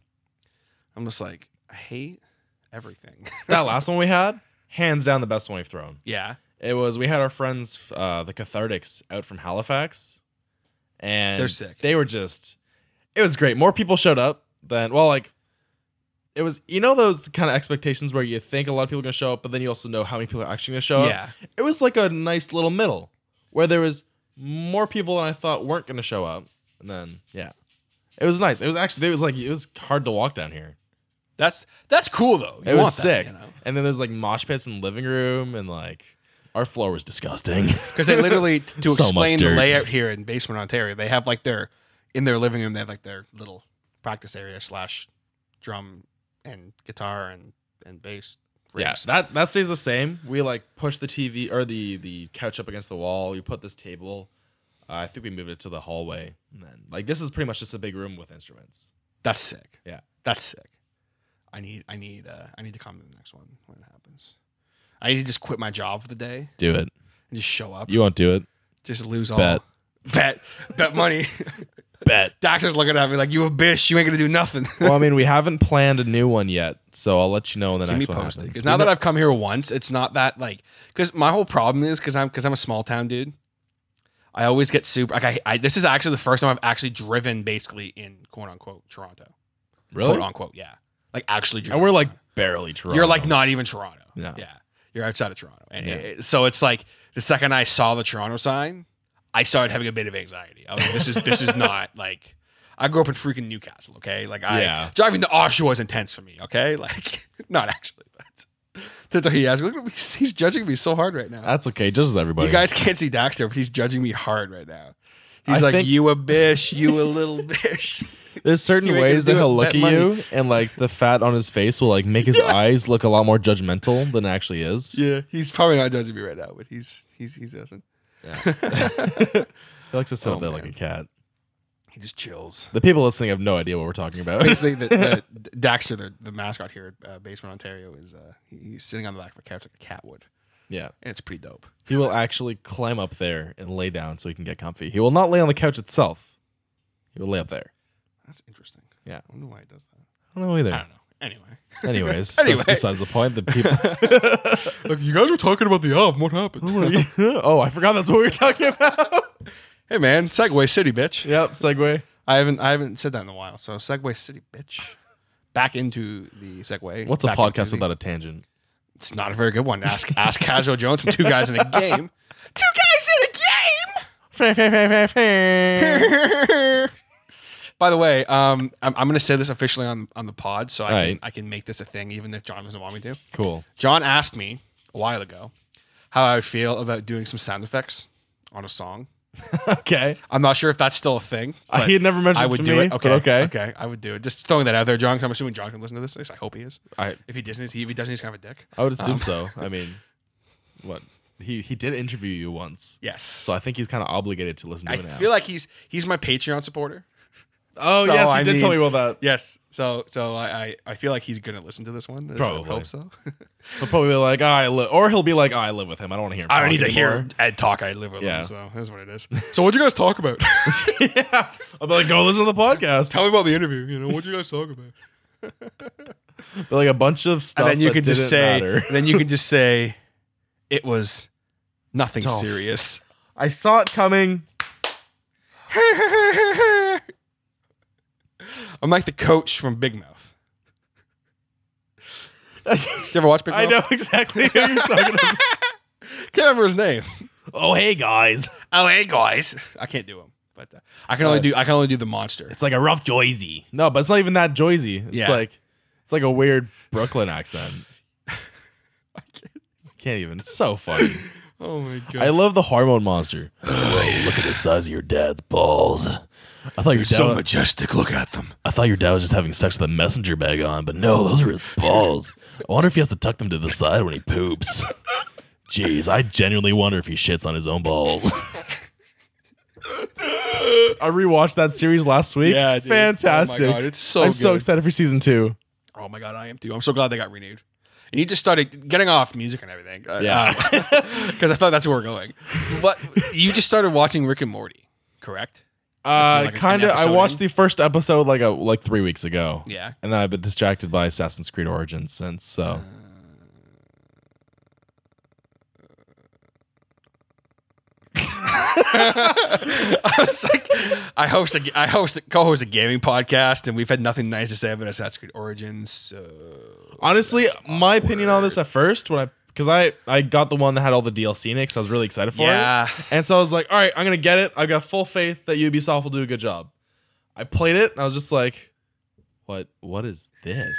[SPEAKER 4] I'm just like, I hate everything.
[SPEAKER 5] that last one we had, hands down the best one we've thrown.
[SPEAKER 4] yeah.
[SPEAKER 5] It was we had our friends, uh, the Cathartics, out from Halifax, and
[SPEAKER 4] They're sick.
[SPEAKER 5] They were just, it was great. More people showed up than well, like it was. You know those kind of expectations where you think a lot of people are gonna show up, but then you also know how many people are actually gonna show
[SPEAKER 4] Yeah.
[SPEAKER 5] up. It was like a nice little middle where there was more people than I thought weren't gonna show up, and then yeah, it was nice. It was actually it was like it was hard to walk down here.
[SPEAKER 4] That's that's cool though. You
[SPEAKER 5] It was
[SPEAKER 4] want that,
[SPEAKER 5] sick.
[SPEAKER 4] you know?
[SPEAKER 5] And then there's like mosh pits in the living room, and like our floor was disgusting.
[SPEAKER 4] Because they literally, t- to
[SPEAKER 5] So much
[SPEAKER 4] explain the
[SPEAKER 5] dirt.
[SPEAKER 4] layout here in Basement Ontario, they have like their, in their living room, they have like their little practice area slash drum and guitar and, and bass.
[SPEAKER 5] yeah,
[SPEAKER 4] rigs.
[SPEAKER 5] that that stays the same. We like push the TV or the the couch up against the wall. You put this table. Uh, I think we moved it to the hallway, and then like this is pretty much just a big room with instruments.
[SPEAKER 4] That's sick.
[SPEAKER 5] Yeah.
[SPEAKER 4] That's sick. I need, I need, uh, I need to come to the next one when it happens. I need to just quit my job for the day
[SPEAKER 5] Do it.
[SPEAKER 4] and just show up.
[SPEAKER 5] won't do it.
[SPEAKER 4] just lose all.
[SPEAKER 5] Bet.
[SPEAKER 4] Bet. Bet money.
[SPEAKER 5] Bet.
[SPEAKER 4] Doctor's looking at me like, you a bitch. You ain't going to do nothing.
[SPEAKER 5] well, I mean, we haven't planned a new one yet, so I'll let you know when the
[SPEAKER 4] Keep me
[SPEAKER 5] next one
[SPEAKER 4] posted.
[SPEAKER 5] happens.
[SPEAKER 4] Because now that I've come here once, it's not that like because my whole problem is because I'm because I'm a small town dude. I always get super like I, I this is actually the first time I've actually driven basically in quote unquote Toronto quote
[SPEAKER 5] really,
[SPEAKER 4] unquote yeah like actually driven
[SPEAKER 5] and we're
[SPEAKER 4] in
[SPEAKER 5] like
[SPEAKER 4] Toronto.
[SPEAKER 5] barely Toronto.
[SPEAKER 4] you're like not even Toronto
[SPEAKER 5] No.
[SPEAKER 4] yeah you're outside of Toronto and
[SPEAKER 5] Yeah.
[SPEAKER 4] it- so it's like the second I saw the Toronto sign I started having a bit of anxiety I was like this is this is not like I grew up in freaking Newcastle okay like I
[SPEAKER 5] Yeah.
[SPEAKER 4] driving to Oshawa is intense for me okay like not actually but. That's what he asked. Look at me. He's judging me so hard right now.
[SPEAKER 5] That's okay. Just as everybody.
[SPEAKER 4] You guys can't see Daxter, but he's judging me hard right now. He's
[SPEAKER 5] I
[SPEAKER 4] like,
[SPEAKER 5] think-
[SPEAKER 4] "You a bitch, you a little bitch."
[SPEAKER 5] There's certain
[SPEAKER 4] You ain't
[SPEAKER 5] ways that
[SPEAKER 4] gonna do
[SPEAKER 5] he'll
[SPEAKER 4] it,
[SPEAKER 5] look at
[SPEAKER 4] bet money.
[SPEAKER 5] you, and like the fat on his face will like make his eyes look a lot more judgmental than it actually is.
[SPEAKER 4] yeah, he's probably not judging me right now, but he's he's he's doesn't.
[SPEAKER 5] He likes to sit
[SPEAKER 4] Oh,
[SPEAKER 5] up there like
[SPEAKER 4] man.
[SPEAKER 5] a cat.
[SPEAKER 4] He just chills.
[SPEAKER 5] The people listening have no idea what we're talking about.
[SPEAKER 4] Basically, the, the Daxter, the, the mascot here at uh, Basement Ontario, is uh, he- he's sitting on the back of a couch like a cat would,
[SPEAKER 5] yeah,
[SPEAKER 4] and it's pretty dope.
[SPEAKER 5] he will actually climb up there and lay down so he can get comfy. He will not lay on the couch itself. He will lay up there.
[SPEAKER 4] That's interesting.
[SPEAKER 5] Yeah.
[SPEAKER 4] I wonder why he does that.
[SPEAKER 5] I don't know
[SPEAKER 4] I
[SPEAKER 5] either.
[SPEAKER 4] don't know. Anyway,
[SPEAKER 5] Anyways,
[SPEAKER 4] Anyway.
[SPEAKER 5] that's besides the point. The people.
[SPEAKER 4] look, you guys were talking about the album. What happened?
[SPEAKER 5] oh, I forgot that's what we were talking about.
[SPEAKER 4] hey, man, Segway City, bitch.
[SPEAKER 5] yep, segue.
[SPEAKER 4] I haven't I haven't said that in a while. So Segway City, bitch. Back into the Segway.
[SPEAKER 5] What's a
[SPEAKER 4] Back
[SPEAKER 5] podcast
[SPEAKER 4] into the-
[SPEAKER 5] without a tangent?
[SPEAKER 4] It's not a very good one. Ask Ask Casual Jones from Two Guys in a Game. Two Guys in a Game. By the way, um, I'm, I'm going to say this officially on on the pod, so I can,
[SPEAKER 5] Alright.
[SPEAKER 4] I can make this a thing, even if John doesn't want me to.
[SPEAKER 5] Cool.
[SPEAKER 4] John asked me a while ago how I would feel about doing some sound effects on a song.
[SPEAKER 5] Okay.
[SPEAKER 4] I'm not sure if that's still a thing.
[SPEAKER 5] Uh,
[SPEAKER 4] but
[SPEAKER 5] he had never mentioned
[SPEAKER 4] I
[SPEAKER 5] it
[SPEAKER 4] would
[SPEAKER 5] to
[SPEAKER 4] do
[SPEAKER 5] me,
[SPEAKER 4] it.
[SPEAKER 5] but
[SPEAKER 4] Okay,
[SPEAKER 5] okay.
[SPEAKER 4] okay. I would do it. Just throwing that out there, John. 'cause I'm assuming John can listen to this. At least I hope he is.
[SPEAKER 5] I
[SPEAKER 4] If he doesn't, he- if he doesn't, he's kind of a dick.
[SPEAKER 5] I would assume so. I mean, what he he did interview you once,
[SPEAKER 4] Yes.
[SPEAKER 5] so I think he's kind of obligated to listen to
[SPEAKER 4] I
[SPEAKER 5] it now.
[SPEAKER 4] feel like he's he's my Patreon supporter.
[SPEAKER 5] oh
[SPEAKER 4] so,
[SPEAKER 5] yes, he
[SPEAKER 4] I
[SPEAKER 5] did tell me
[SPEAKER 4] mean-
[SPEAKER 5] about that.
[SPEAKER 4] Yes. So so I I, I feel like he's gonna listen to this one. That's- I
[SPEAKER 5] Probably.
[SPEAKER 4] hope so.
[SPEAKER 5] He'll probably be like, "Oh, I live," or he'll be like, "Oh, I live with him. I don't want to hear. Him
[SPEAKER 4] I don't
[SPEAKER 5] talk
[SPEAKER 4] need to hear
[SPEAKER 5] anymore."
[SPEAKER 4] Ed talk. I live with
[SPEAKER 5] Yeah.
[SPEAKER 4] him, so that's what it is. So what'd you guys talk about?
[SPEAKER 5] yeah, I'll be like, "Go listen to the podcast."
[SPEAKER 4] Tell me about the interview. You know what'd you guys talk about?
[SPEAKER 5] But like a bunch of stuff.
[SPEAKER 4] and then you
[SPEAKER 5] that
[SPEAKER 4] could just
[SPEAKER 5] didn't
[SPEAKER 4] say,
[SPEAKER 5] matter.
[SPEAKER 4] and then you could just say, it was nothing
[SPEAKER 5] Tough.
[SPEAKER 4] serious.
[SPEAKER 5] I saw it coming.
[SPEAKER 4] I'm like the coach from Big Mouth. Did you ever watch Big Mouth?
[SPEAKER 5] I know exactly who you're talking about.
[SPEAKER 4] Can't remember his name.
[SPEAKER 5] Oh hey guys,
[SPEAKER 4] Oh hey guys, I can't do him, but uh, I can only do I can only do the monster.
[SPEAKER 3] It's like a rough joisy.
[SPEAKER 5] no, but it's not even that Joyzy. It's
[SPEAKER 4] Yeah.
[SPEAKER 5] like it's like a weird Brooklyn accent. Can't even. It's so funny.
[SPEAKER 4] Oh my god!
[SPEAKER 5] I love the hormone monster. Whoa, look at the size of your dad's balls. I thought your dad.
[SPEAKER 4] so majestic. Look at them.
[SPEAKER 5] I thought your dad was just having sex with a messenger bag on, but no, those are his balls. I wonder if he has to tuck them to the side when he poops. Jeez, I genuinely wonder if he shits on his own balls. I rewatched that series last week.
[SPEAKER 4] Yeah, dude.
[SPEAKER 5] fantastic.
[SPEAKER 4] Oh my God, it's so
[SPEAKER 5] I'm so
[SPEAKER 4] good.
[SPEAKER 5] excited for season two.
[SPEAKER 4] Oh my god, I am too. I'm so glad they got renewed. And you just started getting off music and everything.
[SPEAKER 5] Yeah.
[SPEAKER 4] because I thought that's where we're going. But you just started watching Rick and Morty, correct?
[SPEAKER 5] Uh,
[SPEAKER 4] Like an
[SPEAKER 5] kind of. I
[SPEAKER 4] episode
[SPEAKER 5] watched
[SPEAKER 4] in?
[SPEAKER 5] the first episode like a like three weeks ago.
[SPEAKER 4] Yeah. Uh,
[SPEAKER 5] and then I've been distracted by Assassin's Creed Origins since. So
[SPEAKER 4] I was like, I host a, I host a, co-host a gaming podcast, and we've had nothing nice to say about Assassin's Creed Origins. So
[SPEAKER 5] honestly, my opinion on this at first when I because I I got the one that had all the DLC in it 'cause I was really excited for
[SPEAKER 4] Yeah.
[SPEAKER 5] it. And so I was like, all right, I'm gonna get it. I've got full faith that Ubisoft will do a good job. I played it and I was just like, what what is this?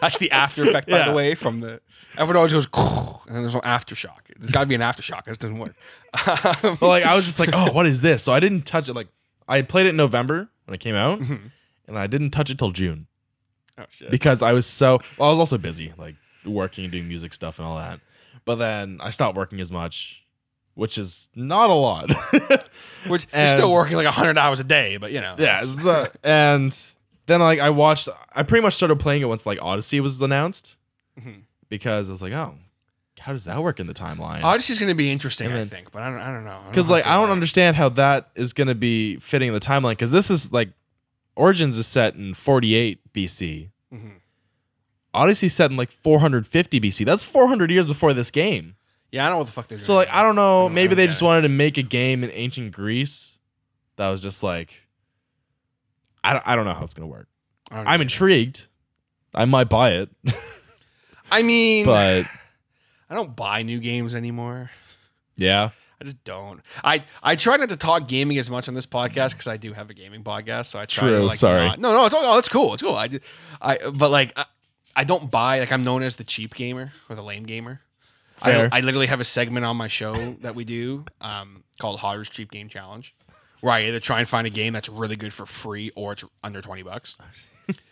[SPEAKER 4] that's the after effect, by
[SPEAKER 5] Yeah.
[SPEAKER 4] the way, from the everyone always goes, and then there's no aftershock. There's got to be an aftershock. This doesn't work. Um,
[SPEAKER 5] But like I was just like, oh, what is this? So I didn't touch it. Like I played it in November when it came out, and I didn't touch it till June.
[SPEAKER 4] oh shit!
[SPEAKER 5] because I was so well, I was also busy, like working and doing music stuff and all that. But then I stopped working as much, which is not a lot.
[SPEAKER 4] Which you're still
[SPEAKER 5] and-
[SPEAKER 4] working like hundred hours a day, but you know.
[SPEAKER 5] yeah,
[SPEAKER 4] that's-
[SPEAKER 5] it's the- and then like I watched, I pretty much started playing it once like Odyssey was announced, Mm-hmm.
[SPEAKER 4] Mhm.
[SPEAKER 5] because I was like, oh, how does that work in the timeline?
[SPEAKER 4] Odyssey's going to be interesting,
[SPEAKER 5] And
[SPEAKER 4] I
[SPEAKER 5] then-
[SPEAKER 4] think, but I don't, I don't know. I don't
[SPEAKER 5] Because
[SPEAKER 4] know how
[SPEAKER 5] like I
[SPEAKER 4] feel
[SPEAKER 5] don't
[SPEAKER 4] about it.
[SPEAKER 5] understand how that is gonna be fitting in the timeline. Because this is like Origins is set in 48 BC.
[SPEAKER 4] Mhm.
[SPEAKER 5] Odyssey set in like 450 BC. That's 400 years before this game.
[SPEAKER 4] Yeah, I don't know what the fuck they're doing.
[SPEAKER 5] So like I don't know,
[SPEAKER 4] I don't- I
[SPEAKER 5] maybe
[SPEAKER 4] don't
[SPEAKER 5] they
[SPEAKER 4] get
[SPEAKER 5] just
[SPEAKER 4] it.
[SPEAKER 5] wanted to make a game in ancient Greece that was just like I don't, I don't know how it's going to work.
[SPEAKER 4] I don't
[SPEAKER 5] I'm
[SPEAKER 4] get it.
[SPEAKER 5] intrigued. I might buy it,
[SPEAKER 4] I mean,
[SPEAKER 5] but
[SPEAKER 4] I don't buy new games anymore.
[SPEAKER 5] yeah.
[SPEAKER 4] I just don't. I I try not to talk gaming as much on this podcast because I do have a gaming podcast. So I try to
[SPEAKER 5] True,
[SPEAKER 4] like
[SPEAKER 5] sorry.
[SPEAKER 4] not- no, no, it's all, oh, it's cool. It's cool. I, did- I but like I, I don't buy like I'm known as the cheap gamer or the lame gamer. I,
[SPEAKER 5] Fair.
[SPEAKER 4] I literally have a segment on my show that we do um, called Hodder's Cheap Game Challenge, where I either try and find a game that's really good for free or it's under twenty bucks.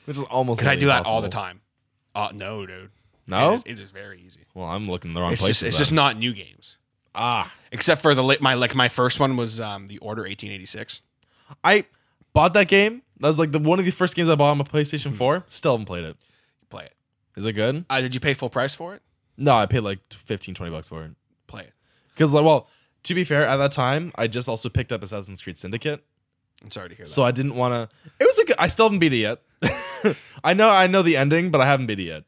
[SPEAKER 5] Which is almost
[SPEAKER 4] Because I
[SPEAKER 5] nearly
[SPEAKER 4] do that all the
[SPEAKER 5] impossible.
[SPEAKER 4] time. Uh, no, dude.
[SPEAKER 5] No?
[SPEAKER 4] it is, it is very easy.
[SPEAKER 5] well, I'm looking in the wrong
[SPEAKER 4] It's
[SPEAKER 5] Oh. places.
[SPEAKER 4] just it's just
[SPEAKER 5] then.
[SPEAKER 4] not new games.
[SPEAKER 5] ah.
[SPEAKER 4] Except for the lit my like my first one was um the Order 1886.
[SPEAKER 5] I bought that game. That was like the one of the first games I bought on my
[SPEAKER 4] Hmm.
[SPEAKER 5] PlayStation 4. Still haven't played it.
[SPEAKER 4] Play it.
[SPEAKER 5] Is it good?
[SPEAKER 4] Uh, did you pay full price for it?
[SPEAKER 5] No, I paid like 15 20 bucks for it.
[SPEAKER 4] Play it.
[SPEAKER 5] Cuz like well, to be fair, at that time, I just also picked up Assassin's Creed Syndicate.
[SPEAKER 4] I'm sorry to hear that.
[SPEAKER 5] So I didn't want to. It was a good. I still haven't beat it yet. I know I know the ending, but I haven't beat it yet.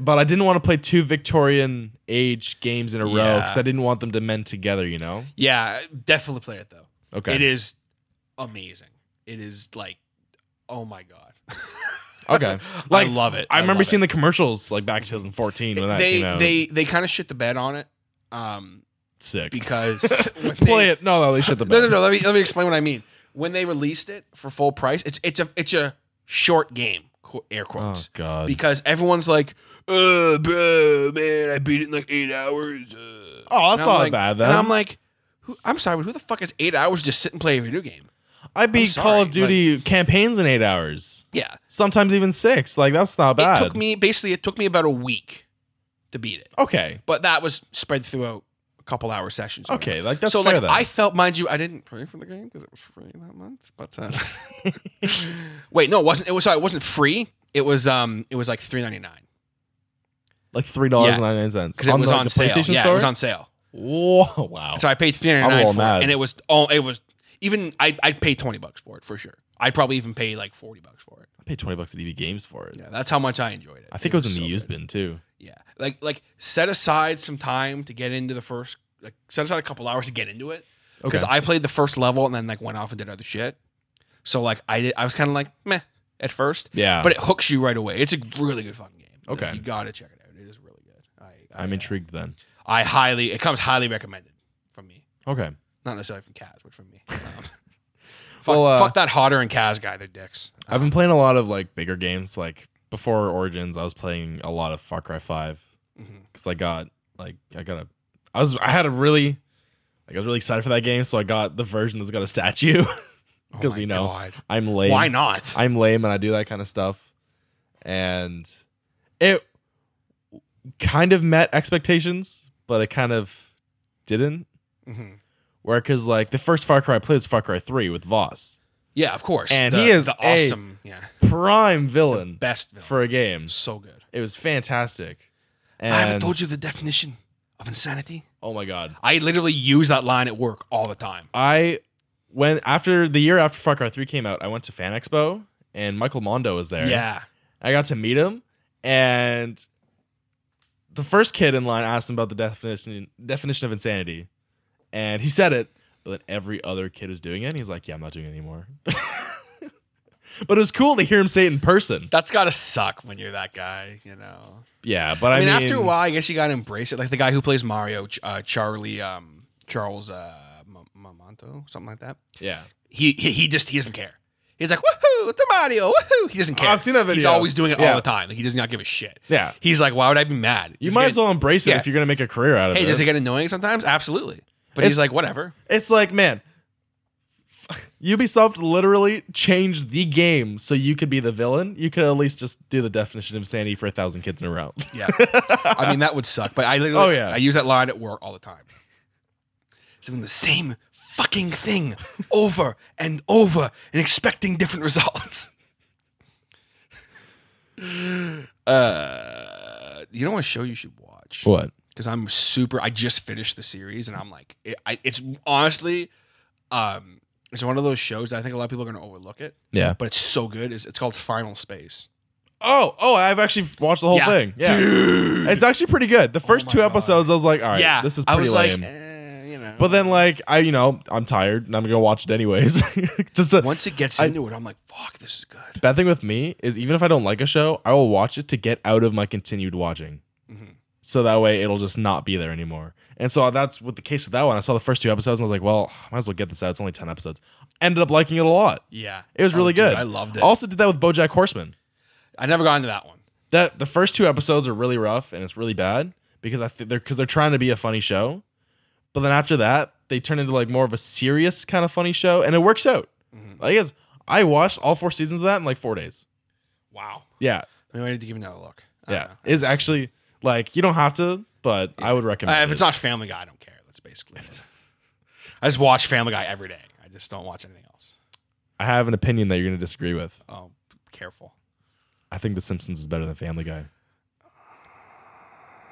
[SPEAKER 5] But I didn't want to play two Victorian age games in a row
[SPEAKER 4] Yeah.
[SPEAKER 5] because I didn't want them to mend together. You know.
[SPEAKER 4] yeah, definitely play it though.
[SPEAKER 5] Okay.
[SPEAKER 4] It is amazing. It is like oh my god.
[SPEAKER 5] Okay.
[SPEAKER 4] Like,
[SPEAKER 5] Like,
[SPEAKER 4] I love it.
[SPEAKER 5] I, remember seeing
[SPEAKER 4] the
[SPEAKER 5] the commercials like back in 2014 when that
[SPEAKER 4] they
[SPEAKER 5] came out.
[SPEAKER 4] they they kind of shit the bed on it. Um
[SPEAKER 5] sick.
[SPEAKER 4] because when
[SPEAKER 5] play
[SPEAKER 4] they-
[SPEAKER 5] it. No, no, they shut the
[SPEAKER 4] No,
[SPEAKER 5] bed.
[SPEAKER 4] no, no. Let me let me explain what I mean. When they released it for full price, it's it's a it's a short game, qu- air
[SPEAKER 5] Oh
[SPEAKER 4] quotes,
[SPEAKER 5] God.
[SPEAKER 4] because everyone's like, uh, bro, man, I beat it in like eight hours. Uh.
[SPEAKER 5] oh,
[SPEAKER 4] And
[SPEAKER 5] that's
[SPEAKER 4] I'm
[SPEAKER 5] not
[SPEAKER 4] like-
[SPEAKER 5] bad then.
[SPEAKER 4] And I'm like, who, I'm sorry, but who the fuck is eight hours just sit and play a video game?
[SPEAKER 5] I beat Call of
[SPEAKER 4] sorry, like-
[SPEAKER 5] Duty campaigns in eight hours.
[SPEAKER 4] Yeah,
[SPEAKER 5] Sometimes even six. Like that's not bad.
[SPEAKER 4] it took me basically it took me about a week to beat it,
[SPEAKER 5] okay.
[SPEAKER 4] but that was spread throughout a couple hour sessions. or
[SPEAKER 5] Okay. Like that's
[SPEAKER 4] so
[SPEAKER 5] fair
[SPEAKER 4] like
[SPEAKER 5] then.
[SPEAKER 4] I felt, mind you, I didn't pay for the game because it was free that month. But uh, wait, no, it wasn't. It was sorry, it wasn't free. It was um, it was like three ninety nine
[SPEAKER 5] like three dollars and ninety nine cents
[SPEAKER 4] because it was on,
[SPEAKER 5] the
[SPEAKER 4] sale.
[SPEAKER 5] PlayStation
[SPEAKER 4] Yeah,
[SPEAKER 5] Store?
[SPEAKER 4] it was on sale.
[SPEAKER 5] Whoa, wow.
[SPEAKER 4] So I paid three ninety
[SPEAKER 5] I'm
[SPEAKER 4] nine
[SPEAKER 5] all
[SPEAKER 4] for
[SPEAKER 5] mad.
[SPEAKER 4] it, and it was all it was even I I'd pay twenty bucks for it for sure. I'd probably even pay like forty bucks for it.
[SPEAKER 5] I paid 20 bucks at EV Games for it.
[SPEAKER 4] Yeah, that's how much I enjoyed it.
[SPEAKER 5] I think it was, in
[SPEAKER 4] so
[SPEAKER 5] the used
[SPEAKER 4] good.
[SPEAKER 5] bin too.
[SPEAKER 4] Yeah, like like set aside some time to get into the first like set aside a couple hours to get into it because I played the first level and then like went off and did other shit. So like I did, I was kind of like meh at first,
[SPEAKER 5] Yeah.
[SPEAKER 4] but it hooks you right away. It's a really good fucking game. Like,
[SPEAKER 5] Okay.
[SPEAKER 4] you gotta check it out. It is really good. I, I
[SPEAKER 5] I'm
[SPEAKER 4] uh,
[SPEAKER 5] intrigued then.
[SPEAKER 4] I highly it comes highly recommended from me.
[SPEAKER 5] Okay.
[SPEAKER 4] Not necessarily from Kaz, but from me. Um, fuck,
[SPEAKER 5] Well, uh,
[SPEAKER 4] fuck that Hodder and Kaz guy. They're dicks.
[SPEAKER 5] I've been playing a lot of like bigger games. Like before Origins, I was playing a lot of Far Cry 5
[SPEAKER 4] Mhm.
[SPEAKER 5] because I got like I got a I was I had a really like I was really excited for that game, so I got the version that's got a statue.
[SPEAKER 4] Oh
[SPEAKER 5] 'Cause,
[SPEAKER 4] my
[SPEAKER 5] you know,
[SPEAKER 4] God.
[SPEAKER 5] I'm lame.
[SPEAKER 4] why not?
[SPEAKER 5] I'm lame and I do that kind of stuff. And it kind of met expectations, but it kind of didn't.
[SPEAKER 4] Mhm.
[SPEAKER 5] Where because like the first Far Cry I played was Far Cry 3 with Voss.
[SPEAKER 4] Yeah, of course.
[SPEAKER 5] And
[SPEAKER 4] The-
[SPEAKER 5] he is
[SPEAKER 4] the
[SPEAKER 5] a-
[SPEAKER 4] awesome. yeah,
[SPEAKER 5] Prime villain
[SPEAKER 4] best villain.
[SPEAKER 5] for a game.
[SPEAKER 4] so good.
[SPEAKER 5] It was fantastic. And
[SPEAKER 4] I haven't told you the definition of insanity.
[SPEAKER 5] Oh my god.
[SPEAKER 4] I literally use that line at work all the time.
[SPEAKER 5] I when after the year after Far Cry 3 came out, I went to Fan Expo and Michael Mondo was there.
[SPEAKER 4] Yeah.
[SPEAKER 5] I got to meet him, and the first kid in line asked him about the definition definition of insanity, and he said it, but then every other kid was doing it. And he's like, "Yeah, I'm not doing it anymore." but it was cool to hear him say it in person.
[SPEAKER 4] That's gotta suck when you're that guy, you know.
[SPEAKER 5] Yeah, but I,
[SPEAKER 4] I mean, after a while, I guess you gotta embrace it. Like the guy who plays Mario, Ch- uh, Charlie, um, Charles uh, M- Mamonto, something like that.
[SPEAKER 5] yeah,
[SPEAKER 4] He, he he just he doesn't care. He's like woohoo, it's a Mario, woohoo. He doesn't care.
[SPEAKER 5] Oh, I've seen that
[SPEAKER 4] He's
[SPEAKER 5] video.
[SPEAKER 4] always doing it
[SPEAKER 5] Yeah.
[SPEAKER 4] all the time. Like, he does not give a shit.
[SPEAKER 5] Yeah.
[SPEAKER 4] He's like, why would I be mad?
[SPEAKER 5] you
[SPEAKER 4] He's
[SPEAKER 5] might
[SPEAKER 4] gonna-
[SPEAKER 5] as well embrace it
[SPEAKER 4] yeah.
[SPEAKER 5] if you're gonna make a career out of
[SPEAKER 4] Hey,
[SPEAKER 5] it.
[SPEAKER 4] does it get annoying sometimes? Absolutely. But
[SPEAKER 5] It's-
[SPEAKER 4] he's like, whatever.
[SPEAKER 5] it's like, man, Ubisoft literally changed the game so you could be the villain. You could at least just do the definition of insanity for a thousand kids in a row.
[SPEAKER 4] Yeah. I mean, that would suck, but I literally,
[SPEAKER 5] Oh, yeah.
[SPEAKER 4] I use that line at work all the time. It's Doing the same fucking thing over and over and expecting different results. Uh, you know what show you should watch?
[SPEAKER 5] what?
[SPEAKER 4] Because I'm super, I just finished the series and I'm like, it, I, it's honestly, um, it's one of those shows that I think a lot of people are going to overlook it,
[SPEAKER 5] Yeah.
[SPEAKER 4] but it's so good. It's, it's called Final Space.
[SPEAKER 5] Oh, oh, I've actually f- watched the whole
[SPEAKER 4] Yeah.
[SPEAKER 5] thing. Yeah. It's actually pretty good. The first
[SPEAKER 4] Oh my
[SPEAKER 5] two
[SPEAKER 4] God.
[SPEAKER 5] episodes, I was like, all right,
[SPEAKER 4] yeah.
[SPEAKER 5] this is
[SPEAKER 4] I
[SPEAKER 5] pretty
[SPEAKER 4] was
[SPEAKER 5] lame.
[SPEAKER 4] like, eh, you know.
[SPEAKER 5] but then, like, I, you know, I'm tired and I'm going to watch it anyways. Just a
[SPEAKER 4] once it gets
[SPEAKER 5] I-
[SPEAKER 4] into it, I'm like, fuck, this is good.
[SPEAKER 5] bad thing with me is even if I don't like a show, I will watch it to get out of my continued watching.
[SPEAKER 4] Mhm.
[SPEAKER 5] So that way it'll just not be there anymore. And so that's what the case with that one. I saw the first two episodes and I was like, well, might as well get this out. It's only 10 episodes. Ended up liking it a lot.
[SPEAKER 4] Yeah,
[SPEAKER 5] It was
[SPEAKER 4] Oh,
[SPEAKER 5] really
[SPEAKER 4] dude,
[SPEAKER 5] good.
[SPEAKER 4] I loved it.
[SPEAKER 5] Also, did that with Bojack Horseman.
[SPEAKER 4] I never got into that one.
[SPEAKER 5] that the first two episodes are really rough and it's really bad because I think they're because they're trying to be a funny show, but then after that they turn into like more of a serious kind of funny show and it works out. I guess I watched all four seasons of that in like four days.
[SPEAKER 4] Wow.
[SPEAKER 5] Yeah,
[SPEAKER 4] Maybe I need to give another look. I
[SPEAKER 5] yeah,
[SPEAKER 4] don't know.
[SPEAKER 5] It is
[SPEAKER 4] It's-
[SPEAKER 5] actually like you don't have to, but I would recommend.
[SPEAKER 4] Uh, if it's
[SPEAKER 5] it.
[SPEAKER 4] not Family Guy, I don't care. That's basically. it. I just watch Family Guy every day. I just don't watch anything else.
[SPEAKER 5] I have an opinion that you're going to disagree with.
[SPEAKER 4] Oh, careful.
[SPEAKER 5] I think The Simpsons is better than Family Guy.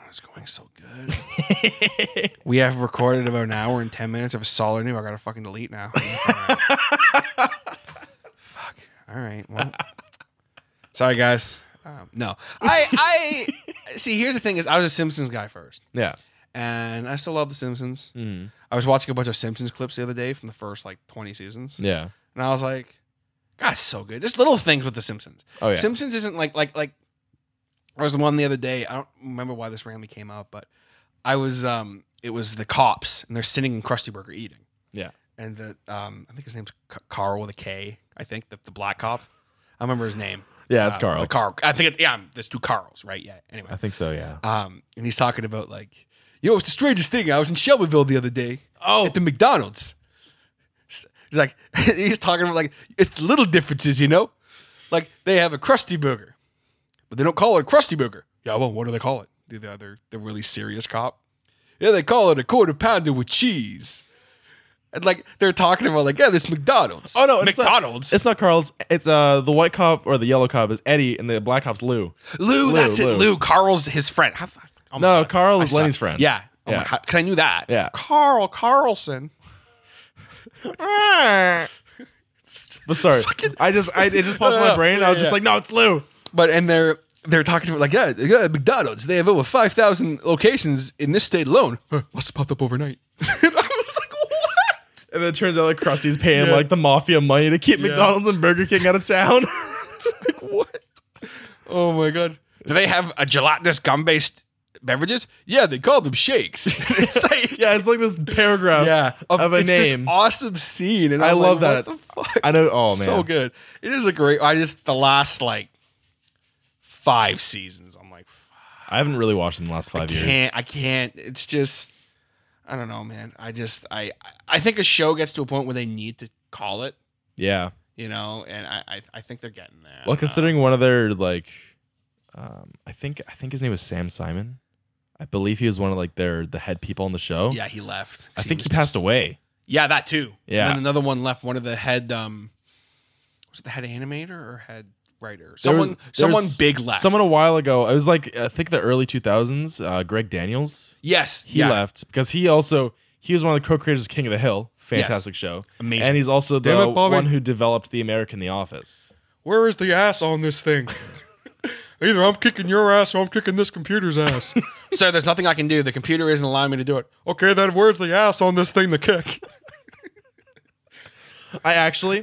[SPEAKER 4] It's going so good. we have recorded about an hour and ten minutes of a solid new. I gotta fucking delete now. Fuck. All right. Well, sorry guys. Um, no, I, I see. Here's the thing: is I was a Simpsons guy first,
[SPEAKER 5] Yeah,
[SPEAKER 4] and I still love the Simpsons.
[SPEAKER 5] Mhm.
[SPEAKER 4] I was watching a bunch of Simpsons clips the other day from the first like 20 seasons,
[SPEAKER 5] yeah.
[SPEAKER 4] and I was like, "God, it's so good." Just little things with the Simpsons.
[SPEAKER 5] Oh yeah.
[SPEAKER 4] Simpsons isn't like like like. I was the one the other day. I don't remember why this randomly came up, but I was um. It was the cops, and they're sitting in Krusty Burger eating.
[SPEAKER 5] Yeah.
[SPEAKER 4] And the um, I think his name's Ca- Carl with a K. I think the, the black cop. I remember his name.
[SPEAKER 5] yeah, it's
[SPEAKER 4] Uh,
[SPEAKER 5] Carl.
[SPEAKER 4] The Carl. I think it, yeah. There's two Carls, right? Yeah. Anyway.
[SPEAKER 5] I think so. Yeah.
[SPEAKER 4] Um, and he's talking about like, yo, it's the strangest thing. I was in Shelbyville the other day. Oh, at the McDonald's. He's like, he's talking about like it's little differences, you know. Like they have a crusty burger, but they don't call it a crusty burger. Yeah, well, what do they call it? The the other, the really serious cop. Yeah, they call it a quarter pounder with cheese. And like they're talking about like, yeah, this McDonald's.
[SPEAKER 5] Oh no, it's not-
[SPEAKER 4] McDonald's.
[SPEAKER 5] It's not Carl's. It's uh the white cop or the yellow cop is Eddie and the black cop's Lou.
[SPEAKER 4] Lou,
[SPEAKER 5] Lou,
[SPEAKER 4] that's
[SPEAKER 5] Lou.
[SPEAKER 4] it. Lou, Carl's his friend. How the- oh my
[SPEAKER 5] No,
[SPEAKER 4] God.
[SPEAKER 5] Carl
[SPEAKER 4] I
[SPEAKER 5] is
[SPEAKER 4] suck.
[SPEAKER 5] Lenny's friend.
[SPEAKER 4] Yeah, Oh
[SPEAKER 5] Yeah.
[SPEAKER 4] my god, because I knew that.
[SPEAKER 5] Yeah.
[SPEAKER 4] Carl Carlson.
[SPEAKER 5] But sorry, I just I, it just popped in my brain. I was just like, no, it's Lou.
[SPEAKER 4] But and they're they're talking about like yeah, yeah, McDonald's. They have over five thousand locations in this state alone. Huh, must have popped up overnight. and I was like, what?
[SPEAKER 5] And then it turns out like Krusty's paying like the mafia money to keep McDonald's and Burger King out of town.
[SPEAKER 4] It's like what? Oh my god. Do they have a gelatinous gum based beverages? Yeah, they call them shakes. it's like
[SPEAKER 5] yeah, it's like this paragraph.
[SPEAKER 4] yeah,
[SPEAKER 5] of, a
[SPEAKER 4] it's this
[SPEAKER 5] name.
[SPEAKER 4] awesome scene, and
[SPEAKER 5] I
[SPEAKER 4] I'm
[SPEAKER 5] love that.
[SPEAKER 4] like, What the fuck?
[SPEAKER 5] I know. Oh man,
[SPEAKER 4] so good. It is a great. I just the last like five seasons. I'm like, fuck,
[SPEAKER 5] I haven't really watched in the last five years.
[SPEAKER 4] can't I can't. It's just I don't know, man. I just I I think a show gets to a point where they need to call it,
[SPEAKER 5] Yeah.
[SPEAKER 4] you know, and I I, I think they're getting there.
[SPEAKER 5] Well,
[SPEAKER 4] I don't know.
[SPEAKER 5] considering one of their like, um, I think I think his name was Sam Simon. I believe he was one of like their the head people on the show.
[SPEAKER 4] yeah, he left.
[SPEAKER 5] I
[SPEAKER 4] 'Cause
[SPEAKER 5] think he
[SPEAKER 4] was
[SPEAKER 5] passed
[SPEAKER 4] just-
[SPEAKER 5] away.
[SPEAKER 4] Yeah, that too.
[SPEAKER 5] Yeah.
[SPEAKER 4] and then another one left. One of the head um, was it the head animator or head writer?
[SPEAKER 5] There was-
[SPEAKER 4] Someone
[SPEAKER 5] there
[SPEAKER 4] someone
[SPEAKER 5] was
[SPEAKER 4] big left.
[SPEAKER 5] Someone a while ago. It was like I think the early two thousands. Uh, Greg Daniels.
[SPEAKER 4] yes,
[SPEAKER 5] He
[SPEAKER 4] yeah.
[SPEAKER 5] left because he also he was one of the co-creators of King of the Hill. Fantastic show.
[SPEAKER 4] Amazing.
[SPEAKER 5] And he's also the
[SPEAKER 4] Damn it, Bobby.
[SPEAKER 5] one who developed the American The Office.
[SPEAKER 4] where is the ass on this thing? Either I'm kicking your ass or I'm kicking this computer's ass. Sir, there's nothing I can do. The computer isn't allowing me to do it. Okay, then where's the ass on this thing to kick?
[SPEAKER 5] I actually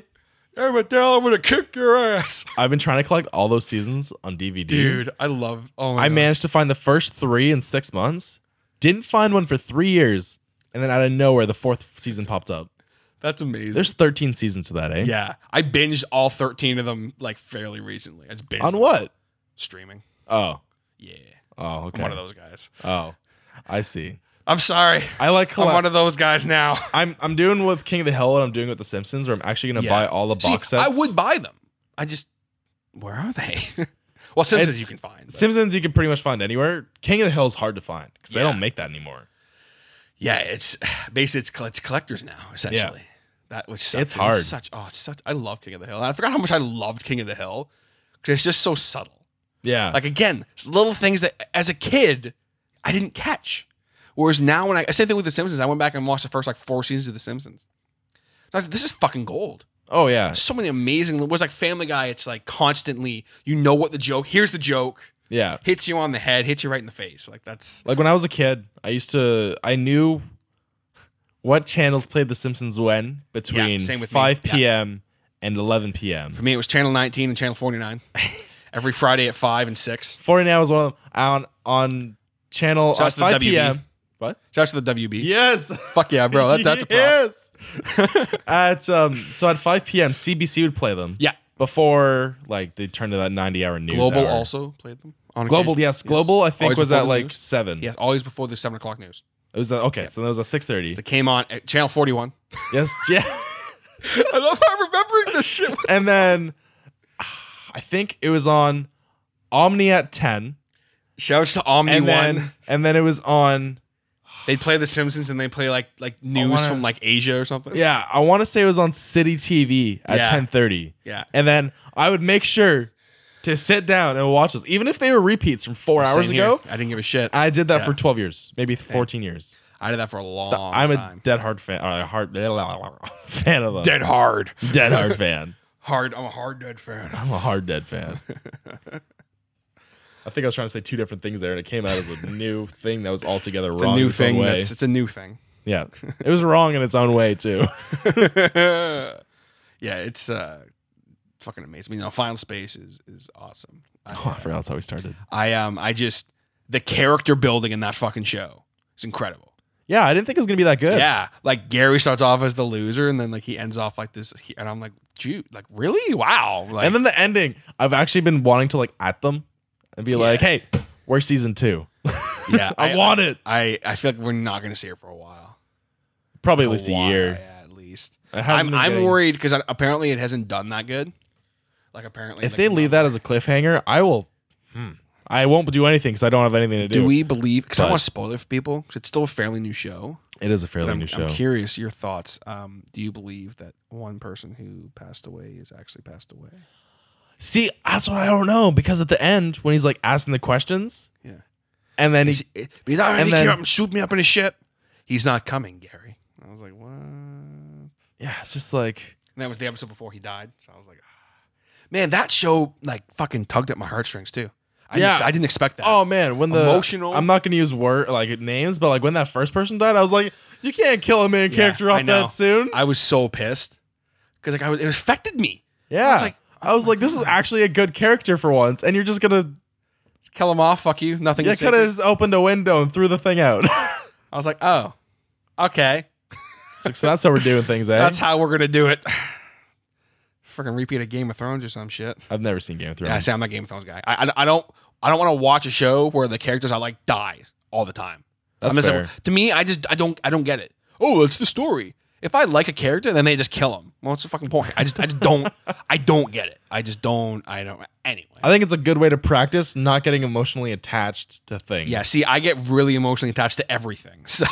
[SPEAKER 4] hey, Mattel, I'm gonna kick your ass.
[SPEAKER 5] I've been trying to collect all those seasons on DVD.
[SPEAKER 4] Dude, I love. Oh my
[SPEAKER 5] I
[SPEAKER 4] God.
[SPEAKER 5] managed to find the first three in six months. Didn't find one for three years, and then out of nowhere, the fourth season popped up.
[SPEAKER 4] that's amazing.
[SPEAKER 5] There's 13 seasons to that, eh?
[SPEAKER 4] yeah, I binged all 13 of them like fairly recently. I just binged
[SPEAKER 5] On
[SPEAKER 4] them.
[SPEAKER 5] what?
[SPEAKER 4] Streaming.
[SPEAKER 5] Oh.
[SPEAKER 4] Yeah,
[SPEAKER 5] Oh. Okay.
[SPEAKER 4] I'm one of those guys.
[SPEAKER 5] Oh. I see.
[SPEAKER 4] I'm sorry.
[SPEAKER 5] I like.
[SPEAKER 4] I'm
[SPEAKER 5] Collect- I'm,
[SPEAKER 4] one of those guys now.
[SPEAKER 5] I'm doing with King of the Hill and I'm doing with The Simpsons, where I'm actually gonna
[SPEAKER 4] Yeah.
[SPEAKER 5] buy all the
[SPEAKER 4] See,
[SPEAKER 5] box sets.
[SPEAKER 4] I would buy them. I just where are they? well, Simpsons
[SPEAKER 5] It's-
[SPEAKER 4] you can find. but-
[SPEAKER 5] Simpsons you can pretty much find anywhere. King of the Hill is hard to find because they
[SPEAKER 4] Yeah.
[SPEAKER 5] don't make that anymore.
[SPEAKER 4] yeah, it's basically it's, coll- it's collectors now essentially. That which sucks.
[SPEAKER 5] It's hard.
[SPEAKER 4] such oh, it's such. I love King of the Hill. And I forgot how much I loved King of the Hill because it's just so subtle.
[SPEAKER 5] Yeah.
[SPEAKER 4] Like again, it's little things that as a kid I didn't catch. Whereas now when I same thing with the Simpsons, I went back and watched the first like four seasons of the Simpsons. And I was like, this is fucking gold.
[SPEAKER 5] oh yeah.
[SPEAKER 4] So many amazing. It was like Family Guy. It's like constantly, you know what the joke. Here's the joke.
[SPEAKER 5] Yeah.
[SPEAKER 4] hits you on the head, hits you right in the face. Like that's
[SPEAKER 5] Like when I was a kid, I used to I knew what channels played The Simpsons when between
[SPEAKER 4] same with me.
[SPEAKER 5] 5
[SPEAKER 4] Yeah.
[SPEAKER 5] p.m. and 11 p.m.
[SPEAKER 4] for me. It was Channel 19 and Channel 49 every Friday at five and six.
[SPEAKER 5] 49 was one of them on on channel
[SPEAKER 4] Shout
[SPEAKER 5] uh,
[SPEAKER 4] out to the
[SPEAKER 5] 5
[SPEAKER 4] WB.
[SPEAKER 5] p.m. What?
[SPEAKER 4] Shout out to the WB.
[SPEAKER 5] Yes.
[SPEAKER 4] Fuck yeah, bro. That, that's a props.
[SPEAKER 5] Yes. at um so at 5 p.m. CBC would play them.
[SPEAKER 4] Yeah.
[SPEAKER 5] Before like they turned to that 90 hour news.
[SPEAKER 4] Global
[SPEAKER 5] hour.
[SPEAKER 4] also played them. On
[SPEAKER 5] Global,
[SPEAKER 4] occasion.
[SPEAKER 5] yes. Global, I think
[SPEAKER 4] Always
[SPEAKER 5] was
[SPEAKER 4] before
[SPEAKER 5] at
[SPEAKER 4] the
[SPEAKER 5] like
[SPEAKER 4] news.
[SPEAKER 5] seven.
[SPEAKER 4] Yes, always before the seven o'clock news.
[SPEAKER 5] It was uh, okay. So that was a six thirty.
[SPEAKER 4] It came on at Channel 41.
[SPEAKER 5] yes, yeah.
[SPEAKER 4] I love how I'm remembering this shit.
[SPEAKER 5] And then ah, I think it was on Omni at ten.
[SPEAKER 4] Shouts to Omni
[SPEAKER 5] And then
[SPEAKER 4] One.
[SPEAKER 5] and then it was on.
[SPEAKER 4] They play The Simpsons and they play like like news
[SPEAKER 5] wanna-
[SPEAKER 4] from like Asia or something.
[SPEAKER 5] Yeah, I want to say it was on City TV at
[SPEAKER 4] Yeah.
[SPEAKER 5] ten thirty.
[SPEAKER 4] Yeah.
[SPEAKER 5] And then I would make sure to sit down and watch those, even if they were repeats from four
[SPEAKER 4] Same
[SPEAKER 5] hours
[SPEAKER 4] here.
[SPEAKER 5] ago.
[SPEAKER 4] I didn't give a shit. I,
[SPEAKER 5] I did that
[SPEAKER 4] Yeah.
[SPEAKER 5] for twelve years, maybe fourteen years.
[SPEAKER 4] did that for a long
[SPEAKER 5] I'm
[SPEAKER 4] time.
[SPEAKER 5] a dead hard fan, or a hard fan of them.
[SPEAKER 4] dead hard.
[SPEAKER 5] dead hard fan.
[SPEAKER 4] Hard. I'm a hard dead fan.
[SPEAKER 5] I'm a hard dead fan. I think I was trying to say two different things there, and it came out as a new thing that was altogether
[SPEAKER 4] It's
[SPEAKER 5] wrong.
[SPEAKER 4] a
[SPEAKER 5] in
[SPEAKER 4] new
[SPEAKER 5] its own
[SPEAKER 4] thing.
[SPEAKER 5] way.
[SPEAKER 4] That's it's a new thing.
[SPEAKER 5] yeah, it was wrong in its own way too.
[SPEAKER 4] yeah, it's uh, fucking amazing. You know, Final Space is is awesome. I,
[SPEAKER 5] Oh, I forgot that's how we started.
[SPEAKER 4] I um I just the character building in that fucking show is incredible.
[SPEAKER 5] Yeah, I didn't think it was gonna be that good.
[SPEAKER 4] Yeah, like Gary starts off as the loser, and then like he ends off like this, he- and I'm like, dude, like really? Wow. Like,
[SPEAKER 5] and then the ending. I've actually been wanting to like at them and be like, "Hey, where's season two?
[SPEAKER 4] yeah,
[SPEAKER 5] I, want it."
[SPEAKER 4] I I feel like we're not gonna see it for a while.
[SPEAKER 5] Probably at least a,
[SPEAKER 4] while,
[SPEAKER 5] year.
[SPEAKER 4] Yeah, at least.
[SPEAKER 5] It hasn't
[SPEAKER 4] I'm
[SPEAKER 5] been
[SPEAKER 4] I'm
[SPEAKER 5] getting-
[SPEAKER 4] worried because apparently it hasn't done that good. Like apparently,
[SPEAKER 5] If
[SPEAKER 4] like,
[SPEAKER 5] they leave
[SPEAKER 4] no-
[SPEAKER 5] that as a cliffhanger, I will. hmm, I won't do anything because I don't have anything to do.
[SPEAKER 4] do we believe? Because I
[SPEAKER 5] But-
[SPEAKER 4] want to spoil it for people. 'cause it's still a fairly new show.
[SPEAKER 5] It is a fairly
[SPEAKER 4] I'm,
[SPEAKER 5] new show.
[SPEAKER 4] I'm curious your thoughts. Um, do you believe that one person who passed away is actually passed away?
[SPEAKER 5] See, that's what I don't know because at the end when he's like asking the questions,
[SPEAKER 4] Yeah.
[SPEAKER 5] And then he,
[SPEAKER 4] But he's not
[SPEAKER 5] And
[SPEAKER 4] and
[SPEAKER 5] then-
[SPEAKER 4] came up and shoot me up in a ship. He's not coming, Gary. I was like, what? And
[SPEAKER 5] yeah, it's just like
[SPEAKER 4] that was the episode before he died. So I was like, ah. man, that show like fucking tugged at my heartstrings too. I
[SPEAKER 5] Yeah.
[SPEAKER 4] didn't, I didn't expect that.
[SPEAKER 5] oh man, when the
[SPEAKER 4] Emotional.
[SPEAKER 5] I'm not gonna use word like names, but like when that first person died, I was like, you can't kill a main
[SPEAKER 4] Yeah,
[SPEAKER 5] character
[SPEAKER 4] I
[SPEAKER 5] off
[SPEAKER 4] know.
[SPEAKER 5] that soon.
[SPEAKER 4] I was so pissed because like I was, it affected me.
[SPEAKER 5] yeah,
[SPEAKER 4] I was like,
[SPEAKER 5] I was like, this is actually a good character for once, and you're just gonna
[SPEAKER 4] Just kill him off. Fuck you. Nothing.
[SPEAKER 5] you
[SPEAKER 4] Yeah,
[SPEAKER 5] could have just opened a window and threw the thing out.
[SPEAKER 4] I was like, oh, okay.
[SPEAKER 5] so that's how we're doing things. Eh?
[SPEAKER 4] That's how we're gonna do it. Freaking repeat a Game of Thrones or some shit.
[SPEAKER 5] I've never seen Game of Thrones.
[SPEAKER 4] Yeah, I say I'm a Game of Thrones guy. I, I, I don't I don't want to watch a show where the characters I like die all the time.
[SPEAKER 5] That's
[SPEAKER 4] I'm just-
[SPEAKER 5] fair.
[SPEAKER 4] To me, I just I don't I don't get it. Oh, that's the story. If I like a character, then they just kill him. Well, what's the fucking point? I just I just don't I don't get it. I just don't I don't anyway.
[SPEAKER 5] I think it's a good way to practice not getting emotionally attached to things.
[SPEAKER 4] yeah, see, I get really emotionally attached to everything. So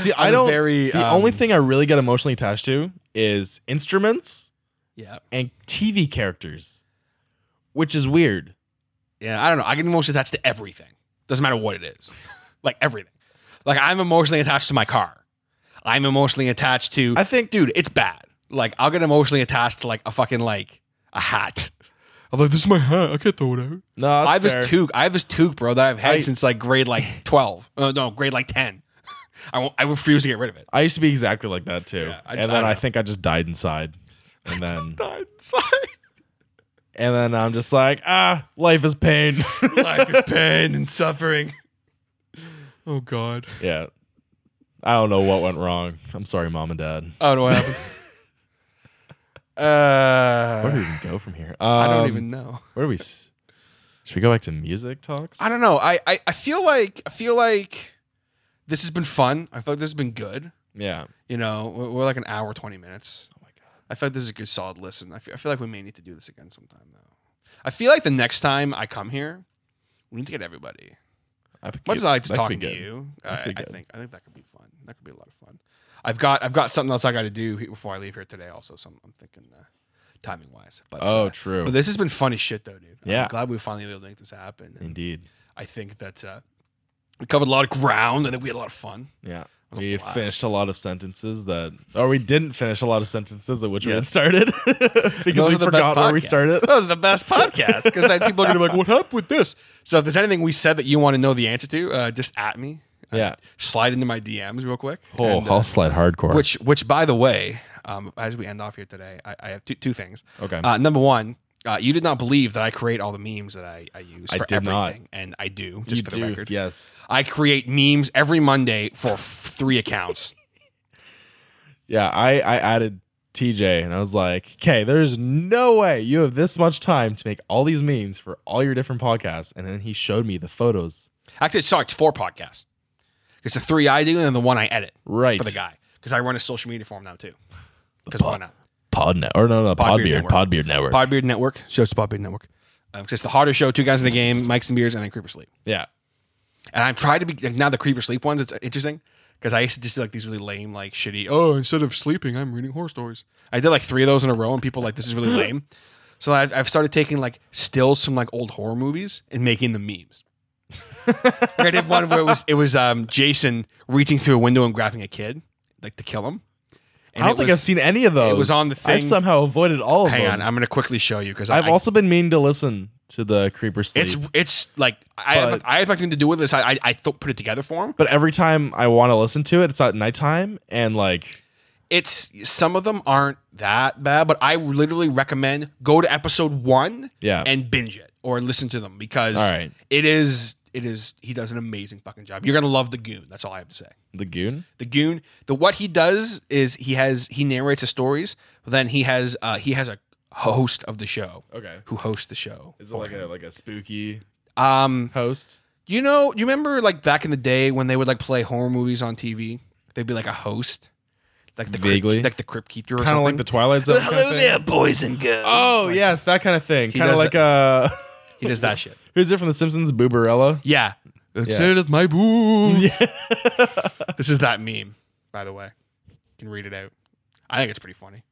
[SPEAKER 5] See, I
[SPEAKER 4] I'm
[SPEAKER 5] don't.
[SPEAKER 4] very,
[SPEAKER 5] the
[SPEAKER 4] um,
[SPEAKER 5] only thing I really get emotionally attached to is instruments
[SPEAKER 4] yeah,
[SPEAKER 5] and TV characters, which is weird.
[SPEAKER 4] yeah. I don't know. I get emotionally attached to everything. Doesn't matter what it is, like everything. Like I'm emotionally attached to my car. I'm emotionally attached to.
[SPEAKER 5] I think,
[SPEAKER 4] dude, it's bad. Like I'll get emotionally attached to like a fucking like a hat. I'm like, this is my hat. I can't throw it out.
[SPEAKER 5] No, that's
[SPEAKER 4] I have
[SPEAKER 5] fair.
[SPEAKER 4] this toque. I have this toque, bro, that I've had
[SPEAKER 5] I-
[SPEAKER 4] since like grade like twelve. Uh, no, grade like ten. I won't, I refuse to get rid of it.
[SPEAKER 5] I used to be exactly like that too,
[SPEAKER 4] Yeah, I just-
[SPEAKER 5] and
[SPEAKER 4] I
[SPEAKER 5] then
[SPEAKER 4] don't
[SPEAKER 5] I,
[SPEAKER 4] know.
[SPEAKER 5] think I just died inside, and then
[SPEAKER 4] Died inside.
[SPEAKER 5] and then I'm just like, ah, life is pain.
[SPEAKER 4] Life is pain and suffering. Oh God.
[SPEAKER 5] yeah, I don't know what went wrong. I'm sorry, mom and dad.
[SPEAKER 4] Oh no, what happened?
[SPEAKER 5] Where do
[SPEAKER 4] uh,
[SPEAKER 5] we even go from here?
[SPEAKER 4] I don't
[SPEAKER 5] Um,
[SPEAKER 4] even know.
[SPEAKER 5] Where do we? s- Should we go back to music talks?
[SPEAKER 4] I don't know. I, I I feel like I feel like this has been fun. I feel like this has been good.
[SPEAKER 5] Yeah.
[SPEAKER 4] You know, we're, we're like an hour twenty minutes. Oh my god! I feel like this is a good solid listen. I feel, I feel like we may need to do this again sometime though. I feel like the next time I come here, we need to get everybody.
[SPEAKER 5] I could-
[SPEAKER 4] Much as I like just
[SPEAKER 5] that could be
[SPEAKER 4] talking to
[SPEAKER 5] good.
[SPEAKER 4] you,
[SPEAKER 5] That
[SPEAKER 4] I,
[SPEAKER 5] could be
[SPEAKER 4] I
[SPEAKER 5] good.
[SPEAKER 4] think I think that could be fun. That could be a lot of fun. I've got I've got something else I got to do he- before I leave here today. Also, so I'm, I'm thinking uh, timing wise. But
[SPEAKER 5] Oh,
[SPEAKER 4] uh,
[SPEAKER 5] true.
[SPEAKER 4] But this has been fun as shit though, dude.
[SPEAKER 5] Yeah.
[SPEAKER 4] I'm glad we finally were able to make this happen. And
[SPEAKER 5] Indeed.
[SPEAKER 4] I think that uh, we covered a lot of ground and that we had a lot of fun.
[SPEAKER 5] Yeah.
[SPEAKER 4] was a
[SPEAKER 5] We
[SPEAKER 4] blast.
[SPEAKER 5] finished a lot of sentences that, or we didn't finish a lot of sentences at which we had started because
[SPEAKER 4] Those
[SPEAKER 5] we
[SPEAKER 4] are the best
[SPEAKER 5] forgot where we
[SPEAKER 4] podcasts.
[SPEAKER 5] started.
[SPEAKER 4] That was the best podcast because then people are gonna be like, "What up with this?" So if there's anything we said that you want to know the answer to, uh, just at me. Uh,
[SPEAKER 5] Yeah.
[SPEAKER 4] slide into my DMs real quick.
[SPEAKER 5] Oh,
[SPEAKER 4] And, uh,
[SPEAKER 5] I'll slide hardcore.
[SPEAKER 4] which, which, by the way, um, as we end off here today, I, I have two, two things.
[SPEAKER 5] Okay.
[SPEAKER 4] Uh, number one, uh, you did not believe that I create all the memes that I, I use
[SPEAKER 5] I
[SPEAKER 4] for
[SPEAKER 5] did
[SPEAKER 4] everything,
[SPEAKER 5] not.
[SPEAKER 4] and I do. Just
[SPEAKER 5] You
[SPEAKER 4] for
[SPEAKER 5] do,
[SPEAKER 4] the record,
[SPEAKER 5] Yes.
[SPEAKER 4] I create memes every Monday for f- three accounts.
[SPEAKER 5] Yeah. I, I added TJ and I was like, okay, there's no way you have this much time to make all these memes for all your different podcasts. And then he showed me the photos.
[SPEAKER 4] Actually, sorry, it's four podcasts. It's the three I do and then the one I edit
[SPEAKER 5] Right.
[SPEAKER 4] for the guy because I run a social media for him now too. Because why not?
[SPEAKER 5] Pod net, or no, no,
[SPEAKER 4] Podbeard
[SPEAKER 5] Podbeard,
[SPEAKER 4] Network.
[SPEAKER 5] Podbeard Network.
[SPEAKER 4] Podbeard Network. Show us the Podbeard Network. Um, 'cause it's the harder show. Two guys in the game, Mike's and Beers, and then Creeper Sleep.
[SPEAKER 5] yeah.
[SPEAKER 4] And I'm trying to be like, now the Creeper Sleep ones. It's interesting because I used to just do like these really lame, like shitty. Oh, instead of sleeping, I'm reading horror stories. I did like three of those in a row, and people like this is really lame. So I've, I've started taking like stills from like old horror movies and making them memes. like I did one where it was it was um, Jason reaching through a window and grabbing a kid, like to kill him. And
[SPEAKER 5] I don't
[SPEAKER 4] it
[SPEAKER 5] think
[SPEAKER 4] was-
[SPEAKER 5] I've seen any of those.
[SPEAKER 4] it was on the thing-
[SPEAKER 5] I've somehow avoided all of
[SPEAKER 4] Hang
[SPEAKER 5] them.
[SPEAKER 4] on, I'm gonna quickly show you because
[SPEAKER 5] I've also been meaning to listen to the Creeper Sleep.
[SPEAKER 4] It's it's like I have,
[SPEAKER 5] But-
[SPEAKER 4] I have nothing to do with this. I I, I th- put it together for him.
[SPEAKER 5] but every time I want to listen to it, it's at nighttime and like
[SPEAKER 4] It's some of them aren't that bad, but I literally recommend go to episode one
[SPEAKER 5] yeah.
[SPEAKER 4] and binge it or listen to them because
[SPEAKER 5] all right,
[SPEAKER 4] it is it is he does an amazing fucking job. You're gonna love the goon. That's all I have to say.
[SPEAKER 5] the Goon.
[SPEAKER 4] The goon. The what he does is he has he narrates the stories. But then he has uh he has a host of the show
[SPEAKER 5] Okay,
[SPEAKER 4] who hosts the show.
[SPEAKER 5] is it like a like a spooky
[SPEAKER 4] Um,
[SPEAKER 5] host?
[SPEAKER 4] You know, you remember like back in the day when they would like play horror movies on TV? They'd be like a host, like the
[SPEAKER 5] Vaguely.
[SPEAKER 4] crypt, like the crypt keeper, or
[SPEAKER 5] Kind of like
[SPEAKER 4] something.
[SPEAKER 5] the Twilight Zone. kinda thing?
[SPEAKER 4] boys and girls.
[SPEAKER 5] Oh
[SPEAKER 4] Like,
[SPEAKER 5] yes, that kind of thing. Kind of
[SPEAKER 4] does
[SPEAKER 5] like uh,
[SPEAKER 4] he does that shit.
[SPEAKER 5] who's it from The Simpsons? Booberella.
[SPEAKER 4] Yeah,
[SPEAKER 5] Yeah.
[SPEAKER 4] instead of my boobs. this is that meme, by the way. You can read it out. I think it's pretty funny.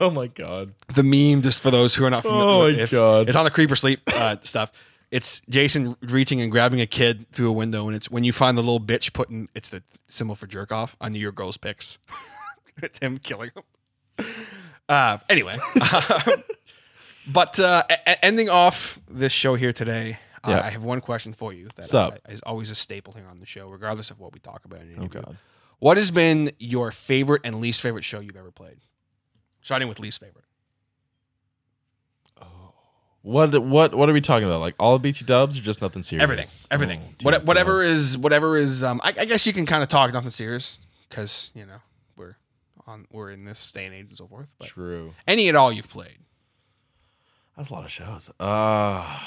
[SPEAKER 5] Oh my god.
[SPEAKER 4] the meme just for those who are not familiar.
[SPEAKER 5] Oh my
[SPEAKER 4] if-
[SPEAKER 5] God.
[SPEAKER 4] It's on the creeper sleep uh, stuff. It's Jason reaching and grabbing a kid through a window, and it's when you find the little bitch putting it's the symbol for jerk off under your girl's pics. it's him killing him. Uh, anyway, but uh, e- e- ending off this show here today, uh,
[SPEAKER 5] Yeah.
[SPEAKER 4] I have one question for you that
[SPEAKER 5] Sup?
[SPEAKER 4] I- is always a staple here on the show, regardless of what we talk about. In an
[SPEAKER 5] Oh
[SPEAKER 4] interview.
[SPEAKER 5] god.
[SPEAKER 4] What has been your favorite and least favorite show you've ever played? Starting with least favorite.
[SPEAKER 5] What what what are we talking about? Like all of BT Dubs or just nothing serious?
[SPEAKER 4] Everything, everything.
[SPEAKER 5] Oh, dear
[SPEAKER 4] what,
[SPEAKER 5] God.
[SPEAKER 4] whatever is, whatever is. Um, I, I guess you can kind of talk nothing serious because you know we're on, we're in this day and age and so forth. But
[SPEAKER 5] True.
[SPEAKER 4] any at all you've played,
[SPEAKER 5] That's a lot of shows. Uh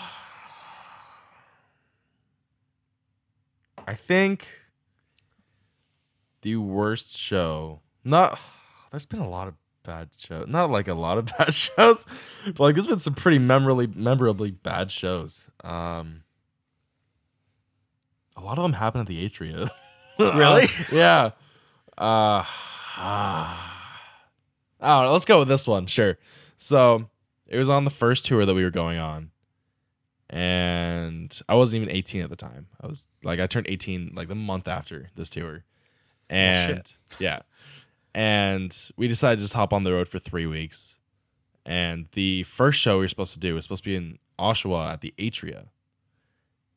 [SPEAKER 5] I think the worst show. Not there's been a lot of bad shows. Not like a lot of bad shows, but like there's been some pretty memorably memorably bad shows. Um a lot of them happen at the Atria.
[SPEAKER 4] Really?
[SPEAKER 5] yeah. Uh I don't know. Let's go with this one. Sure. So it was on the first tour that we were going on. And I wasn't even 18 at the time. I was like, I turned 18 like the month after this tour. And yeah. And we decided to just hop on the road for three weeks. And the first show we were supposed to do was supposed to be in Oshawa at the Atria.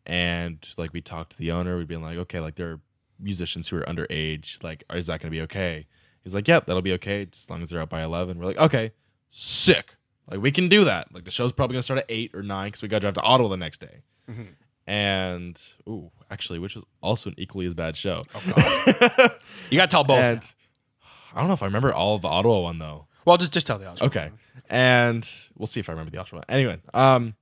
[SPEAKER 5] And like, we talked to the owner. We'd been like, okay, like, there are musicians who are underage. Like, is that going to be okay? He's like, yep, that'll be okay, just as long as they're out by 11. We're like, okay, sick. Like, we can do that. Like, the show's probably going to start at 8 or 9 because we got to drive to Ottawa the next day.
[SPEAKER 4] Mhm.
[SPEAKER 5] And, ooh, actually, which was also an equally as bad show.
[SPEAKER 4] you got to tell both.
[SPEAKER 5] and I don't know if I remember all of the Ottawa one, though.
[SPEAKER 4] Well, just just tell the audience.
[SPEAKER 5] Okay. And we'll see if I remember the Oshawa. Anyway, um,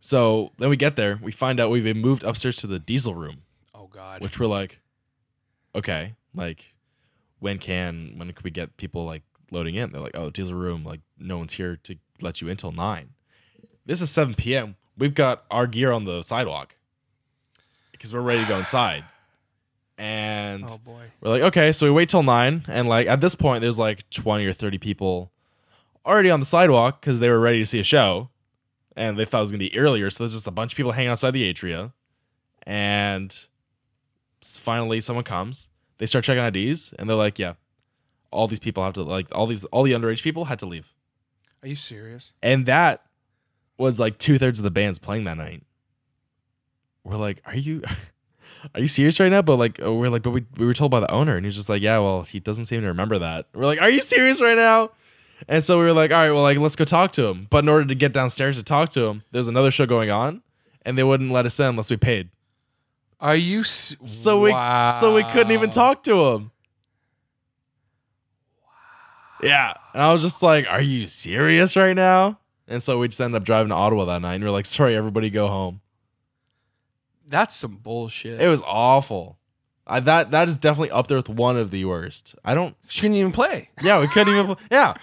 [SPEAKER 5] so then we get there. We find out we've been moved upstairs to the diesel room
[SPEAKER 4] Oh God.
[SPEAKER 5] which were like, okay, like when can when can we get people like loading in? They're like, oh, deals a room, like no one's here to let you in till nine. This is seven p.m. We've got our gear on the sidewalk because we're ready to go inside, and
[SPEAKER 4] oh boy.
[SPEAKER 5] we're like, okay, so we wait till nine, and like at this point, there's like twenty or thirty people already on the sidewalk because they were ready to see a show, and they thought it was gonna be earlier. So there's just a bunch of people hanging outside the atria, and s- finally someone comes. They start checking IDs, and they're like, yeah, all these people have to like all these all the underage people had to leave,
[SPEAKER 4] Are you serious?
[SPEAKER 5] and that was like two thirds of the bands playing that night. We're like, are you? Are you serious right now? But like, uh, we're like, but we, we were told by the owner, and he's just like, yeah, well, he doesn't seem to remember that. We're like, are you serious right now? And so we were like, all right, well, like, let's go talk to him. But in order to get downstairs to talk to him, there's another show going on, and they wouldn't let us in unless we paid.
[SPEAKER 4] Are you s-
[SPEAKER 5] So we so we couldn't even
[SPEAKER 4] Wow.
[SPEAKER 5] talk to him. Yeah, and I was just like, are you serious right now? And so we just ended up driving to Ottawa that night, and we are like, sorry, everybody, go home.
[SPEAKER 4] That's some bullshit.
[SPEAKER 5] It was awful. I, that that is definitely up there with one of the worst. I don't.
[SPEAKER 4] she couldn't even play.
[SPEAKER 5] Yeah, we couldn't even. Yeah,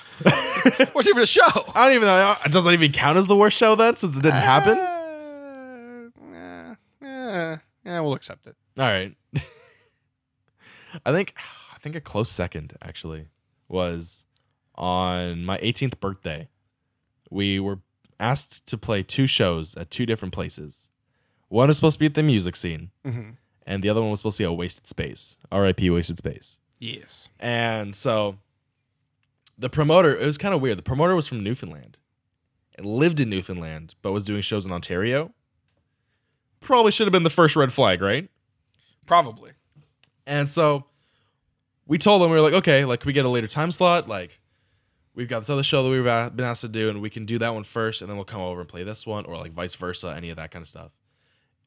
[SPEAKER 4] What's even a show?
[SPEAKER 5] I don't even know. It doesn't even count as the worst show then, since it didn't happen. All
[SPEAKER 4] Uh, yeah, yeah, we'll accept it.
[SPEAKER 5] right. I think I think a close second actually was on my 18th birthday. We were asked to play two shows at two different places. One was supposed to be at the music scene,
[SPEAKER 4] Mhm.
[SPEAKER 5] and the other one was supposed to be a wasted space. R.I.P. Wasted Space.
[SPEAKER 4] Yes.
[SPEAKER 5] And so the promoter, it was kind of weird. The promoter was from Newfoundland and lived in Newfoundland, but was doing shows in Ontario. Probably should have been the first red flag, right?
[SPEAKER 4] Probably.
[SPEAKER 5] And so we told them, we were like, okay, like, can we get a later time slot? Like, we've got this other show that we've a- been asked to do, and we can do that one first, and then we'll come over and play this one, or like vice versa, any of that kind of stuff.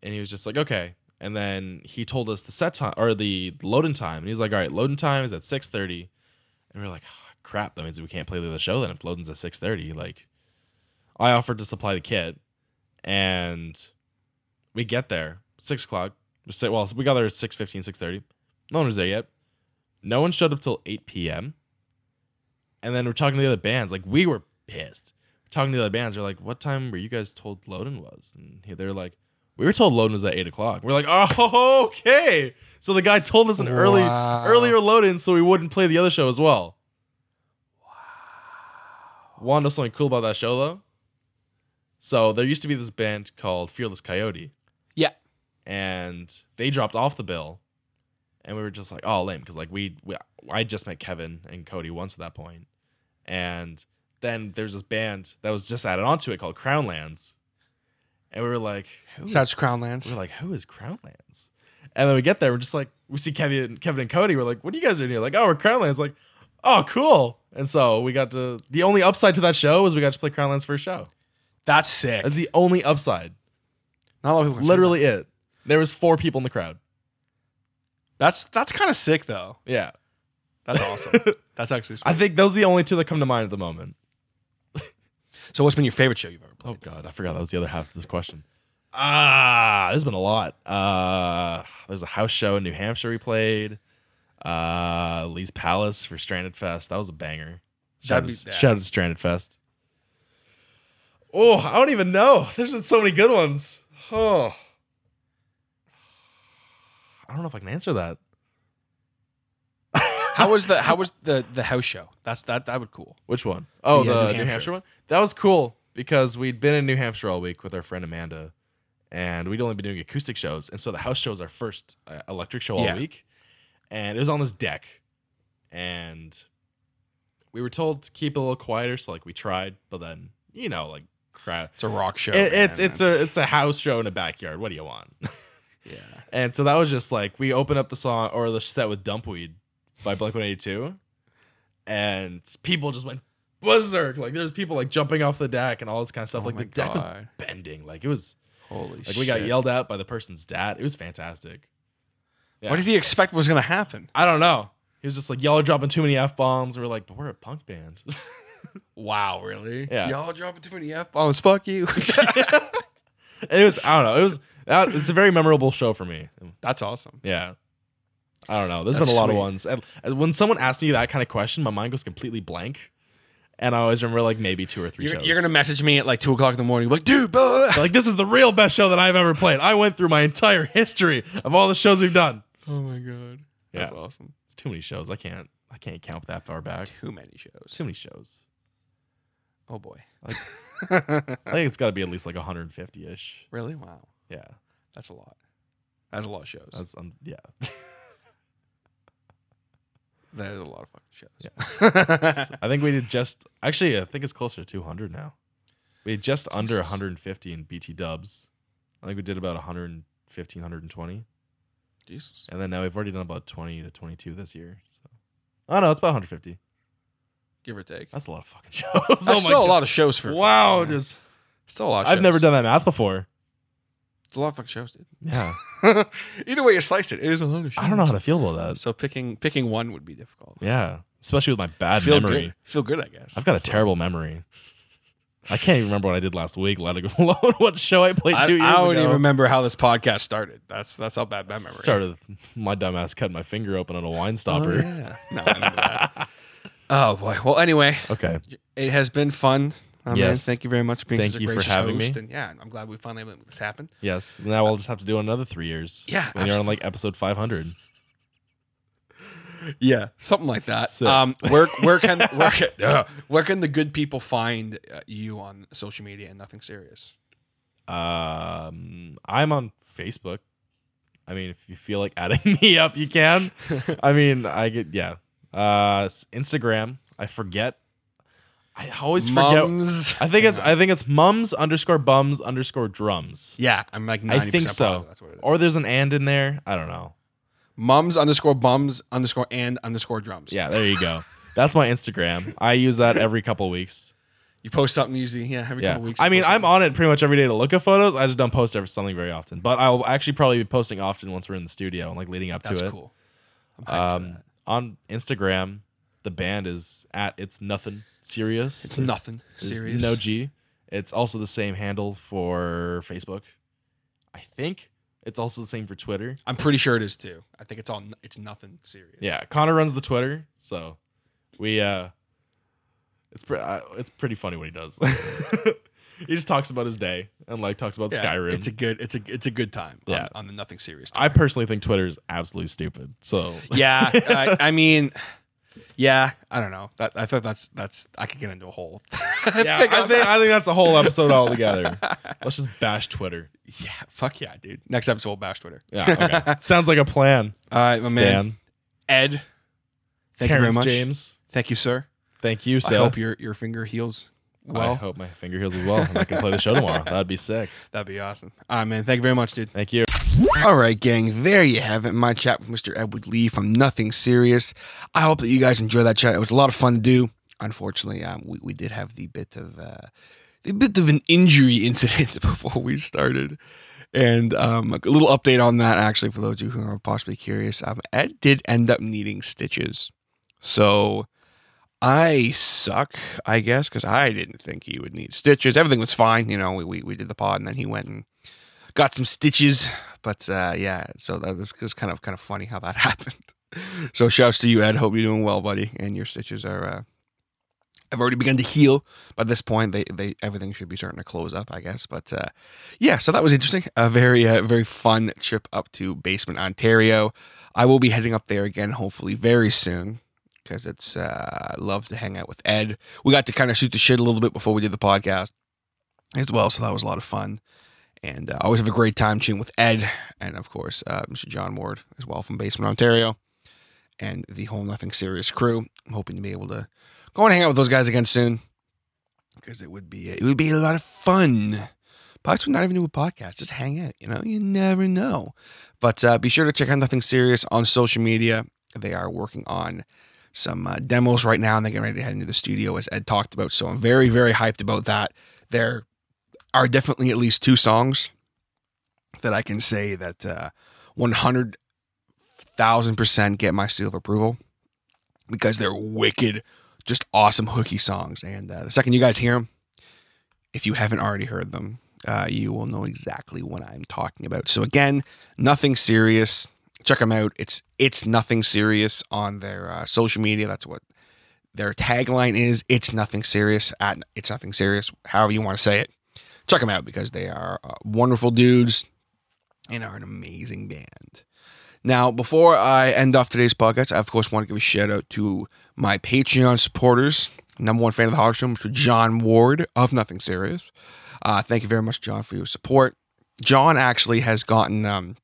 [SPEAKER 5] And he was just like, okay. And then he told us the set time or the loading time, and he's like, all right, loading time is at six thirty, and we are like, "Ah, crap, that means we can't play the other show then if loading's at six thirty. Like, I offered to supply the kit, and we get there six o'clock. Say- Well, we got there at 6.15, 6.30. No one was there yet. No one showed up till 8 p.m. And then we're talking to the other bands. Like, we were pissed. talking to the other bands. We're like, what time were you guys told Loden was? And he- they're like, we were told Loden was at 8 o'clock. We're like, oh, okay. So the guy told us an early
[SPEAKER 4] Wow.
[SPEAKER 5] earlier Loden so we wouldn't play the other show as well. Want to know something cool about that show though? So there used to be this band called Fearless Coyote.
[SPEAKER 4] Yeah.
[SPEAKER 5] And they dropped off the bill, and we were just like, oh lame, because like we, we I just met Kevin and Cody once at that point, and then there's this band that was just added onto it called Crownlands, and we were like, who is
[SPEAKER 4] So that's Crownlands.
[SPEAKER 5] we're like, who is Crownlands? And then we get there, we're just like, we see Kevin, Kevin and Cody. We're like, what are you guys doing here? Like, oh, we're Crownlands. Like, oh, cool. And so we got to the only upside to that show was we got to play Crownlands first show.
[SPEAKER 4] That's sick.
[SPEAKER 5] That's the only upside.
[SPEAKER 4] Not a lot of people. can say
[SPEAKER 5] Literally it. There was four people in the crowd.
[SPEAKER 4] that. That's that's kind of sick though.
[SPEAKER 5] Yeah,
[SPEAKER 4] That's awesome. that's actually. Sweet.
[SPEAKER 5] I think those are the only two that come to mind at the moment.
[SPEAKER 4] so. What's been your favorite show you've ever played?
[SPEAKER 5] Oh God, I forgot that was the other half of this question. Ah, there's been a lot. Uh, there's a house show in New Hampshire we played. Uh, Lee's Palace for Stranded Fest. That was a banger. Shout,
[SPEAKER 4] That'd
[SPEAKER 5] out,
[SPEAKER 4] be-
[SPEAKER 5] shout out to Stranded Fest. Oh, I don't even know. There's been so many good ones. Oh, I don't know if I can answer that.
[SPEAKER 4] Oh, How was the How was the the house show? That's that that would cool.
[SPEAKER 5] Which one? Oh,
[SPEAKER 4] Yeah,
[SPEAKER 5] the
[SPEAKER 4] New
[SPEAKER 5] New
[SPEAKER 4] Hampshire.
[SPEAKER 5] Hampshire. one. That was cool because we'd been in New Hampshire all week with our friend Amanda, and we'd only been doing acoustic shows, and so the house show was our first uh, electric show
[SPEAKER 4] Yeah.
[SPEAKER 5] all week, and it was on this deck, and we were told to keep it a little quieter, so like we tried, but then you know like crowd.
[SPEAKER 4] It's a rock show.
[SPEAKER 5] It, it's
[SPEAKER 4] man.
[SPEAKER 5] it's
[SPEAKER 4] That's-
[SPEAKER 5] a it's a house show in a backyard. What do you want?
[SPEAKER 4] yeah.
[SPEAKER 5] And so that was just like we opened up the song or the set with Dumpweed by Blink 182. And people just went berserk. Like there's people like jumping off the deck and all this kind of stuff. like
[SPEAKER 4] Oh my
[SPEAKER 5] the deck was
[SPEAKER 4] God.
[SPEAKER 5] bending. Like it was
[SPEAKER 4] Holy
[SPEAKER 5] like we got yelled at by the person's dad. It was fantastic. Yeah.
[SPEAKER 4] What did he expect was gonna happen?
[SPEAKER 5] I don't know. He was just like, Y'all are dropping too many F bombs. We were like, but we're a punk band.
[SPEAKER 4] Wow, really?
[SPEAKER 5] Yeah.
[SPEAKER 4] Y'all dropping too many f bombs. Fuck you.
[SPEAKER 5] it was I don't know. It was that, it's a very memorable show for me.
[SPEAKER 4] that's awesome.
[SPEAKER 5] Yeah. I don't know. There's
[SPEAKER 4] That's
[SPEAKER 5] been a lot
[SPEAKER 4] sweet.
[SPEAKER 5] of ones. And and when someone asks me that kind of question, my mind goes completely blank. And I always remember like maybe two or 3
[SPEAKER 4] You're,
[SPEAKER 5] shows.
[SPEAKER 4] you're gonna message me at like two o'clock in the morning. Like, dude, blah.
[SPEAKER 5] like this is the real best show that I've ever played. I went through my entire history of all the shows we've done.
[SPEAKER 4] oh my god, that's
[SPEAKER 5] Yeah.
[SPEAKER 4] awesome.
[SPEAKER 5] It's too many shows. I can't I can't count that far back.
[SPEAKER 4] Too many shows.
[SPEAKER 5] Too many shows.
[SPEAKER 4] Oh boy.
[SPEAKER 5] I think it's got to be at least like 150 ish.
[SPEAKER 4] really? Wow.
[SPEAKER 5] Yeah.
[SPEAKER 4] That's a lot. That's a lot of shows.
[SPEAKER 5] That's um, yeah.
[SPEAKER 4] that is a lot of fucking shows.
[SPEAKER 5] Yeah. I think we did just actually I think it's closer to 200 now. We did just under
[SPEAKER 4] Jesus.
[SPEAKER 5] 150 in BT dubs. I think we did about 115 120.
[SPEAKER 4] Jesus.
[SPEAKER 5] And then now we've already done about 20 to 22 this year. So I don't know, it's about 150.
[SPEAKER 4] Give or take.
[SPEAKER 5] That's a lot of fucking shows.
[SPEAKER 4] That's still a lot of shows Oh for.
[SPEAKER 5] Wow,
[SPEAKER 4] Yeah.
[SPEAKER 5] just
[SPEAKER 4] Still a lot. Of
[SPEAKER 5] I've
[SPEAKER 4] shows.
[SPEAKER 5] never done that math before.
[SPEAKER 4] It's a lot of fucking shows, dude.
[SPEAKER 5] Yeah.
[SPEAKER 4] Either way you slice it, it is a lot of shows.
[SPEAKER 5] I don't know how to feel about that.
[SPEAKER 4] So picking picking one would be difficult.
[SPEAKER 5] Yeah. Especially with my bad
[SPEAKER 4] feel
[SPEAKER 5] memory.
[SPEAKER 4] good. Feel good, I guess.
[SPEAKER 5] I've got a terrible memory. I can't even remember what I did last week, let alone what show I played
[SPEAKER 4] I,
[SPEAKER 5] two years
[SPEAKER 4] I don't
[SPEAKER 5] ago.
[SPEAKER 4] even remember how this podcast started. That's that's how bad my memory. is.
[SPEAKER 5] Started my dumbass cutting my finger open on a wine
[SPEAKER 4] Oh,
[SPEAKER 5] stopper.
[SPEAKER 4] yeah. No, I remember that. oh boy. Well, anyway,
[SPEAKER 5] Okay.
[SPEAKER 4] it has been fun. I mean,
[SPEAKER 5] Yes.
[SPEAKER 4] Thank you very much for being
[SPEAKER 5] Thank
[SPEAKER 4] such a
[SPEAKER 5] you for
[SPEAKER 4] gracious
[SPEAKER 5] having
[SPEAKER 4] host.
[SPEAKER 5] me.
[SPEAKER 4] And yeah, I'm glad we finally made this happen.
[SPEAKER 5] Yes. Now I'll just have to do another three years.
[SPEAKER 4] Yeah,
[SPEAKER 5] When you're on like episode 500.
[SPEAKER 4] Yeah, something like that.
[SPEAKER 5] So-
[SPEAKER 4] Um, where where can where can, uh, where can the good people find uh, you on social media and nothing serious?
[SPEAKER 5] Um, I'm on Facebook. I mean, if you feel like adding me up, you can. I mean, I get yeah. Uh, s- Instagram. I forget. I always forget.
[SPEAKER 4] Mums.
[SPEAKER 5] I think it's I think it's mums underscore bums underscore drums.
[SPEAKER 4] Yeah, I'm like 90%
[SPEAKER 5] I think so.
[SPEAKER 4] positive That's what it is.
[SPEAKER 5] Or there's an and in there. I don't know.
[SPEAKER 4] mums underscore bums underscore and underscore drums.
[SPEAKER 5] Yeah, there you go. That's my Instagram. I use that every couple weeks.
[SPEAKER 4] you post something usually. Yeah, every
[SPEAKER 5] Yeah.
[SPEAKER 4] couple weeks.
[SPEAKER 5] I
[SPEAKER 4] you
[SPEAKER 5] mean,
[SPEAKER 4] post
[SPEAKER 5] I'm
[SPEAKER 4] something.
[SPEAKER 5] on it pretty much every day to look at photos. I just don't post ever something very often. But I'll actually probably be posting often once we're in the studio and like leading up
[SPEAKER 4] That's
[SPEAKER 5] to it.
[SPEAKER 4] cool. I'm hyped for
[SPEAKER 5] Um,
[SPEAKER 4] that.
[SPEAKER 5] on Instagram, the band is at it's nothing serious.
[SPEAKER 4] It's nothing
[SPEAKER 5] There's
[SPEAKER 4] serious.
[SPEAKER 5] No G. It's also the same handle for Facebook. I think it's also the same for Twitter.
[SPEAKER 4] I'm pretty sure it is too. I think it's all. n- It's nothing serious.
[SPEAKER 5] Yeah, Connor runs the Twitter, so we uh, it's pre- uh, it's pretty funny what he does. he just talks about his day and like talks about
[SPEAKER 4] Yeah,
[SPEAKER 5] Skyrim.
[SPEAKER 4] It's a good. It's a. It's a good time. on-
[SPEAKER 5] Yeah.
[SPEAKER 4] On, the nothing serious.
[SPEAKER 5] I personally think Twitter is absolutely stupid. So
[SPEAKER 4] Yeah, I, I mean,
[SPEAKER 8] Yeah, I don't know. That, I thought that's that's I could get into a whole.
[SPEAKER 5] Yeah, I think, I think that's a whole episode altogether. Let's just bash Twitter.
[SPEAKER 8] yeah, fuck yeah, dude. Next episode, we'll bash Twitter.
[SPEAKER 5] Yeah, okay. sounds like a plan.
[SPEAKER 8] All right, my man
[SPEAKER 5] Dan,
[SPEAKER 8] Ed. Thank you very
[SPEAKER 5] Terrence
[SPEAKER 8] much,
[SPEAKER 5] James,
[SPEAKER 8] Thank you, sir.
[SPEAKER 5] thank you. So
[SPEAKER 8] I hope your your finger heals
[SPEAKER 5] I
[SPEAKER 8] well.
[SPEAKER 5] hope my finger heals as well, and I can play the show tomorrow. That'd be sick.
[SPEAKER 8] That'd be awesome. All right, man. Thank you very much, dude.
[SPEAKER 5] Thank you.
[SPEAKER 4] All right, gang, there you have it. My chat with Mr. Edward Lee from Nothing Serious. I hope that you guys enjoyed that chat. It was a lot of fun to do. Unfortunately, um, we, we did have the bit of uh, the bit of an injury incident before we started. And um, a little update on that, actually, for those of you who are possibly curious. Um, Ed did end up needing stitches. So I suck, I guess, because I didn't think he would need stitches. Everything was fine. You know, we, we, we did the pod, and then he went and got some stitches. But uh, yeah, so that was just kind of kind of funny how that happened. So shouts to you, Ed. Hope you're doing well, buddy. And your stitches are uh, have already begun to heal. By this point, they they everything should be starting to close up, I guess. But uh, yeah, so that was interesting. A very uh, very fun trip up to Basement, Ontario. I will be heading up there again, hopefully very soon. Because it's uh, I love to hang out with Ed. We got to kind of shoot the shit a little bit before we did the podcast as well, so that was a lot of fun and uh, always have a great time chewing with Ed and of course uh, Mr. John Ward as well from Basement Ontario and the whole Nothing Serious crew. I'm hoping to be able to go and hang out with those guys again soon because it would be it would be a lot of fun. Possibly not even do a podcast, just hang out. You know, you never know. But uh, be sure to check out Nothing Serious on social media. They are working on some uh, demos right now, and they're getting ready to head into the studio, as Ed talked about. So I'm very, very hyped about that. They're are definitely at least two songs that I can say that uh, 100,000% get my seal of approval because they're wicked, just awesome hooky songs. And uh, the second you guys hear them, if you haven't already heard them, uh, you will know exactly what I'm talking about. So again, nothing serious. Check them out. It's it's nothing serious on their uh, social media. That's what their tagline is. It's nothing serious at it's nothing serious. However you want to say it check them out because they are uh, wonderful dudes and are an amazing band. Now, before I end off today's podcast, I of course want to give a shout out to my Patreon supporters. Number one fan of the Horror Show, Mr. John Ward of Nothing Serious. Uh, thank you very much, John, for your support. John actually has gotten um,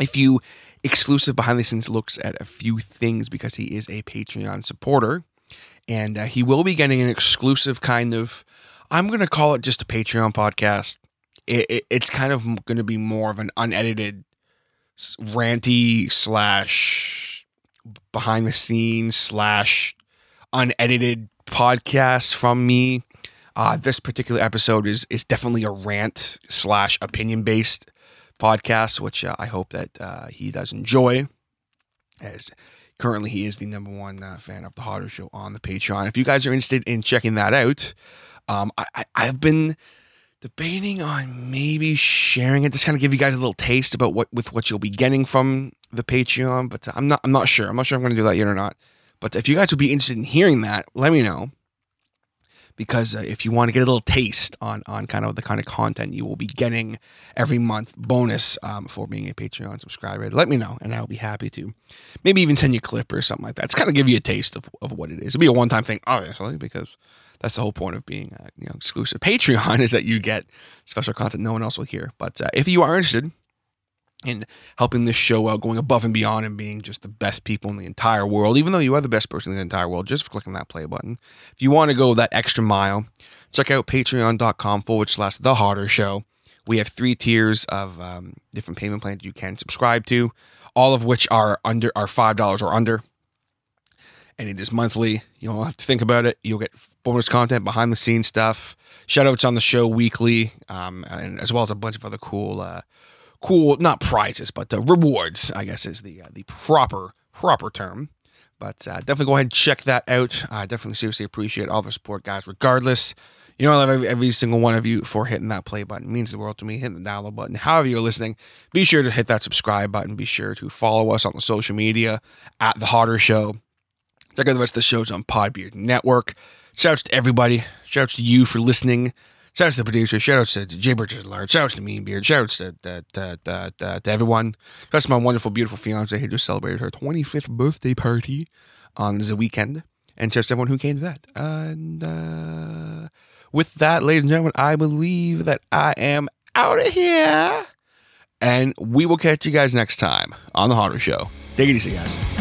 [SPEAKER 4] a few exclusive behind the scenes looks at a few things because he is a Patreon supporter and uh, he will be getting an exclusive kind of i'm going to call it just a patreon podcast it, it, it's kind of going to be more of an unedited s- ranty slash behind the scenes slash unedited podcast from me uh, this particular episode is is definitely a rant slash opinion based podcast which uh, i hope that uh, he does enjoy as currently he is the number one uh, fan of the Harder Show on the Patreon. If you guys are interested in checking that out, um, I, I, I've been debating on maybe sharing it. Just kind of give you guys a little taste about what with what you'll be getting from the Patreon. But I'm not I'm not sure. I'm not sure I'm going to do that yet or not. But if you guys would be interested in hearing that, let me know. Because uh, if you want to get a little taste on on kind of the kind of content you will be getting every month, bonus um, for being a Patreon subscriber, let me know and I'll be happy to maybe even send you a clip or something like that. It's kind of give you a taste of, of what it is. It'll be a one time thing, obviously, because that's the whole point of being uh, you know exclusive. Patreon is that you get special content no one else will hear. But uh, if you are interested in helping this show out, going above and beyond, and being just the best people in the entire world, even though you are the best person in the entire world, just for clicking that play button. If you want to go that extra mile, check out patreon.com forward slash the harder show. We have three tiers of um, different payment plans you can subscribe to, all of which are under are five dollars or under. And it is monthly. You don't have to think about it. You'll get bonus content, behind the scenes stuff, shout outs on the show weekly, um, and as well as a bunch of other cool, uh, cool not prizes but uh, rewards. I guess is the uh, the proper proper term. But uh, definitely go ahead and check that out. I definitely seriously appreciate all the support, guys. Regardless, you know I love every, every single one of you for hitting that play button. It means the world to me. Hitting the download button, however you're listening, be sure to hit that subscribe button. Be sure to follow us on the social media at the Hotter Show. Check out the rest of the shows on Podbeard Network. Shouts to everybody. Shouts to you for listening. Shouts to the producer. Shoutouts to Jay Burgess at large. Shoutouts to Mean Beard. Shoutouts to, to, to, to, to, to everyone. Shoutouts to my wonderful, beautiful fiance who just celebrated her 25th birthday party on the weekend. And shoutouts to everyone who came to that. And uh, with that, ladies and gentlemen, I believe that I am out of here. And we will catch you guys next time on The Haunter Show. Take it easy, guys.